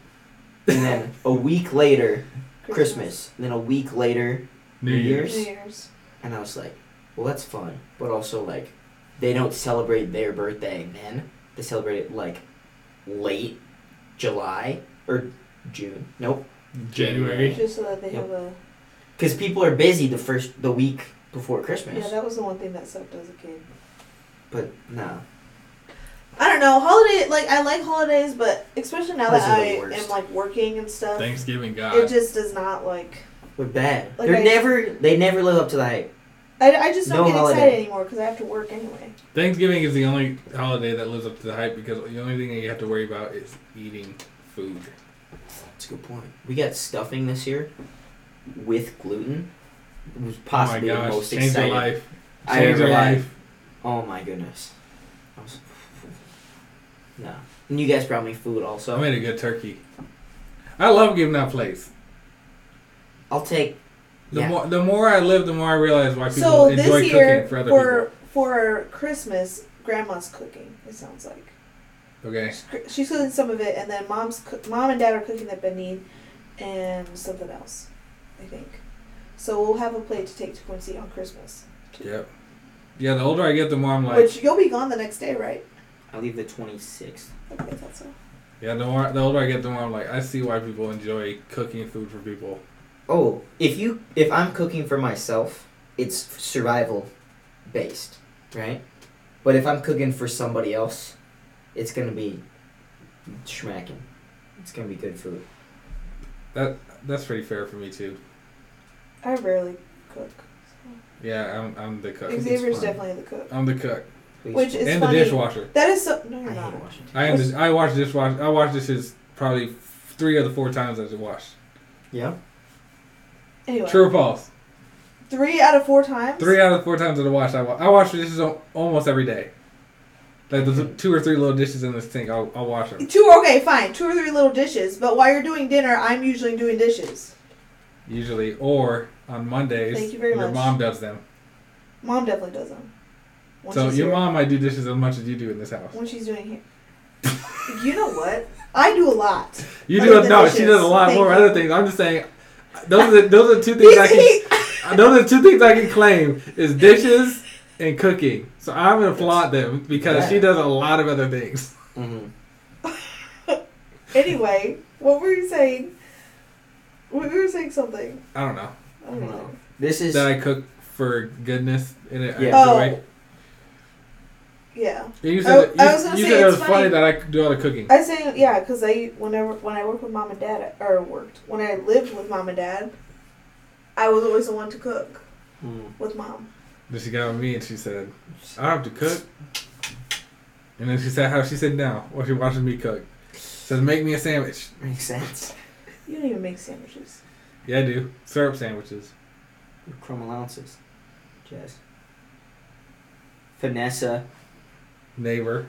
[SPEAKER 3] And then a week later, Christmas. And then a week later,
[SPEAKER 1] New Year's.
[SPEAKER 2] New Year's.
[SPEAKER 3] and I was like, well, that's fun, but also like, they don't celebrate their birthday then. They celebrate it like late July or June. Nope.
[SPEAKER 1] January.
[SPEAKER 2] Just so that they have a.
[SPEAKER 3] Because people are busy the first the week before Christmas.
[SPEAKER 2] Yeah, that was the one thing that sucked as a kid.
[SPEAKER 3] but no.
[SPEAKER 2] I don't know. Holiday, like I like holidays, but especially now
[SPEAKER 3] Holidays
[SPEAKER 2] that
[SPEAKER 3] are
[SPEAKER 2] I
[SPEAKER 3] the worst.
[SPEAKER 2] am like working and stuff,
[SPEAKER 1] Thanksgiving God.
[SPEAKER 2] it just does not like.
[SPEAKER 3] We're bad.
[SPEAKER 2] Like
[SPEAKER 3] They're
[SPEAKER 2] I-
[SPEAKER 3] never they never live up to the hype.
[SPEAKER 2] I, I just don't
[SPEAKER 3] No
[SPEAKER 2] get excited
[SPEAKER 3] holiday.
[SPEAKER 2] anymore because I have to work anyway.
[SPEAKER 1] Thanksgiving is the only holiday that lives up to the hype because the only thing that you have to worry about is eating food. Oh
[SPEAKER 3] That's a good point. We got stuffing this year with gluten. It was possibly
[SPEAKER 1] oh my
[SPEAKER 3] the
[SPEAKER 1] gosh,
[SPEAKER 3] most
[SPEAKER 1] change your
[SPEAKER 3] exciting.
[SPEAKER 1] life.
[SPEAKER 3] I
[SPEAKER 1] Change your
[SPEAKER 3] ever had.
[SPEAKER 1] life.
[SPEAKER 3] Oh my goodness. I was, no. And you guys brought me food also.
[SPEAKER 1] I made a good turkey. I love giving out plates.
[SPEAKER 3] I'll take
[SPEAKER 1] The
[SPEAKER 3] yeah.
[SPEAKER 1] more the more I live, the more I realize why people
[SPEAKER 2] So
[SPEAKER 1] enjoy
[SPEAKER 2] this
[SPEAKER 1] cooking
[SPEAKER 2] year
[SPEAKER 1] for other
[SPEAKER 2] for for Christmas, Grandma's cooking. It sounds like
[SPEAKER 1] people. Okay.
[SPEAKER 2] She's coo- she's cooking some of it, and then Mom's coo- Mom and Dad are cooking the benin and something else, I think. So we'll have a plate to take to Quincy on Christmas,
[SPEAKER 1] Yep. Yeah, the older I get, the more I'm like,
[SPEAKER 2] which you'll be gone the next day, right?
[SPEAKER 3] I leave the twenty sixth.
[SPEAKER 2] Okay, I thought so.
[SPEAKER 1] yeah, the more the older I get, the more I'm like, I see why people enjoy cooking food for people.
[SPEAKER 9] Oh, if you if I'm cooking for myself, it's survival based, right? But if I'm cooking for somebody else, it's gonna be schmacking. It's gonna be good food.
[SPEAKER 1] That that's pretty fair for me too.
[SPEAKER 2] I rarely cook. so-
[SPEAKER 1] Yeah, I'm I'm the cook.
[SPEAKER 2] Xavier's
[SPEAKER 9] fine.
[SPEAKER 2] definitely the cook,
[SPEAKER 1] I'm the cook
[SPEAKER 9] Please.
[SPEAKER 2] which is
[SPEAKER 1] and
[SPEAKER 2] funny.
[SPEAKER 1] the dishwasher.
[SPEAKER 2] That is so. No,
[SPEAKER 3] I
[SPEAKER 2] you're
[SPEAKER 3] hate
[SPEAKER 2] not.
[SPEAKER 3] Washington.
[SPEAKER 1] I am. The, I wash dishwash. I wash dishes probably f- three of the four times I've washed.
[SPEAKER 9] yeah.
[SPEAKER 2] Anyway,
[SPEAKER 1] True or false?
[SPEAKER 2] three out of four times.
[SPEAKER 1] Three out of the four times that I wash, I wash. I wash the dishes al- almost every day. Like the
[SPEAKER 2] Mm-hmm.
[SPEAKER 1] two or three little dishes in this sink, I'll, I'll wash them.
[SPEAKER 2] Two, okay, fine. Two or three little dishes, but while you're doing dinner, I'm usually doing dishes.
[SPEAKER 1] Usually, or on Mondays,
[SPEAKER 2] Thank you very
[SPEAKER 1] your
[SPEAKER 2] much.
[SPEAKER 1] mom does them.
[SPEAKER 2] Mom definitely does them. When
[SPEAKER 1] so
[SPEAKER 2] she's
[SPEAKER 1] your
[SPEAKER 2] here.
[SPEAKER 1] mom might do dishes as much as you do in this house.
[SPEAKER 2] When she's doing here. you know what? I do a lot.
[SPEAKER 1] You
[SPEAKER 2] I
[SPEAKER 1] do
[SPEAKER 2] do the
[SPEAKER 1] no. She
[SPEAKER 2] dishes.
[SPEAKER 1] does a lot
[SPEAKER 2] Thank
[SPEAKER 1] more
[SPEAKER 2] you.
[SPEAKER 1] other things. I'm just saying, those are the, those are two things I can. Those are the two things I can claim is dishes and cooking. So I'm gonna flaunt them because she does a lot of other things.
[SPEAKER 9] Mm-hmm.
[SPEAKER 2] anyway, what were you saying? We we were saying something.
[SPEAKER 1] I don't know
[SPEAKER 2] I don't know.
[SPEAKER 9] This is
[SPEAKER 1] that I cook for goodness and it,
[SPEAKER 9] Yeah.
[SPEAKER 2] Oh.
[SPEAKER 1] I enjoy.
[SPEAKER 2] Yeah.
[SPEAKER 1] You said,
[SPEAKER 2] Oh, I-
[SPEAKER 1] you,
[SPEAKER 2] I was gonna
[SPEAKER 1] you
[SPEAKER 2] say
[SPEAKER 1] said it
[SPEAKER 2] it's
[SPEAKER 1] was funny
[SPEAKER 2] funny. Oh.
[SPEAKER 1] that I do all the cooking.
[SPEAKER 2] I say yeah, because I whenever when I worked with mom and dad or worked when I lived with mom and dad, I was always the one to cook
[SPEAKER 9] Hmm.
[SPEAKER 2] with mom.
[SPEAKER 1] Then she got on me and she said, "I don't have to cook." And then she said, "How she said now while she watches me cook." Says, "Make me a sandwich."
[SPEAKER 9] makes sense.
[SPEAKER 2] You don't even make sandwiches.
[SPEAKER 1] Yeah, I do syrup sandwiches.
[SPEAKER 9] Crumb allowances. Jazz. Vanessa.
[SPEAKER 1] Neighbor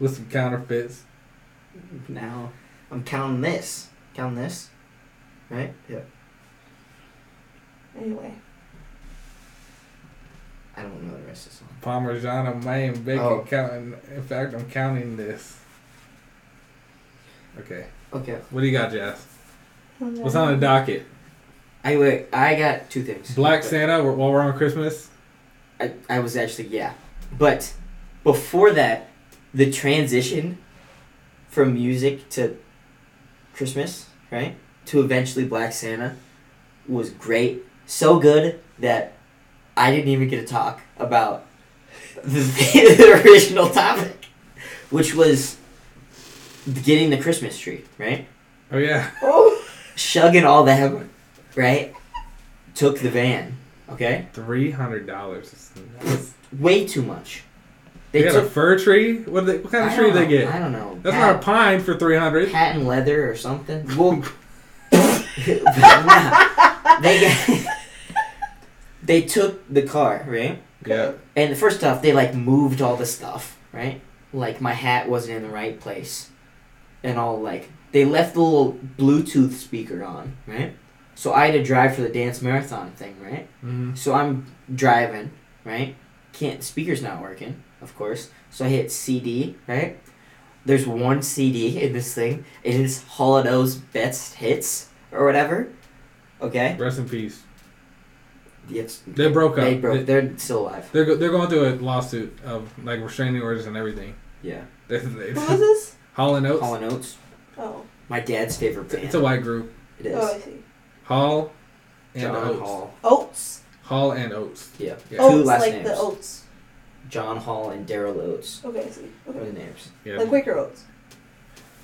[SPEAKER 1] with some counterfeits.
[SPEAKER 9] Now I'm counting this. Counting this. Right? Yeah.
[SPEAKER 2] Anyway,
[SPEAKER 9] I don't know the rest of the song.
[SPEAKER 1] Parmesan on main bacon.
[SPEAKER 9] Oh.
[SPEAKER 1] Counting. In fact, I'm counting this. Okay.
[SPEAKER 9] Okay.
[SPEAKER 1] What do you got, Jazz? What's on the docket?
[SPEAKER 9] I wait, I got two things.
[SPEAKER 1] Black
[SPEAKER 9] Okay.
[SPEAKER 1] Santa. While we're on Christmas.
[SPEAKER 9] I, I was actually yeah, but
[SPEAKER 3] before that, the transition from music to Christmas, right? To eventually Black Santa was great. So good that I didn't even get to talk about the, the original topic, which was getting the Christmas tree, right?
[SPEAKER 1] Oh yeah.
[SPEAKER 2] Oh,
[SPEAKER 3] Shugging all the hammer, right? Took the van, okay?
[SPEAKER 1] Three hundred dollars.
[SPEAKER 3] Way too much.
[SPEAKER 1] They
[SPEAKER 3] They
[SPEAKER 1] got a
[SPEAKER 3] took.
[SPEAKER 1] fir tree. What, they, what kind of
[SPEAKER 3] I
[SPEAKER 1] tree
[SPEAKER 3] don't
[SPEAKER 1] they
[SPEAKER 3] know, I
[SPEAKER 1] get?
[SPEAKER 3] don't know.
[SPEAKER 1] That's
[SPEAKER 3] Pat-
[SPEAKER 1] not a pine for three hundred.
[SPEAKER 3] patent leather or something.
[SPEAKER 10] Well,
[SPEAKER 3] they got, they took the car, right?
[SPEAKER 1] Yeah.
[SPEAKER 3] And first off, they like moved all the stuff, right? Like my hat wasn't in the right place, and all like they left the little Bluetooth speaker on, right? So I had to drive for the dance marathon thing, right?
[SPEAKER 1] Mm-hmm.
[SPEAKER 3] So I'm driving, right? Can't speaker's not working, of course. So I hit CD, right? There's one CD in this thing. It is Holodo's best hits or whatever. Okay.
[SPEAKER 1] Rest in peace.
[SPEAKER 3] Yes.
[SPEAKER 1] They broke up.
[SPEAKER 3] They
[SPEAKER 1] They-
[SPEAKER 3] broke. They're still alive.
[SPEAKER 1] They're go- they're going through a lawsuit of like restraining orders and everything.
[SPEAKER 3] Yeah.
[SPEAKER 1] They- they-
[SPEAKER 2] who was this?
[SPEAKER 1] Hall and Oates.
[SPEAKER 3] Hall and Oates,
[SPEAKER 2] Oh,
[SPEAKER 3] my dad's favorite
[SPEAKER 1] It's-
[SPEAKER 3] band.
[SPEAKER 1] It's a white group.
[SPEAKER 3] it is.
[SPEAKER 2] oh, I see.
[SPEAKER 1] Hall and
[SPEAKER 3] John
[SPEAKER 1] Oates. Hall.
[SPEAKER 3] Hall.
[SPEAKER 2] Oats.
[SPEAKER 1] and Oates.
[SPEAKER 3] Yeah.
[SPEAKER 1] Yeah.
[SPEAKER 3] Oh.
[SPEAKER 2] Oats,
[SPEAKER 3] last
[SPEAKER 2] like
[SPEAKER 3] names.
[SPEAKER 2] the oats.
[SPEAKER 3] John Hall and Daryl Oates.
[SPEAKER 2] Okay, I see.
[SPEAKER 3] What are
[SPEAKER 2] Okay.
[SPEAKER 3] the names?
[SPEAKER 1] Yeah.
[SPEAKER 2] Like Quaker oats.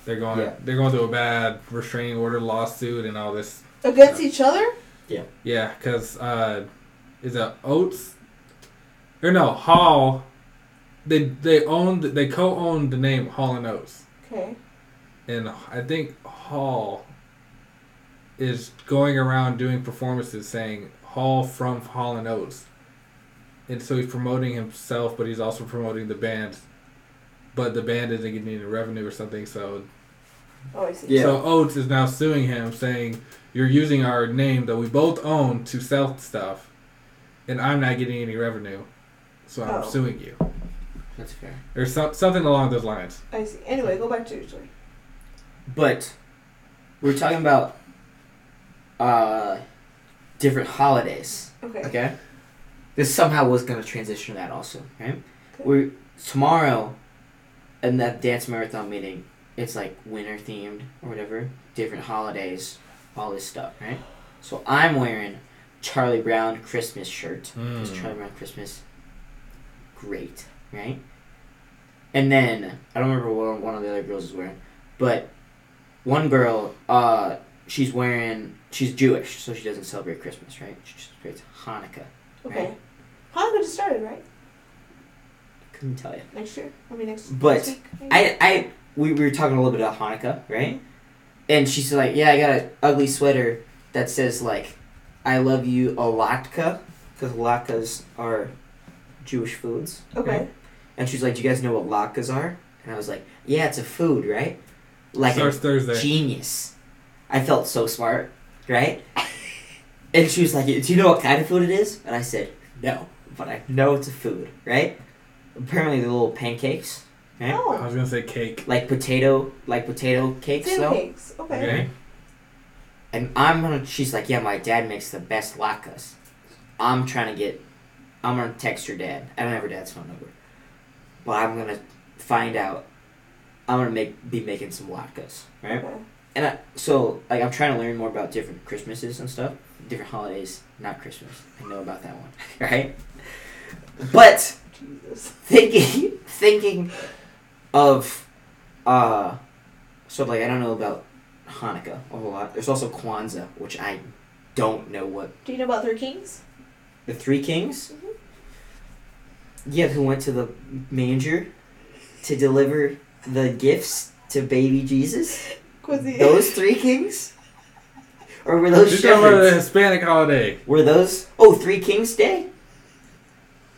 [SPEAKER 1] They're going.
[SPEAKER 3] Yeah.
[SPEAKER 1] They're going through a bad restraining order lawsuit and all this.
[SPEAKER 2] Against each other?
[SPEAKER 1] Yeah, because uh, is it Oates or no Hall? They they owned they co-owned the name Hall and Oates,
[SPEAKER 2] Okay.
[SPEAKER 1] and I think Hall is going around doing performances saying Hall from Hall and Oates, and so he's promoting himself, but he's also promoting the band. But the band isn't getting any revenue or something, so
[SPEAKER 2] Oh, I see.
[SPEAKER 3] Yeah.
[SPEAKER 1] so Oates is now suing him, saying you're using our name that we both own to sell stuff, and I'm not getting any revenue, so I'm
[SPEAKER 2] Oh.
[SPEAKER 1] suing you,
[SPEAKER 3] That's fair.
[SPEAKER 1] or so, something along those lines.
[SPEAKER 2] I see. Anyway, go back to your story.
[SPEAKER 3] But we're talking about uh, different holidays.
[SPEAKER 2] Okay.
[SPEAKER 3] Okay. This somehow was gonna transition to that also, right? We're tomorrow, in that dance marathon meeting, it's like winter themed or whatever, different holidays, all this stuff, right? So I'm wearing Charlie Brown Christmas shirt. 'cause
[SPEAKER 1] Mm.
[SPEAKER 3] Charlie Brown Christmas, great, right? And then I don't remember what one of the other girls is wearing, but one girl, uh, she's wearing she's Jewish, so she doesn't celebrate Christmas, right? She just celebrates Hanukkah.
[SPEAKER 2] Okay. Hanukkah just started, right?
[SPEAKER 3] Couldn't tell you.
[SPEAKER 2] Next year? I mean, next
[SPEAKER 3] But
[SPEAKER 2] next week, maybe?
[SPEAKER 3] I I we, we were talking a little bit about Hanukkah, right? And she's like, "Yeah, I got an ugly sweater that says like, I love you, Alatka, because latkes are Jewish foods."
[SPEAKER 2] Okay.
[SPEAKER 3] right? And she's like, "Do you guys know what latkes are?" And I was like, "Yeah, it's a food, right?" Like a-
[SPEAKER 1] Starts Thursday.
[SPEAKER 3] genius. I felt so smart, right? and she was like, "Do you know what kind of food it is?" And I said, "No, but I know it's a food, right?" Apparently, the little pancakes, right?
[SPEAKER 1] I
[SPEAKER 2] Oh,
[SPEAKER 1] was gonna say cake.
[SPEAKER 3] Like potato, like potato cakes,
[SPEAKER 2] potato
[SPEAKER 3] though.
[SPEAKER 2] cakes. Okay.
[SPEAKER 1] Okay.
[SPEAKER 3] And I'm gonna. She's like, "Yeah, my dad makes the best latkes." I'm trying to get. I'm gonna text her dad. I don't have her dad's phone number, but I'm gonna find out. I'm gonna make be making some latkes, right?
[SPEAKER 2] Okay.
[SPEAKER 3] and I, so like I'm trying to learn more about different Christmases and stuff, different holidays, not Christmas. I know about that one, right? But
[SPEAKER 2] Jesus.
[SPEAKER 3] thinking thinking of uh, so like I don't know about Hanukkah a whole lot. There's also Kwanzaa, which I don't know what
[SPEAKER 2] Do you know about Three Kings?
[SPEAKER 3] the Three Kings.
[SPEAKER 2] Mhm.
[SPEAKER 3] Yeah, who went to the manger to deliver the gifts to baby Jesus?
[SPEAKER 2] Quincy.
[SPEAKER 3] Those three kings? Or were
[SPEAKER 1] You're
[SPEAKER 3] those
[SPEAKER 1] talking about the
[SPEAKER 3] shepherds?
[SPEAKER 1] Hispanic holiday.
[SPEAKER 3] Were those oh Three Kings Day?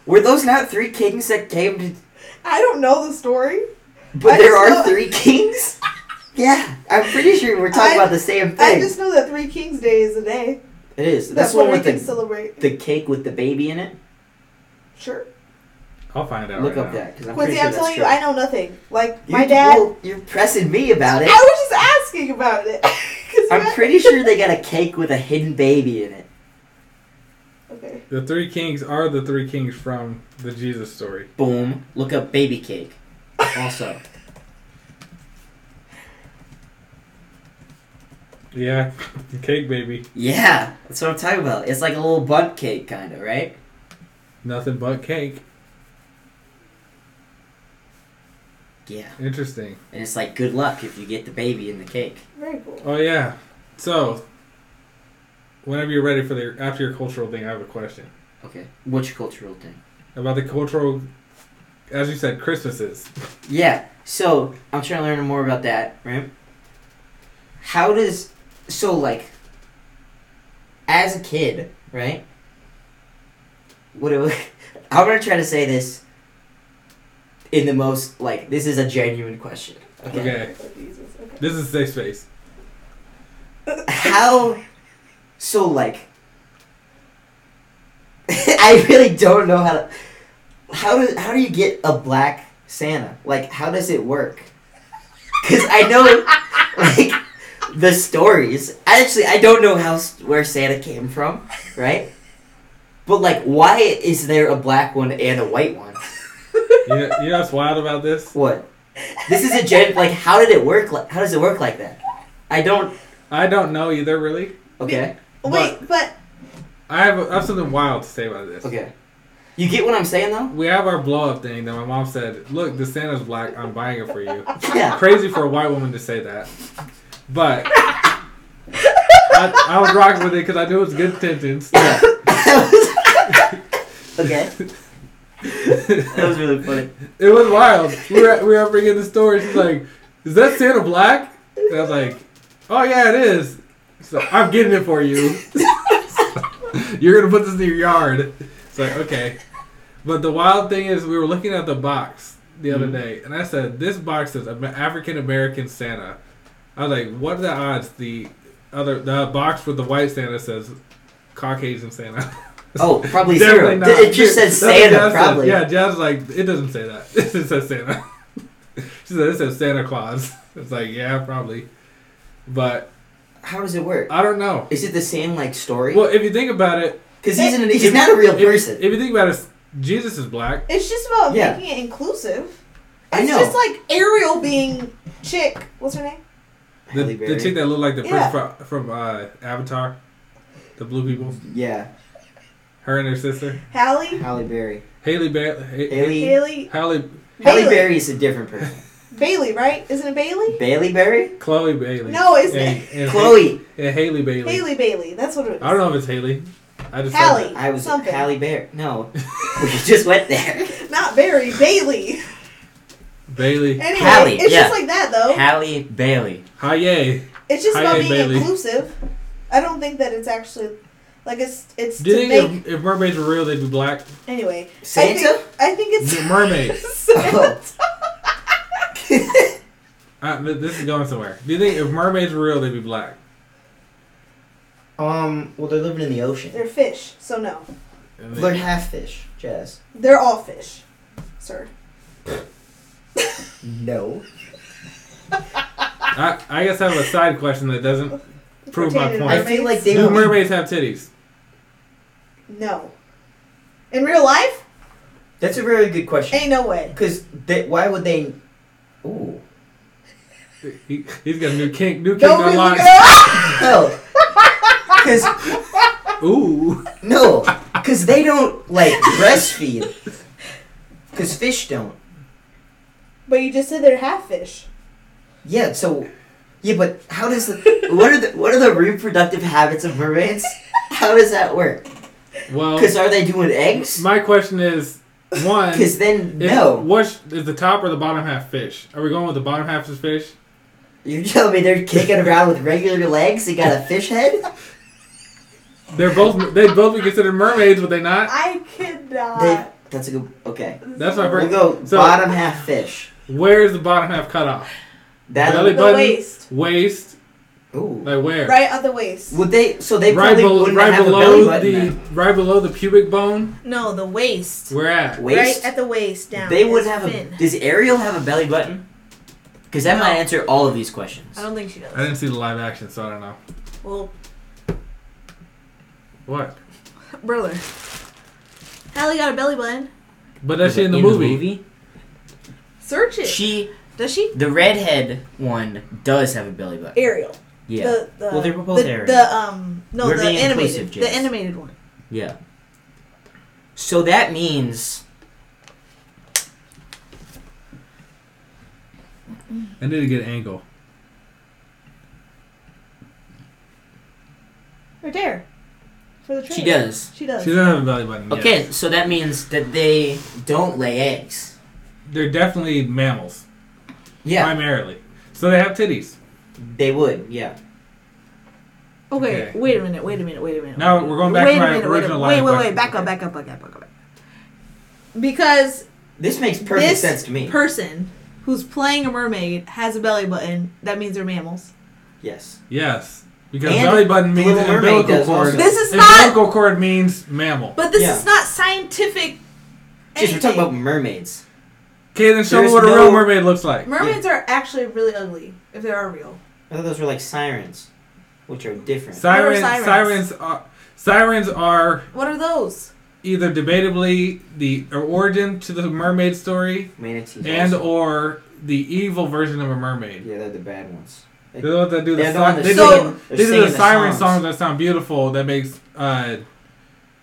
[SPEAKER 3] Were those not three kings that came to
[SPEAKER 2] I don't know the story.
[SPEAKER 3] But
[SPEAKER 2] I
[SPEAKER 3] there
[SPEAKER 2] just
[SPEAKER 3] are
[SPEAKER 2] know-
[SPEAKER 3] three kings? Yeah. I'm pretty sure we're talking
[SPEAKER 2] I-
[SPEAKER 3] about the same
[SPEAKER 2] I
[SPEAKER 3] thing.
[SPEAKER 2] just know that Three Kings Day is a day
[SPEAKER 3] it is.
[SPEAKER 2] that
[SPEAKER 3] That's the one
[SPEAKER 2] Puerto
[SPEAKER 3] with
[SPEAKER 2] Ricans
[SPEAKER 3] the,
[SPEAKER 2] celebrate.
[SPEAKER 3] the cake with the baby in it.
[SPEAKER 2] Sure.
[SPEAKER 1] I'll find out.
[SPEAKER 3] Look
[SPEAKER 1] right
[SPEAKER 3] up
[SPEAKER 1] now.
[SPEAKER 3] that because I'm
[SPEAKER 2] Quincy,
[SPEAKER 3] pretty sure
[SPEAKER 2] I'm telling
[SPEAKER 3] that's
[SPEAKER 2] you,
[SPEAKER 3] true.
[SPEAKER 2] I know nothing. Like, my
[SPEAKER 3] You-
[SPEAKER 2] dad.
[SPEAKER 3] well, you're pressing me about
[SPEAKER 2] I
[SPEAKER 3] it.
[SPEAKER 2] was just asking about it. 'Cause
[SPEAKER 3] I'm
[SPEAKER 2] my-
[SPEAKER 3] pretty sure they got a cake with a hidden baby in it.
[SPEAKER 2] Okay.
[SPEAKER 1] The three kings are the three kings from the Jesus story.
[SPEAKER 3] Boom. Look up baby cake. Also.
[SPEAKER 1] Yeah, cake baby,
[SPEAKER 3] yeah, that's what I'm talking about. It's like a little butt cake, kind of, right?
[SPEAKER 1] nothing but cake.
[SPEAKER 3] Yeah.
[SPEAKER 1] Interesting.
[SPEAKER 3] And it's like good luck if you get the baby in the cake.
[SPEAKER 2] Very cool.
[SPEAKER 1] Oh yeah. So, whenever you're ready for the after your cultural thing, I have a question
[SPEAKER 3] Okay. Which cultural thing?
[SPEAKER 1] about the cultural. As you said, Christmases.
[SPEAKER 3] Yeah. So I'm trying to learn more about that, right? How does so like as a kid, right? What do I'm gonna try to say this in the most like this is a genuine question. Okay.
[SPEAKER 1] Okay,
[SPEAKER 2] Oh, Jesus, okay.
[SPEAKER 1] this is safe space.
[SPEAKER 3] How so like I really don't know how to how do how do you get a black Santa? Like how does it work? Cuz I know like the stories. Actually, I don't know how where Santa came from, right? But like why is there a black one and a white one?
[SPEAKER 1] You know, you know what's wild about this?
[SPEAKER 3] What? This is a gen like how did it work like how does it work like that? I don't
[SPEAKER 1] I don't know either, really.
[SPEAKER 3] okay.
[SPEAKER 2] Wait, but
[SPEAKER 1] I have, I have something wild to say about this.
[SPEAKER 3] Okay. You get what I'm saying though?
[SPEAKER 1] We have our blow up thing that my mom said, Look, the Santa's black. I'm buying it for you.
[SPEAKER 3] Yeah.
[SPEAKER 1] Crazy for a white woman to say that. But I, I was rocking with it because I knew it was good intentions.
[SPEAKER 3] okay. That was really funny.
[SPEAKER 1] It was wild. We were, we were bringing the story. She's like, Is that Santa black? And I was like, Oh, yeah, it is. So I'm getting it for you. You're going to put this in your yard. It's like, okay. But the wild thing is, we were looking at the box the other day, and I said, This box is an African American Santa. I was like, What are the odds the other the box with the white Santa says Caucasian Santa?
[SPEAKER 3] Oh, probably
[SPEAKER 1] Definitely
[SPEAKER 3] zero.
[SPEAKER 1] not.
[SPEAKER 3] It just said
[SPEAKER 1] That's what Jazz
[SPEAKER 3] Santa,
[SPEAKER 1] said.
[SPEAKER 3] probably.
[SPEAKER 1] Yeah, Jazz was like, it doesn't say that. It says Santa. she said, it says Santa Claus. It's like, yeah, probably. But
[SPEAKER 3] How does it work?
[SPEAKER 1] I don't know.
[SPEAKER 3] Is it the same like story?
[SPEAKER 1] Well, if you think about it,
[SPEAKER 3] Because he's an, he's not a real
[SPEAKER 1] if,
[SPEAKER 3] person.
[SPEAKER 1] if you think about it, Jesus is black.
[SPEAKER 2] it's just about
[SPEAKER 3] Yeah.
[SPEAKER 2] making it inclusive.
[SPEAKER 3] I
[SPEAKER 2] It's
[SPEAKER 3] know.
[SPEAKER 2] just like Ariel being chick. What's her name?
[SPEAKER 1] The,
[SPEAKER 3] Halle
[SPEAKER 1] the
[SPEAKER 3] Berry.
[SPEAKER 1] chick that looked like the
[SPEAKER 2] Yeah.
[SPEAKER 1] prince from, from uh, Avatar, the blue people,
[SPEAKER 9] Yeah,
[SPEAKER 1] her and her sister,
[SPEAKER 2] Hallie?
[SPEAKER 9] Halle Berry.
[SPEAKER 1] Haley, ba- ha-
[SPEAKER 9] Haley.
[SPEAKER 2] Haley?
[SPEAKER 1] Halle,
[SPEAKER 9] Halle
[SPEAKER 2] Bailey.
[SPEAKER 9] Berry is a different person.
[SPEAKER 2] Bailey, right? Isn't it Bailey?
[SPEAKER 9] Bailey Berry?
[SPEAKER 1] Chloe Bailey.
[SPEAKER 2] No, it's
[SPEAKER 1] and, and
[SPEAKER 3] Chloe.
[SPEAKER 1] Ha- and Haley Bailey.
[SPEAKER 2] Haley Bailey. That's what it is.
[SPEAKER 1] I don't know if it's Haley. I just said
[SPEAKER 2] Hallie.
[SPEAKER 3] I was
[SPEAKER 2] Something.
[SPEAKER 3] Halle Berry. No, we just went there.
[SPEAKER 2] Not Barry. Bailey.
[SPEAKER 1] that. Bailey.
[SPEAKER 2] Anyway,
[SPEAKER 6] Hallie,
[SPEAKER 2] it's
[SPEAKER 6] yeah.
[SPEAKER 2] just like that though.
[SPEAKER 6] Hallie Bailey.
[SPEAKER 1] Hi, yay.
[SPEAKER 2] It's just
[SPEAKER 1] Hi,
[SPEAKER 2] about
[SPEAKER 1] hey,
[SPEAKER 2] being
[SPEAKER 1] Bailey.
[SPEAKER 2] inclusive. I don't think that it's actually like it's it's
[SPEAKER 1] Do you
[SPEAKER 2] to make
[SPEAKER 1] think if, if mermaids were real, they'd be black?
[SPEAKER 2] anyway. I
[SPEAKER 3] Santa?
[SPEAKER 2] think, I think it's
[SPEAKER 1] Yeah, mermaids.
[SPEAKER 3] Oh.
[SPEAKER 1] Uh, th- this is going somewhere. Do you think if mermaids were real, they'd be black?
[SPEAKER 9] Um, well, they're living in the ocean.
[SPEAKER 2] They're fish, so no.
[SPEAKER 1] And they-
[SPEAKER 9] They're half fish, Jazz.
[SPEAKER 2] They're all fish, sir.
[SPEAKER 9] No.
[SPEAKER 1] I, I guess I have a side question that doesn't prove my
[SPEAKER 2] Pertaining to
[SPEAKER 9] I
[SPEAKER 1] point.
[SPEAKER 9] feel like they
[SPEAKER 1] Do
[SPEAKER 9] would be
[SPEAKER 1] mermaids have titties?
[SPEAKER 2] No. In real life?
[SPEAKER 9] That's a very good question.
[SPEAKER 2] Ain't no way.
[SPEAKER 9] Because why would they? Ooh.
[SPEAKER 1] He, he's got a new kink. New kink
[SPEAKER 2] Don't be
[SPEAKER 1] unlocked.
[SPEAKER 9] No. Because
[SPEAKER 1] Ooh.
[SPEAKER 9] no. Because they don't like breastfeed. Because fish don't.
[SPEAKER 2] But you just said they're half fish.
[SPEAKER 9] Yeah. So. Yeah, but how does the?
[SPEAKER 3] what are the what are the reproductive habits of mermaids? How does that work?
[SPEAKER 1] Well,
[SPEAKER 3] Because are they doing eggs?
[SPEAKER 1] my question is one.
[SPEAKER 3] Because then
[SPEAKER 1] Is,
[SPEAKER 3] no,
[SPEAKER 1] What is the top or the bottom half fish? Are we going with the bottom half is fish?
[SPEAKER 3] you're telling me they're kicking around with regular legs. They got a fish head.
[SPEAKER 1] They're both. They'd both be considered mermaids, would they not?
[SPEAKER 2] I cannot.
[SPEAKER 3] They, that's a good. Okay,
[SPEAKER 1] That's my
[SPEAKER 3] we'll
[SPEAKER 1] first.
[SPEAKER 3] go
[SPEAKER 1] So-
[SPEAKER 3] bottom half fish.
[SPEAKER 1] Where is the bottom half cut off?
[SPEAKER 3] That
[SPEAKER 1] Belly
[SPEAKER 2] the
[SPEAKER 1] button?
[SPEAKER 2] waist.
[SPEAKER 1] Waist.
[SPEAKER 3] ooh.
[SPEAKER 1] Like where?
[SPEAKER 2] Right at the waist.
[SPEAKER 3] Would they? So they
[SPEAKER 1] right,
[SPEAKER 3] probably
[SPEAKER 1] bel-
[SPEAKER 3] wouldn't
[SPEAKER 1] right
[SPEAKER 3] have a belly
[SPEAKER 1] below
[SPEAKER 3] button.
[SPEAKER 1] the
[SPEAKER 3] then.
[SPEAKER 1] right below the pubic bone.
[SPEAKER 2] No, the waist.
[SPEAKER 1] We're at.
[SPEAKER 3] Waist.
[SPEAKER 2] Right at the waist down.
[SPEAKER 3] they would
[SPEAKER 2] It's
[SPEAKER 3] have
[SPEAKER 2] thin.
[SPEAKER 3] a. Does Ariel have a belly button? Because that
[SPEAKER 2] No. Oh.
[SPEAKER 3] might answer all of these questions.
[SPEAKER 2] I don't think she does.
[SPEAKER 1] I didn't see the live action, so I don't know.
[SPEAKER 2] Well,
[SPEAKER 1] What?
[SPEAKER 2] brother. Allie got a belly button.
[SPEAKER 1] But that's in, the,
[SPEAKER 6] in
[SPEAKER 1] movie.
[SPEAKER 2] Search it.
[SPEAKER 6] She,
[SPEAKER 2] Does she?
[SPEAKER 6] the redhead one, does have a belly button.
[SPEAKER 2] Ariel.
[SPEAKER 6] Yeah.
[SPEAKER 2] The, the,
[SPEAKER 6] Well, they were both
[SPEAKER 2] the,
[SPEAKER 6] Ariel.
[SPEAKER 2] The um no
[SPEAKER 6] We're
[SPEAKER 2] the
[SPEAKER 6] being
[SPEAKER 2] animated
[SPEAKER 6] inclusive,
[SPEAKER 2] the
[SPEAKER 6] Jace.
[SPEAKER 2] animated one.
[SPEAKER 6] Yeah. So that means
[SPEAKER 1] I need to get an angle.
[SPEAKER 2] Right there. For the
[SPEAKER 6] she
[SPEAKER 2] trailer.
[SPEAKER 6] does.
[SPEAKER 2] She does.
[SPEAKER 1] She doesn't have a belly button. yet.
[SPEAKER 6] Okay, so that means that they don't lay eggs.
[SPEAKER 1] They're definitely mammals,
[SPEAKER 6] Yeah,
[SPEAKER 1] primarily. So they have titties.
[SPEAKER 3] They would, yeah.
[SPEAKER 2] Okay,
[SPEAKER 1] Okay.
[SPEAKER 2] wait a minute, wait a minute, wait a minute.
[SPEAKER 1] Now we're going back
[SPEAKER 2] wait
[SPEAKER 1] to
[SPEAKER 2] a
[SPEAKER 1] my
[SPEAKER 2] minute,
[SPEAKER 1] original
[SPEAKER 2] wait, a minute.
[SPEAKER 1] line
[SPEAKER 2] Wait,
[SPEAKER 1] of question.
[SPEAKER 2] wait, wait, back up, back up, back up, back up. Because
[SPEAKER 3] This makes perfect
[SPEAKER 2] This
[SPEAKER 3] sense to me.
[SPEAKER 2] person who's playing a mermaid has a belly button, that means they're mammals.
[SPEAKER 3] yes.
[SPEAKER 1] Yes. Because
[SPEAKER 3] And
[SPEAKER 1] belly button means
[SPEAKER 3] Little Mermaid
[SPEAKER 1] umbilical
[SPEAKER 3] does
[SPEAKER 1] cord.
[SPEAKER 3] also.
[SPEAKER 2] This is
[SPEAKER 1] umbilical cord means mammal.
[SPEAKER 2] But this
[SPEAKER 3] Yeah.
[SPEAKER 2] is not scientific.
[SPEAKER 3] Jeez, we're talking about
[SPEAKER 2] anything.
[SPEAKER 3] mermaids.
[SPEAKER 1] Okay, then show me
[SPEAKER 3] There's
[SPEAKER 1] what a real
[SPEAKER 3] no-
[SPEAKER 1] mermaid looks like.
[SPEAKER 2] mermaids are actually really ugly if they are real.
[SPEAKER 3] I thought those were like sirens, which are different.
[SPEAKER 1] Sirens,
[SPEAKER 2] What are sirens?
[SPEAKER 1] sirens, are sirens are
[SPEAKER 2] What are those?
[SPEAKER 1] either debatably the origin to the mermaid story
[SPEAKER 3] Manatees.
[SPEAKER 1] and
[SPEAKER 3] also.
[SPEAKER 1] or the evil version of a mermaid.
[SPEAKER 3] Yeah, they're the bad ones.
[SPEAKER 1] They're the ones that do the,
[SPEAKER 3] They're the
[SPEAKER 1] si-
[SPEAKER 3] ones that
[SPEAKER 1] they do
[SPEAKER 2] sing-
[SPEAKER 1] the-
[SPEAKER 3] they're
[SPEAKER 1] they do
[SPEAKER 3] singing
[SPEAKER 1] the
[SPEAKER 3] the
[SPEAKER 1] siren songs.
[SPEAKER 3] songs.
[SPEAKER 1] that sound beautiful that makes uh,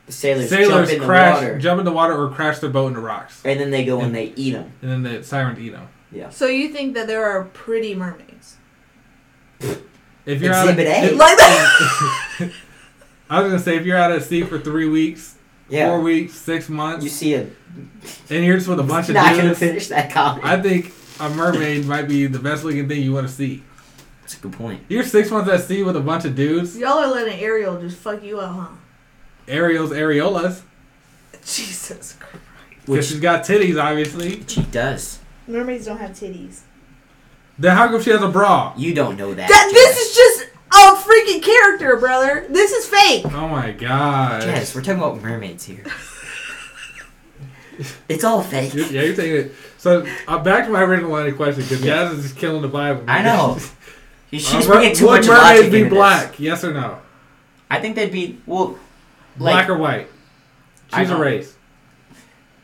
[SPEAKER 3] The sailors,
[SPEAKER 1] sailors
[SPEAKER 3] jump in
[SPEAKER 1] crash,
[SPEAKER 3] the water,
[SPEAKER 1] jump in the water or crash their boat into rocks,
[SPEAKER 3] and then they go and they eat them.
[SPEAKER 1] and then the sirens eat them.
[SPEAKER 2] So you think that there are pretty mermaids?
[SPEAKER 1] If you're out, of,
[SPEAKER 3] Exhibit A.
[SPEAKER 1] if-
[SPEAKER 2] Like that?
[SPEAKER 1] I was gonna say if you're out at sea for three weeks,
[SPEAKER 3] Yeah.
[SPEAKER 1] four weeks, six months,
[SPEAKER 3] you see a
[SPEAKER 1] and you're just with a bunch of
[SPEAKER 3] not gonna
[SPEAKER 1] dudes,
[SPEAKER 3] finish that comment.
[SPEAKER 1] I think a mermaid might be the best looking thing you want to see.
[SPEAKER 6] that's a good point.
[SPEAKER 1] You're six months at sea with a bunch of dudes,
[SPEAKER 2] Y'all are letting Ariel just fuck you up, huh?
[SPEAKER 1] Ariel's areolas,
[SPEAKER 2] Jesus Christ.
[SPEAKER 1] which she's got titties, obviously.
[SPEAKER 6] She does.
[SPEAKER 2] Mermaids don't have titties.
[SPEAKER 1] Then how come she has a bra?
[SPEAKER 6] You don't know that.
[SPEAKER 2] That,
[SPEAKER 6] Jess.
[SPEAKER 2] this is just a freaking character, brother. This is fake.
[SPEAKER 1] Oh my god.
[SPEAKER 6] Jess, we're talking about mermaids here. it's all fake.
[SPEAKER 1] You're- yeah, you're taking it. So uh, back to my original line of question because
[SPEAKER 6] Yeah.
[SPEAKER 1] Yaz is just killing the Bible.
[SPEAKER 6] I know. She's
[SPEAKER 1] Uh,
[SPEAKER 6] bringing too
[SPEAKER 1] would
[SPEAKER 6] much
[SPEAKER 1] mermaids
[SPEAKER 6] logic
[SPEAKER 1] be
[SPEAKER 6] into
[SPEAKER 1] black?
[SPEAKER 6] This.
[SPEAKER 1] Yes or no?
[SPEAKER 6] I think they'd be well. Like,
[SPEAKER 1] black or white?
[SPEAKER 6] I
[SPEAKER 1] Choose a
[SPEAKER 6] know.
[SPEAKER 1] race.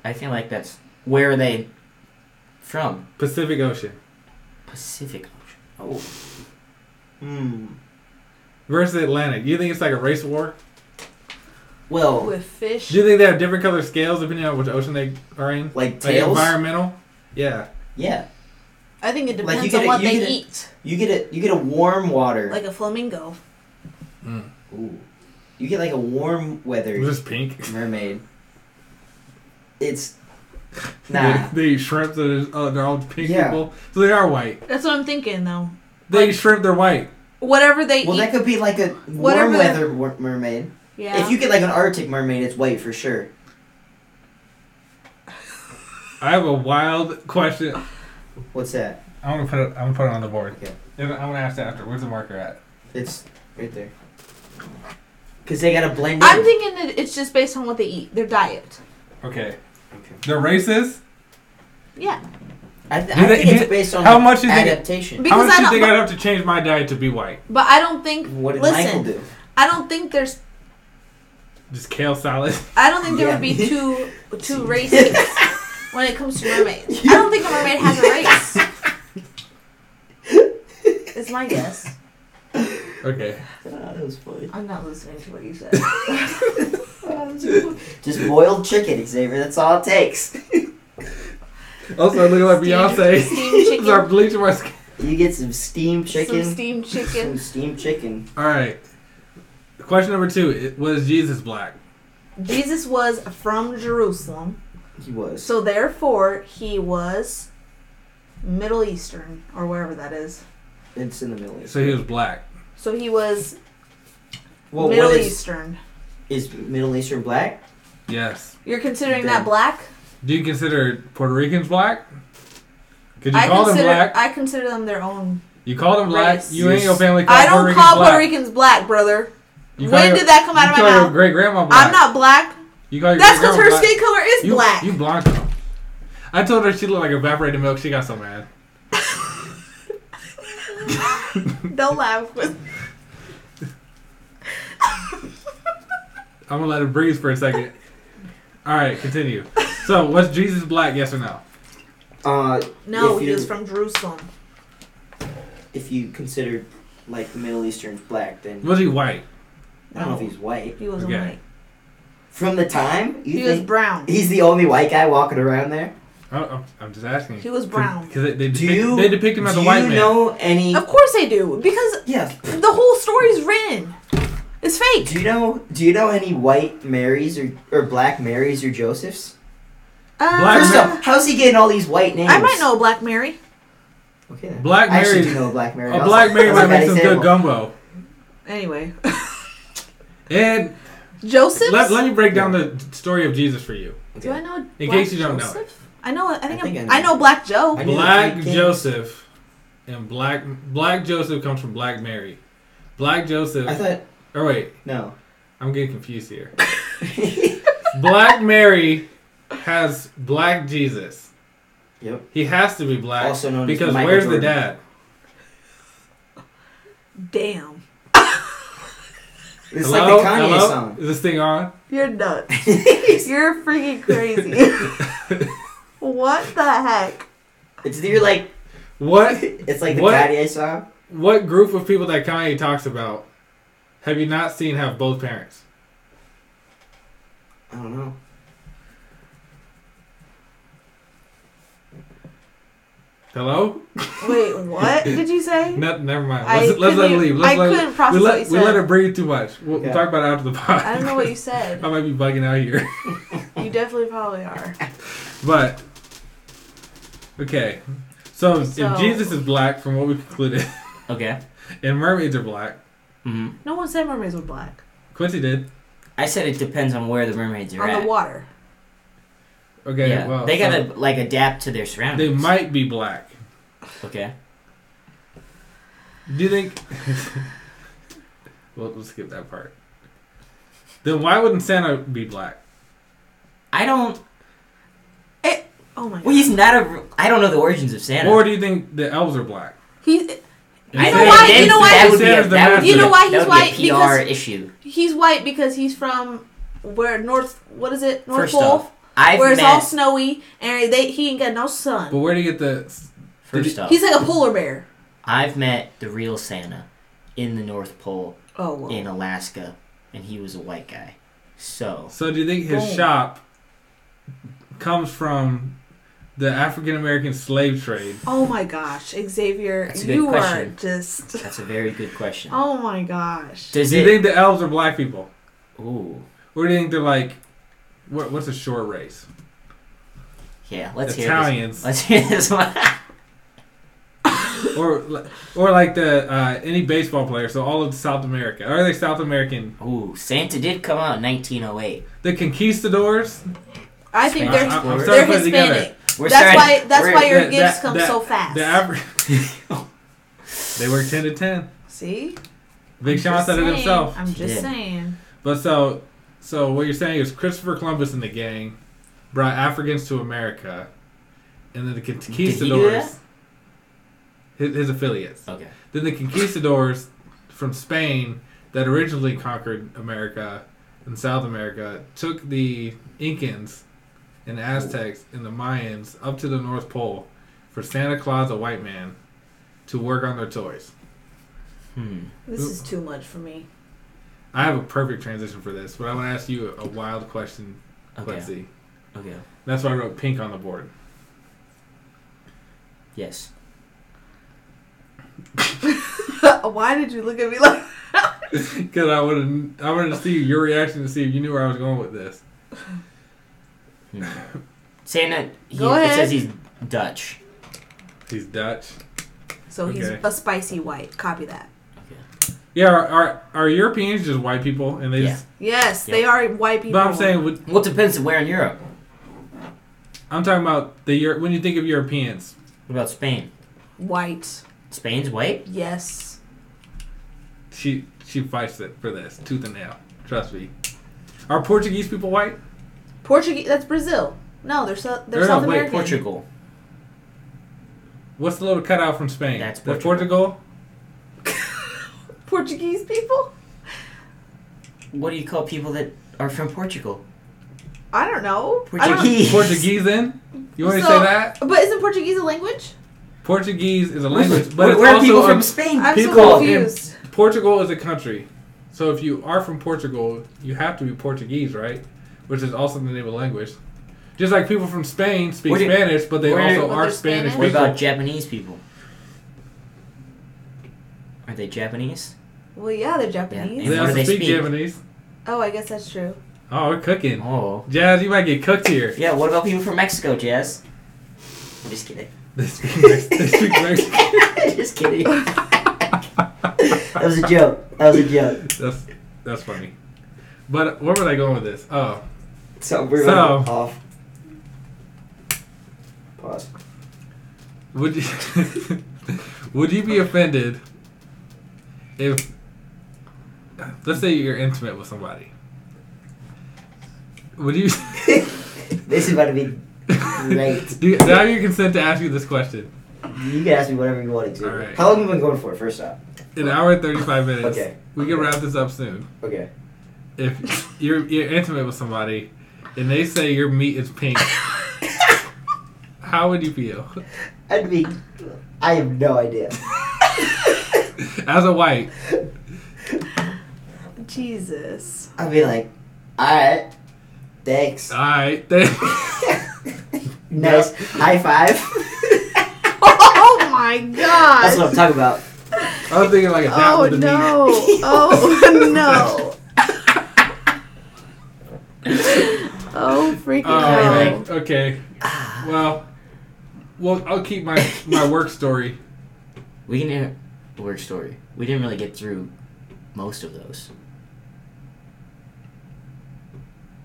[SPEAKER 6] I feel like that's where are they from?
[SPEAKER 1] Pacific Ocean
[SPEAKER 6] Pacific Ocean. Oh,
[SPEAKER 3] Hmm.
[SPEAKER 1] versus Atlantic. You think it's like a race war?
[SPEAKER 3] Well,
[SPEAKER 2] With fish.
[SPEAKER 1] Do you think they have different color scales depending on which ocean they are in?
[SPEAKER 3] like
[SPEAKER 1] Like
[SPEAKER 3] tails.
[SPEAKER 1] environmental? Yeah.
[SPEAKER 3] yeah.
[SPEAKER 2] I think it
[SPEAKER 3] Like,
[SPEAKER 2] depends
[SPEAKER 3] you get
[SPEAKER 2] on
[SPEAKER 3] a-
[SPEAKER 2] what
[SPEAKER 3] you
[SPEAKER 2] they
[SPEAKER 3] get a-
[SPEAKER 2] eat.
[SPEAKER 3] You get a you get a warm water.
[SPEAKER 2] Like a flamingo.
[SPEAKER 3] Ooh. You get like a warm
[SPEAKER 1] It
[SPEAKER 3] weather
[SPEAKER 1] was just pink.
[SPEAKER 3] mermaid. It's nah.
[SPEAKER 1] They, they eat shrimp, so they're, oh, they're all pink
[SPEAKER 3] Yeah.
[SPEAKER 1] people. So they are white.
[SPEAKER 2] That's what I'm thinking, though.
[SPEAKER 1] They eat
[SPEAKER 2] Like-
[SPEAKER 1] shrimp, they're white.
[SPEAKER 2] Whatever they
[SPEAKER 3] Well,
[SPEAKER 2] eat.
[SPEAKER 3] that could be like a warm
[SPEAKER 2] Whatever the-
[SPEAKER 3] weather wor- mermaid.
[SPEAKER 2] yeah.
[SPEAKER 3] If you get like an Arctic mermaid, it's white for sure.
[SPEAKER 1] I have a wild question.
[SPEAKER 3] What's that?
[SPEAKER 1] I'm gonna put it. I'm gonna put it on the board.
[SPEAKER 3] Okay.
[SPEAKER 1] I'm gonna ask that after. Where's the marker at?
[SPEAKER 3] It's right there. Cause they gotta blend in.
[SPEAKER 2] I'm thinking that it's just based on what they eat, their diet.
[SPEAKER 1] Okay.
[SPEAKER 3] okay.
[SPEAKER 1] They're racist.
[SPEAKER 2] Yeah.
[SPEAKER 3] I, th-
[SPEAKER 1] Do
[SPEAKER 3] I
[SPEAKER 1] they-
[SPEAKER 3] think
[SPEAKER 1] do-
[SPEAKER 3] it's based on
[SPEAKER 1] how much do you think-
[SPEAKER 3] adaptation.
[SPEAKER 2] Because
[SPEAKER 1] How much
[SPEAKER 2] I
[SPEAKER 1] do you
[SPEAKER 2] don't.
[SPEAKER 1] think
[SPEAKER 2] but,
[SPEAKER 1] I'd have to change my diet to be white?
[SPEAKER 2] but I don't think.
[SPEAKER 3] What did Michael
[SPEAKER 2] listen,
[SPEAKER 3] do?
[SPEAKER 2] I don't think there's.
[SPEAKER 1] Just kale salad.
[SPEAKER 2] I don't think there
[SPEAKER 3] Yeah.
[SPEAKER 2] would be two two races when it comes to mermaids. I don't think a mermaid has a race. It's my guess.
[SPEAKER 1] Okay.
[SPEAKER 3] Ah, that was funny.
[SPEAKER 2] I'm not listening to what you said.
[SPEAKER 3] Just boiled chicken, Xavier. That's all it takes.
[SPEAKER 1] Also, looking like
[SPEAKER 2] Steamed-
[SPEAKER 1] Beyonce.
[SPEAKER 2] steamed chicken.
[SPEAKER 1] Start bleaching my skin.
[SPEAKER 3] You get some steamed chicken.
[SPEAKER 2] Some steamed
[SPEAKER 3] Some
[SPEAKER 2] chicken.
[SPEAKER 3] steamed chicken.
[SPEAKER 1] All right. Question number two: it Was Jesus black?
[SPEAKER 2] Jesus was from Jerusalem,
[SPEAKER 3] He was.
[SPEAKER 2] so therefore he was Middle Eastern or wherever that is.
[SPEAKER 3] It's in the Middle East.
[SPEAKER 1] So he was black.
[SPEAKER 2] So he was
[SPEAKER 3] Well,
[SPEAKER 2] Middle
[SPEAKER 3] what is,
[SPEAKER 2] Eastern.
[SPEAKER 3] is Middle Eastern black?
[SPEAKER 1] Yes.
[SPEAKER 2] You're considering
[SPEAKER 3] Then-
[SPEAKER 2] that black?
[SPEAKER 1] Do you consider Puerto Ricans black? Could you
[SPEAKER 2] I
[SPEAKER 1] call them
[SPEAKER 2] consider
[SPEAKER 1] black?
[SPEAKER 2] I consider them their own.
[SPEAKER 1] you call them black.
[SPEAKER 2] Race.
[SPEAKER 1] You and your family call
[SPEAKER 2] I
[SPEAKER 1] Puerto
[SPEAKER 2] don't
[SPEAKER 1] Ricans
[SPEAKER 2] call
[SPEAKER 1] black.
[SPEAKER 2] Puerto Ricans black, brother.
[SPEAKER 1] You call
[SPEAKER 2] when
[SPEAKER 1] your-
[SPEAKER 2] did that come out of
[SPEAKER 1] you
[SPEAKER 2] my
[SPEAKER 1] call your
[SPEAKER 2] mouth?
[SPEAKER 1] Great grandma black.
[SPEAKER 2] I'm not black.
[SPEAKER 1] You call your
[SPEAKER 2] That's because
[SPEAKER 1] great-grandma
[SPEAKER 2] her
[SPEAKER 1] black.
[SPEAKER 2] skin color is
[SPEAKER 1] you,
[SPEAKER 2] black.
[SPEAKER 1] You blonde. girl. I told her she looked like evaporated milk. She got so mad.
[SPEAKER 2] Don't laugh.
[SPEAKER 1] I'm gonna let it breathe for a second. All right, continue. so, was Jesus black? Yes or no?
[SPEAKER 9] Uh,
[SPEAKER 2] No,
[SPEAKER 9] If
[SPEAKER 2] he
[SPEAKER 9] you-
[SPEAKER 2] was from Jerusalem.
[SPEAKER 3] If you consider like the Middle Eastern's black, then
[SPEAKER 1] Was he white?
[SPEAKER 3] I don't know if he's white.
[SPEAKER 2] He wasn't
[SPEAKER 1] Okay.
[SPEAKER 2] white.
[SPEAKER 3] From the time you
[SPEAKER 2] He was
[SPEAKER 3] think
[SPEAKER 2] brown.
[SPEAKER 3] he's the only white guy walking around there.
[SPEAKER 1] I don't- I'm, I'm just asking.
[SPEAKER 2] He was brown.
[SPEAKER 1] Because they, they,
[SPEAKER 3] Do
[SPEAKER 1] depict-
[SPEAKER 3] you
[SPEAKER 1] they depict him as
[SPEAKER 3] do
[SPEAKER 1] a white
[SPEAKER 3] you
[SPEAKER 1] man.
[SPEAKER 3] know any?
[SPEAKER 2] Of course they do, because
[SPEAKER 3] Yes.
[SPEAKER 2] the whole story's written. It's fake.
[SPEAKER 3] Do you know Do you know any white Marys or or black Marys or Josephs?
[SPEAKER 2] Uh,
[SPEAKER 1] Black
[SPEAKER 3] First
[SPEAKER 1] Mary-
[SPEAKER 3] up, how's he getting all these white names?
[SPEAKER 2] I might know Black Mary.
[SPEAKER 3] Okay. Then.
[SPEAKER 1] Black
[SPEAKER 3] I actually
[SPEAKER 1] Mary.
[SPEAKER 3] do know a black Mary.
[SPEAKER 1] A
[SPEAKER 3] That's-
[SPEAKER 1] black Mary
[SPEAKER 3] that's a
[SPEAKER 1] might make
[SPEAKER 3] bad
[SPEAKER 1] some good
[SPEAKER 3] example.
[SPEAKER 1] gumbo.
[SPEAKER 2] Anyway,
[SPEAKER 1] And
[SPEAKER 2] Joseph.
[SPEAKER 1] let, let me break down the story of Jesus for you.
[SPEAKER 2] Do I know?
[SPEAKER 1] In
[SPEAKER 2] Black
[SPEAKER 1] case you don't know it.
[SPEAKER 2] Joseph? I know. I think, I,
[SPEAKER 3] I think
[SPEAKER 2] am
[SPEAKER 3] I
[SPEAKER 2] I
[SPEAKER 3] know.
[SPEAKER 2] know Black Joe.
[SPEAKER 3] I knew the
[SPEAKER 1] Black
[SPEAKER 3] three kings.
[SPEAKER 1] Joseph and Black Black Joseph comes from Black Mary. Black Joseph.
[SPEAKER 3] I thought
[SPEAKER 1] or wait,
[SPEAKER 3] no.
[SPEAKER 1] I'm getting confused here. Black Mary has Black Jesus.
[SPEAKER 3] Yep.
[SPEAKER 1] He has to be black.
[SPEAKER 3] Also known as
[SPEAKER 1] because
[SPEAKER 3] Michael
[SPEAKER 1] where's the
[SPEAKER 3] Jordan.
[SPEAKER 1] dad?
[SPEAKER 2] Damn,
[SPEAKER 3] It's
[SPEAKER 1] Hello?
[SPEAKER 3] like the Kanye
[SPEAKER 1] Hello?
[SPEAKER 3] song.
[SPEAKER 1] Is this thing on?
[SPEAKER 2] you're nuts. you're freaking crazy. what the heck?
[SPEAKER 3] It's either like
[SPEAKER 1] What
[SPEAKER 3] it's like the
[SPEAKER 1] What?
[SPEAKER 3] Kanye song.
[SPEAKER 1] what group of people that Kanye talks about have you not seen have both parents?
[SPEAKER 3] I don't know.
[SPEAKER 1] Hello?
[SPEAKER 2] Wait, what did you say?
[SPEAKER 1] No, never mind.
[SPEAKER 2] I
[SPEAKER 1] Let's, let's let it
[SPEAKER 2] couldn't-
[SPEAKER 1] leave. Let's
[SPEAKER 2] I
[SPEAKER 1] let it-
[SPEAKER 2] couldn't process
[SPEAKER 1] we let,
[SPEAKER 2] what you
[SPEAKER 1] we let
[SPEAKER 2] said.
[SPEAKER 1] it breathe too much. We'll, we'll
[SPEAKER 3] Yeah.
[SPEAKER 1] talk about it after the pod.
[SPEAKER 2] I don't know what you said.
[SPEAKER 1] I might be bugging out here,
[SPEAKER 2] You definitely probably are.
[SPEAKER 1] but okay. So,
[SPEAKER 2] So-
[SPEAKER 1] if Jesus is black, from what we concluded,
[SPEAKER 6] Okay.
[SPEAKER 1] and mermaids are black,
[SPEAKER 6] hmm
[SPEAKER 2] No one said mermaids were black
[SPEAKER 1] Quincy did.
[SPEAKER 6] I said it depends on where the mermaids are
[SPEAKER 2] on
[SPEAKER 6] at.
[SPEAKER 2] the water.
[SPEAKER 1] Okay,
[SPEAKER 6] yeah,
[SPEAKER 1] well,
[SPEAKER 6] they
[SPEAKER 1] so
[SPEAKER 6] gotta like adapt to their
[SPEAKER 1] They
[SPEAKER 6] surroundings.
[SPEAKER 1] might be black.
[SPEAKER 6] Okay.
[SPEAKER 1] Do you think? well, we'll skip that part. Then why wouldn't Santa be black?
[SPEAKER 6] I don't.
[SPEAKER 2] Oh my god.
[SPEAKER 6] Well, he's not a. I don't know the origins of Santa.
[SPEAKER 1] Or do you think the elves are black?
[SPEAKER 2] He,
[SPEAKER 1] And
[SPEAKER 2] You know
[SPEAKER 1] Santa-
[SPEAKER 2] why-
[SPEAKER 6] That-
[SPEAKER 2] you know why-
[SPEAKER 6] That would be a,
[SPEAKER 1] Santa's the
[SPEAKER 6] that would
[SPEAKER 1] master.
[SPEAKER 6] be
[SPEAKER 1] You know
[SPEAKER 6] a- that
[SPEAKER 2] why he's
[SPEAKER 6] would be
[SPEAKER 2] white?
[SPEAKER 6] a PR
[SPEAKER 2] Because-
[SPEAKER 6] issue.
[SPEAKER 2] he's white because he's from where North. What is it? North
[SPEAKER 6] First
[SPEAKER 2] Pole.
[SPEAKER 6] off, I've
[SPEAKER 2] where it's
[SPEAKER 6] met.
[SPEAKER 2] all snowy and they he ain't got no
[SPEAKER 1] But
[SPEAKER 2] sun.
[SPEAKER 1] where do you get the?
[SPEAKER 6] first off,
[SPEAKER 2] He's like a polar bear.
[SPEAKER 6] I've met the real Santa in the North Pole
[SPEAKER 2] Oh, well.
[SPEAKER 6] in Alaska, and he was a white guy. So
[SPEAKER 1] So do you think his
[SPEAKER 2] Boom.
[SPEAKER 1] shop comes from the African American slave trade?
[SPEAKER 2] oh my gosh, Xavier,
[SPEAKER 6] That's a good
[SPEAKER 2] you are
[SPEAKER 6] question.
[SPEAKER 2] just.
[SPEAKER 6] that's a very good question.
[SPEAKER 2] Oh my gosh.
[SPEAKER 6] Does
[SPEAKER 1] Do you
[SPEAKER 6] it?
[SPEAKER 1] think the elves are black people?
[SPEAKER 6] ooh,
[SPEAKER 1] Or do you think they're like, what, what's a short race?
[SPEAKER 6] yeah. Let's hear
[SPEAKER 1] Italians,
[SPEAKER 6] this. Let's hear this one.
[SPEAKER 1] or or like the uh, any baseball player. So all of South America. Are they South American?
[SPEAKER 6] Ooh, Santa did come out in 1908.
[SPEAKER 1] The conquistadors.
[SPEAKER 2] I think
[SPEAKER 6] Spanish
[SPEAKER 2] they're
[SPEAKER 1] I- I'm
[SPEAKER 2] they're
[SPEAKER 1] starting to put it together.
[SPEAKER 2] Hispanic.
[SPEAKER 6] We're
[SPEAKER 2] That's
[SPEAKER 6] starting-
[SPEAKER 2] why that's
[SPEAKER 6] we're-
[SPEAKER 2] why your
[SPEAKER 1] that-
[SPEAKER 2] gifts
[SPEAKER 1] that-
[SPEAKER 2] come
[SPEAKER 1] that-
[SPEAKER 2] so fast.
[SPEAKER 1] The average. they were ten to ten.
[SPEAKER 2] See,
[SPEAKER 1] Big
[SPEAKER 2] I'm
[SPEAKER 1] Sean
[SPEAKER 2] just
[SPEAKER 1] said it
[SPEAKER 2] saying.
[SPEAKER 1] himself.
[SPEAKER 2] I'm just
[SPEAKER 6] Yeah.
[SPEAKER 2] saying.
[SPEAKER 1] But so, so what you're saying is Christopher Columbus and the gang brought Africans to America, and then the
[SPEAKER 6] Did he do
[SPEAKER 1] conquistadors,
[SPEAKER 6] that?
[SPEAKER 1] his, his affiliates.
[SPEAKER 6] Okay.
[SPEAKER 1] Then the conquistadors from Spain that originally conquered America and South America took the Incans and the Aztecs and the Mayans up to the North Pole for Santa Claus, a white man, to work on their toys.
[SPEAKER 6] Hmm.
[SPEAKER 2] This is too much for me.
[SPEAKER 1] I have a perfect transition for this, but I want to ask you a wild question,
[SPEAKER 6] Okay.
[SPEAKER 1] Quincy.
[SPEAKER 6] Okay.
[SPEAKER 1] That's why I wrote pink on the board.
[SPEAKER 6] Yes.
[SPEAKER 2] why did you look at me like?
[SPEAKER 1] Because I wanted, I wanted to see your reaction to see if you knew where I was going with this.
[SPEAKER 6] Santa. He,
[SPEAKER 2] Go
[SPEAKER 6] It
[SPEAKER 2] ahead.
[SPEAKER 6] says he's Dutch.
[SPEAKER 1] He's Dutch.
[SPEAKER 2] So he's
[SPEAKER 1] Okay.
[SPEAKER 2] a spicy white. Copy that.
[SPEAKER 1] Yeah, are, are, are Europeans just white people? And they
[SPEAKER 6] Yeah.
[SPEAKER 1] just,
[SPEAKER 2] Yes, they are white people.
[SPEAKER 1] but I'm saying, would-
[SPEAKER 6] Well, it depends on where in Europe.
[SPEAKER 1] I'm talking about the Euro- when you think of Europeans,
[SPEAKER 6] What about Spain?
[SPEAKER 2] white.
[SPEAKER 6] Spain's white.
[SPEAKER 2] Yes.
[SPEAKER 1] she she fights it for this tooth and nail. Trust me. Are Portuguese people white?
[SPEAKER 2] Portuguese. That's Brazil. No, they're so,
[SPEAKER 1] They're
[SPEAKER 2] they're,
[SPEAKER 1] not
[SPEAKER 2] South
[SPEAKER 1] white,
[SPEAKER 2] American.
[SPEAKER 6] Portugal.
[SPEAKER 1] What's the little cutout from Spain?
[SPEAKER 6] That's
[SPEAKER 1] Portugal.
[SPEAKER 2] Portuguese people.
[SPEAKER 6] What do you call people that are from Portugal?
[SPEAKER 2] I don't know. I don't-
[SPEAKER 3] Portuguese.
[SPEAKER 1] Portuguese then? You want to say
[SPEAKER 2] So-
[SPEAKER 1] that?
[SPEAKER 2] but isn't Portuguese a language?
[SPEAKER 1] Portuguese is a language, but
[SPEAKER 3] where,
[SPEAKER 1] it's
[SPEAKER 3] where are
[SPEAKER 1] also
[SPEAKER 3] people
[SPEAKER 1] a-
[SPEAKER 3] from Spain?
[SPEAKER 2] I'm
[SPEAKER 1] People
[SPEAKER 2] so
[SPEAKER 1] in-
[SPEAKER 2] confused.
[SPEAKER 1] Portugal is a country. So if you are from Portugal, you have to be Portuguese, right? Which is also the name of the language. Just like people from Spain speak
[SPEAKER 3] What do you-
[SPEAKER 1] Spanish, but they
[SPEAKER 3] what do you-
[SPEAKER 1] also
[SPEAKER 2] But
[SPEAKER 1] are
[SPEAKER 2] they're
[SPEAKER 1] Spanish,
[SPEAKER 2] Spanish?
[SPEAKER 3] What
[SPEAKER 1] people.
[SPEAKER 3] about Japanese people? Are they Japanese?
[SPEAKER 2] Well, yeah, they're
[SPEAKER 1] they
[SPEAKER 2] Japanese.
[SPEAKER 3] Yeah. what do
[SPEAKER 1] also
[SPEAKER 3] they
[SPEAKER 1] speak,
[SPEAKER 3] speak?
[SPEAKER 1] Japanese.
[SPEAKER 2] Oh, I guess that's true.
[SPEAKER 1] Oh, we're cooking.
[SPEAKER 3] Oh.
[SPEAKER 1] Jazz, you might get cooked here.
[SPEAKER 3] Yeah, what about people from Mexico, Jazz? I'm just kidding.
[SPEAKER 1] They speak Mex- they speak Mexican.
[SPEAKER 3] just kidding.
[SPEAKER 9] That was a joke. That was a joke.
[SPEAKER 1] That's that's funny. But where was I going with this? Oh,
[SPEAKER 9] So we're
[SPEAKER 1] So-
[SPEAKER 9] running off. Pause.
[SPEAKER 1] would you would you be offended if let's say you're intimate with somebody? Would you?
[SPEAKER 9] This is about to be. Great.
[SPEAKER 1] Do you, do I have your consent to ask you this question?
[SPEAKER 9] You can ask me whatever you want to.
[SPEAKER 1] All right.
[SPEAKER 9] How long have we been going for? First off.
[SPEAKER 1] An hour and thirty-five minutes.
[SPEAKER 9] Okay.
[SPEAKER 1] We can wrap this up soon.
[SPEAKER 9] Okay.
[SPEAKER 1] If you're you're intimate with somebody, and they say your meat is pink, how would you feel?
[SPEAKER 9] I'd be. I have no idea.
[SPEAKER 1] As a white,
[SPEAKER 2] Jesus.
[SPEAKER 9] I'd be like, all right, thanks.
[SPEAKER 1] all right.
[SPEAKER 9] nice high five.
[SPEAKER 2] Oh my god.
[SPEAKER 9] That's what I'm talking about.
[SPEAKER 1] I'm thinking like if that
[SPEAKER 2] Oh
[SPEAKER 1] was the meat.
[SPEAKER 2] no! Oh no! oh freaking
[SPEAKER 1] Oh,
[SPEAKER 2] hell!
[SPEAKER 1] man. okay. Well, well, I'll keep my my work story.
[SPEAKER 6] We can hear the work story. We didn't really get through most of those.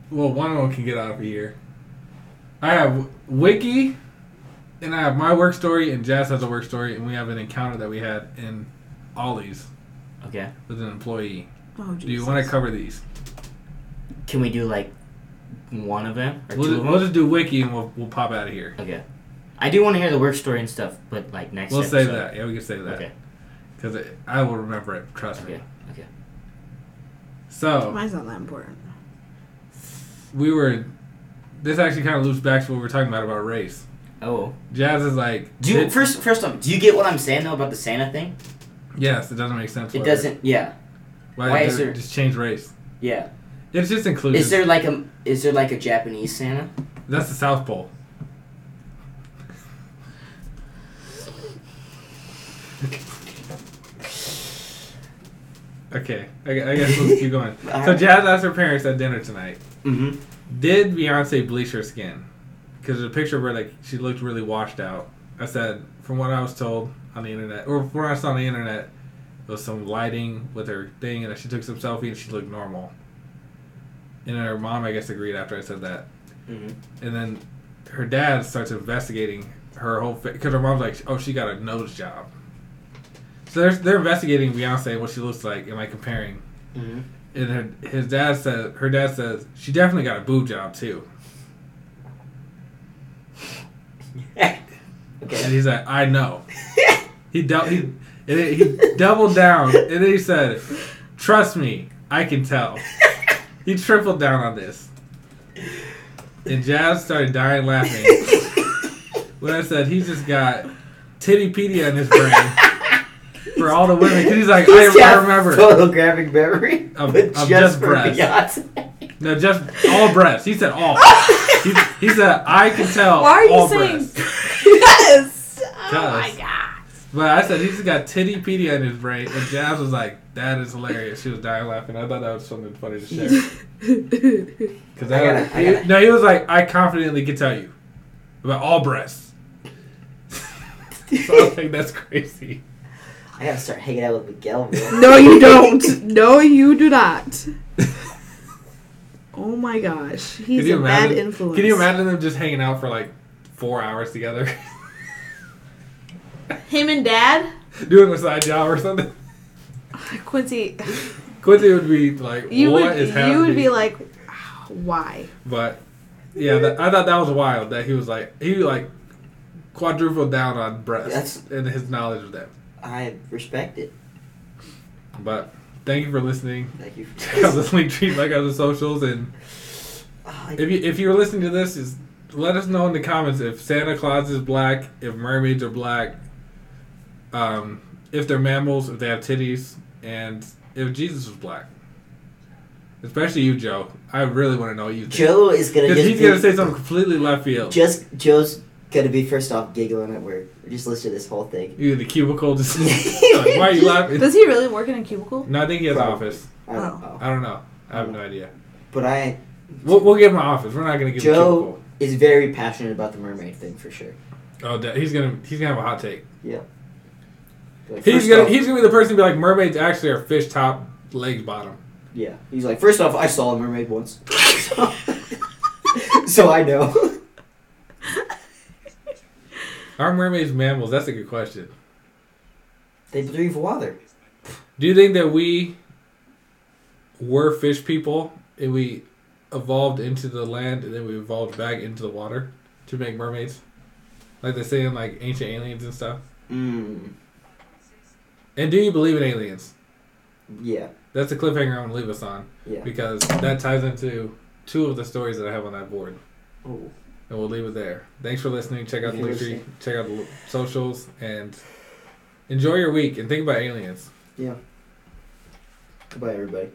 [SPEAKER 1] Well, one of them can get out of here. I have Wiki, and I have my work story, and Jazz has a work story, and we have an encounter that we had in Ollie's
[SPEAKER 6] Okay.
[SPEAKER 1] with an employee.
[SPEAKER 2] Oh,
[SPEAKER 1] Do you want to cover these?
[SPEAKER 6] Can we do like one of them or two
[SPEAKER 1] We'll just,
[SPEAKER 6] of
[SPEAKER 1] we'll
[SPEAKER 6] them?
[SPEAKER 1] just do Wiki, and we'll, we'll pop out of here.
[SPEAKER 6] Okay. I do want to hear the work story and stuff, but like next.
[SPEAKER 1] We'll save
[SPEAKER 6] episode.
[SPEAKER 1] that. Yeah, we can save that
[SPEAKER 6] Okay.
[SPEAKER 1] because I will remember it. Trust me.
[SPEAKER 6] Okay. Okay.
[SPEAKER 1] So.
[SPEAKER 2] Mine's not that important.
[SPEAKER 1] we were this actually kind of loops back to what we were talking about about race
[SPEAKER 6] Oh.
[SPEAKER 1] jazz is like
[SPEAKER 6] Do you,
[SPEAKER 1] "Did-
[SPEAKER 6] first first off, do you get what I'm saying though about the Santa thing?
[SPEAKER 1] yes it doesn't make sense
[SPEAKER 6] It
[SPEAKER 1] why-
[SPEAKER 6] doesn't. Yeah.
[SPEAKER 1] why,
[SPEAKER 6] why
[SPEAKER 1] they
[SPEAKER 6] is there-
[SPEAKER 1] just change race
[SPEAKER 6] Yeah.
[SPEAKER 1] it's just inclusion
[SPEAKER 6] Is there like a is there like a Japanese Santa?
[SPEAKER 1] that's the south pole okay I, gu- I guess let's keep going so
[SPEAKER 6] Alright.
[SPEAKER 1] jazz asked her parents at dinner tonight
[SPEAKER 6] Mm-hmm.
[SPEAKER 1] did beyonce bleach her skin because there's a picture of her like she looked really washed out. I said, from what I was told on the internet, or from what I saw on the internet, it was some lighting with her thing, and she took some selfie and she looked normal. And then her mom, I guess, agreed after I said that.
[SPEAKER 6] Mm-hmm.
[SPEAKER 3] Mhm.
[SPEAKER 1] And then her dad starts investigating her whole because her mom's like, oh, she got a nose job. So they're, they're investigating Beyonce and what she looks like and like comparing.
[SPEAKER 6] Mm-hmm.
[SPEAKER 3] Mhm.
[SPEAKER 1] And her, his dad says, her dad says, she definitely got a boob job too. And
[SPEAKER 3] Okay.
[SPEAKER 1] he's like, I know. he dealt he and then he doubled down and then he said, Trust me, I can tell. He tripled down on this. And Jazz started dying laughing. when I said he just got tittypedia in his brain for all the women. 'Cause he's like, I, I
[SPEAKER 9] Got
[SPEAKER 1] remember.
[SPEAKER 9] Photographic memory.
[SPEAKER 1] Of-
[SPEAKER 9] but
[SPEAKER 1] of
[SPEAKER 9] just,
[SPEAKER 1] just
[SPEAKER 9] for
[SPEAKER 1] breasts.
[SPEAKER 9] Beyonce.
[SPEAKER 1] No, just all breasts. He said all. he, he said, I can tell
[SPEAKER 2] Why are you
[SPEAKER 1] all
[SPEAKER 2] saying
[SPEAKER 1] breasts.
[SPEAKER 2] yes? Oh
[SPEAKER 1] Yes.
[SPEAKER 2] my god!
[SPEAKER 1] But I said he's just got tittypedia in his brain, and Jazz was like, "That is hilarious." She was dying laughing. I thought that was something funny to share. Because
[SPEAKER 9] I gotta- I gotta-
[SPEAKER 1] no, he was like, "I confidently can tell you about all breasts." so I think that's crazy.
[SPEAKER 9] I gotta start hanging out with Miguel. man.
[SPEAKER 2] no, you don't. No, you do not. Oh my gosh, he's
[SPEAKER 1] you
[SPEAKER 2] a
[SPEAKER 1] imagine-
[SPEAKER 2] bad influence.
[SPEAKER 1] Can you imagine them just hanging out for like four hours together,
[SPEAKER 2] him and Dad?
[SPEAKER 1] doing a side job or something?
[SPEAKER 2] Quincy,
[SPEAKER 1] Quincy would be like,
[SPEAKER 2] you
[SPEAKER 1] "What
[SPEAKER 2] would
[SPEAKER 1] is happening?"
[SPEAKER 2] you would be like, why?
[SPEAKER 1] But yeah, that, I thought that was wild that he was like he like quadrupled down on breasts
[SPEAKER 9] That's-
[SPEAKER 1] and his knowledge of them.
[SPEAKER 9] I respect it.
[SPEAKER 1] But thank you for listening.
[SPEAKER 9] Thank you.
[SPEAKER 1] Check out the link tree, like out the socials, and
[SPEAKER 3] oh, like,
[SPEAKER 1] If you if you're listening to this, is let us know in the comments if Santa Claus is black, if mermaids are black, um, if they're mammals, if they have titties, and if Jesus was black. Especially you, Joe. I really want to know what you think.
[SPEAKER 3] Joe is gonna
[SPEAKER 1] because
[SPEAKER 3] just
[SPEAKER 1] he's
[SPEAKER 3] be,
[SPEAKER 1] gonna say something completely left field.
[SPEAKER 3] Just Joe's gonna be first off giggling at work. Just listen to this whole thing.
[SPEAKER 1] you in the cubicle, just like, why are you laughing?
[SPEAKER 2] Does he really work in a cubicle?
[SPEAKER 1] No, I think he has an
[SPEAKER 3] Probably.
[SPEAKER 1] office.
[SPEAKER 3] I don't
[SPEAKER 2] Oh.
[SPEAKER 3] know.
[SPEAKER 1] I don't know. I have no idea.
[SPEAKER 3] But I
[SPEAKER 1] We'll, we'll give him an office. We're not gonna give
[SPEAKER 3] Joe-
[SPEAKER 1] him
[SPEAKER 3] is very passionate about the mermaid thing for sure.
[SPEAKER 1] a cubicle. Oh, da- he's gonna he's gonna have a hot take.
[SPEAKER 3] Like,
[SPEAKER 1] He's
[SPEAKER 3] first
[SPEAKER 1] gonna
[SPEAKER 3] off-
[SPEAKER 1] he's gonna be the person to be like mermaids actually are fish top, legs bottom.
[SPEAKER 3] yeah. He's like, first off, I saw a mermaid once, so, so I know.
[SPEAKER 1] Are mermaids mammals? That's a good question.
[SPEAKER 3] they breathe water.
[SPEAKER 1] Do you think that we were fish people and we evolved into the land and then we evolved back into the water to make mermaids? Like they say in like ancient aliens and stuff.
[SPEAKER 3] Mm.
[SPEAKER 1] And do you believe in aliens?
[SPEAKER 3] Yeah.
[SPEAKER 1] That's a cliffhanger I'm gonna leave us on
[SPEAKER 3] Yeah.
[SPEAKER 1] because that ties into two of the stories that I have on that board.
[SPEAKER 3] Oh.
[SPEAKER 1] And we'll leave it there. Thanks for listening. Check out the
[SPEAKER 3] Thanks.
[SPEAKER 1] Linktree, check out the socials, and enjoy your week and think about aliens.
[SPEAKER 3] Goodbye, everybody.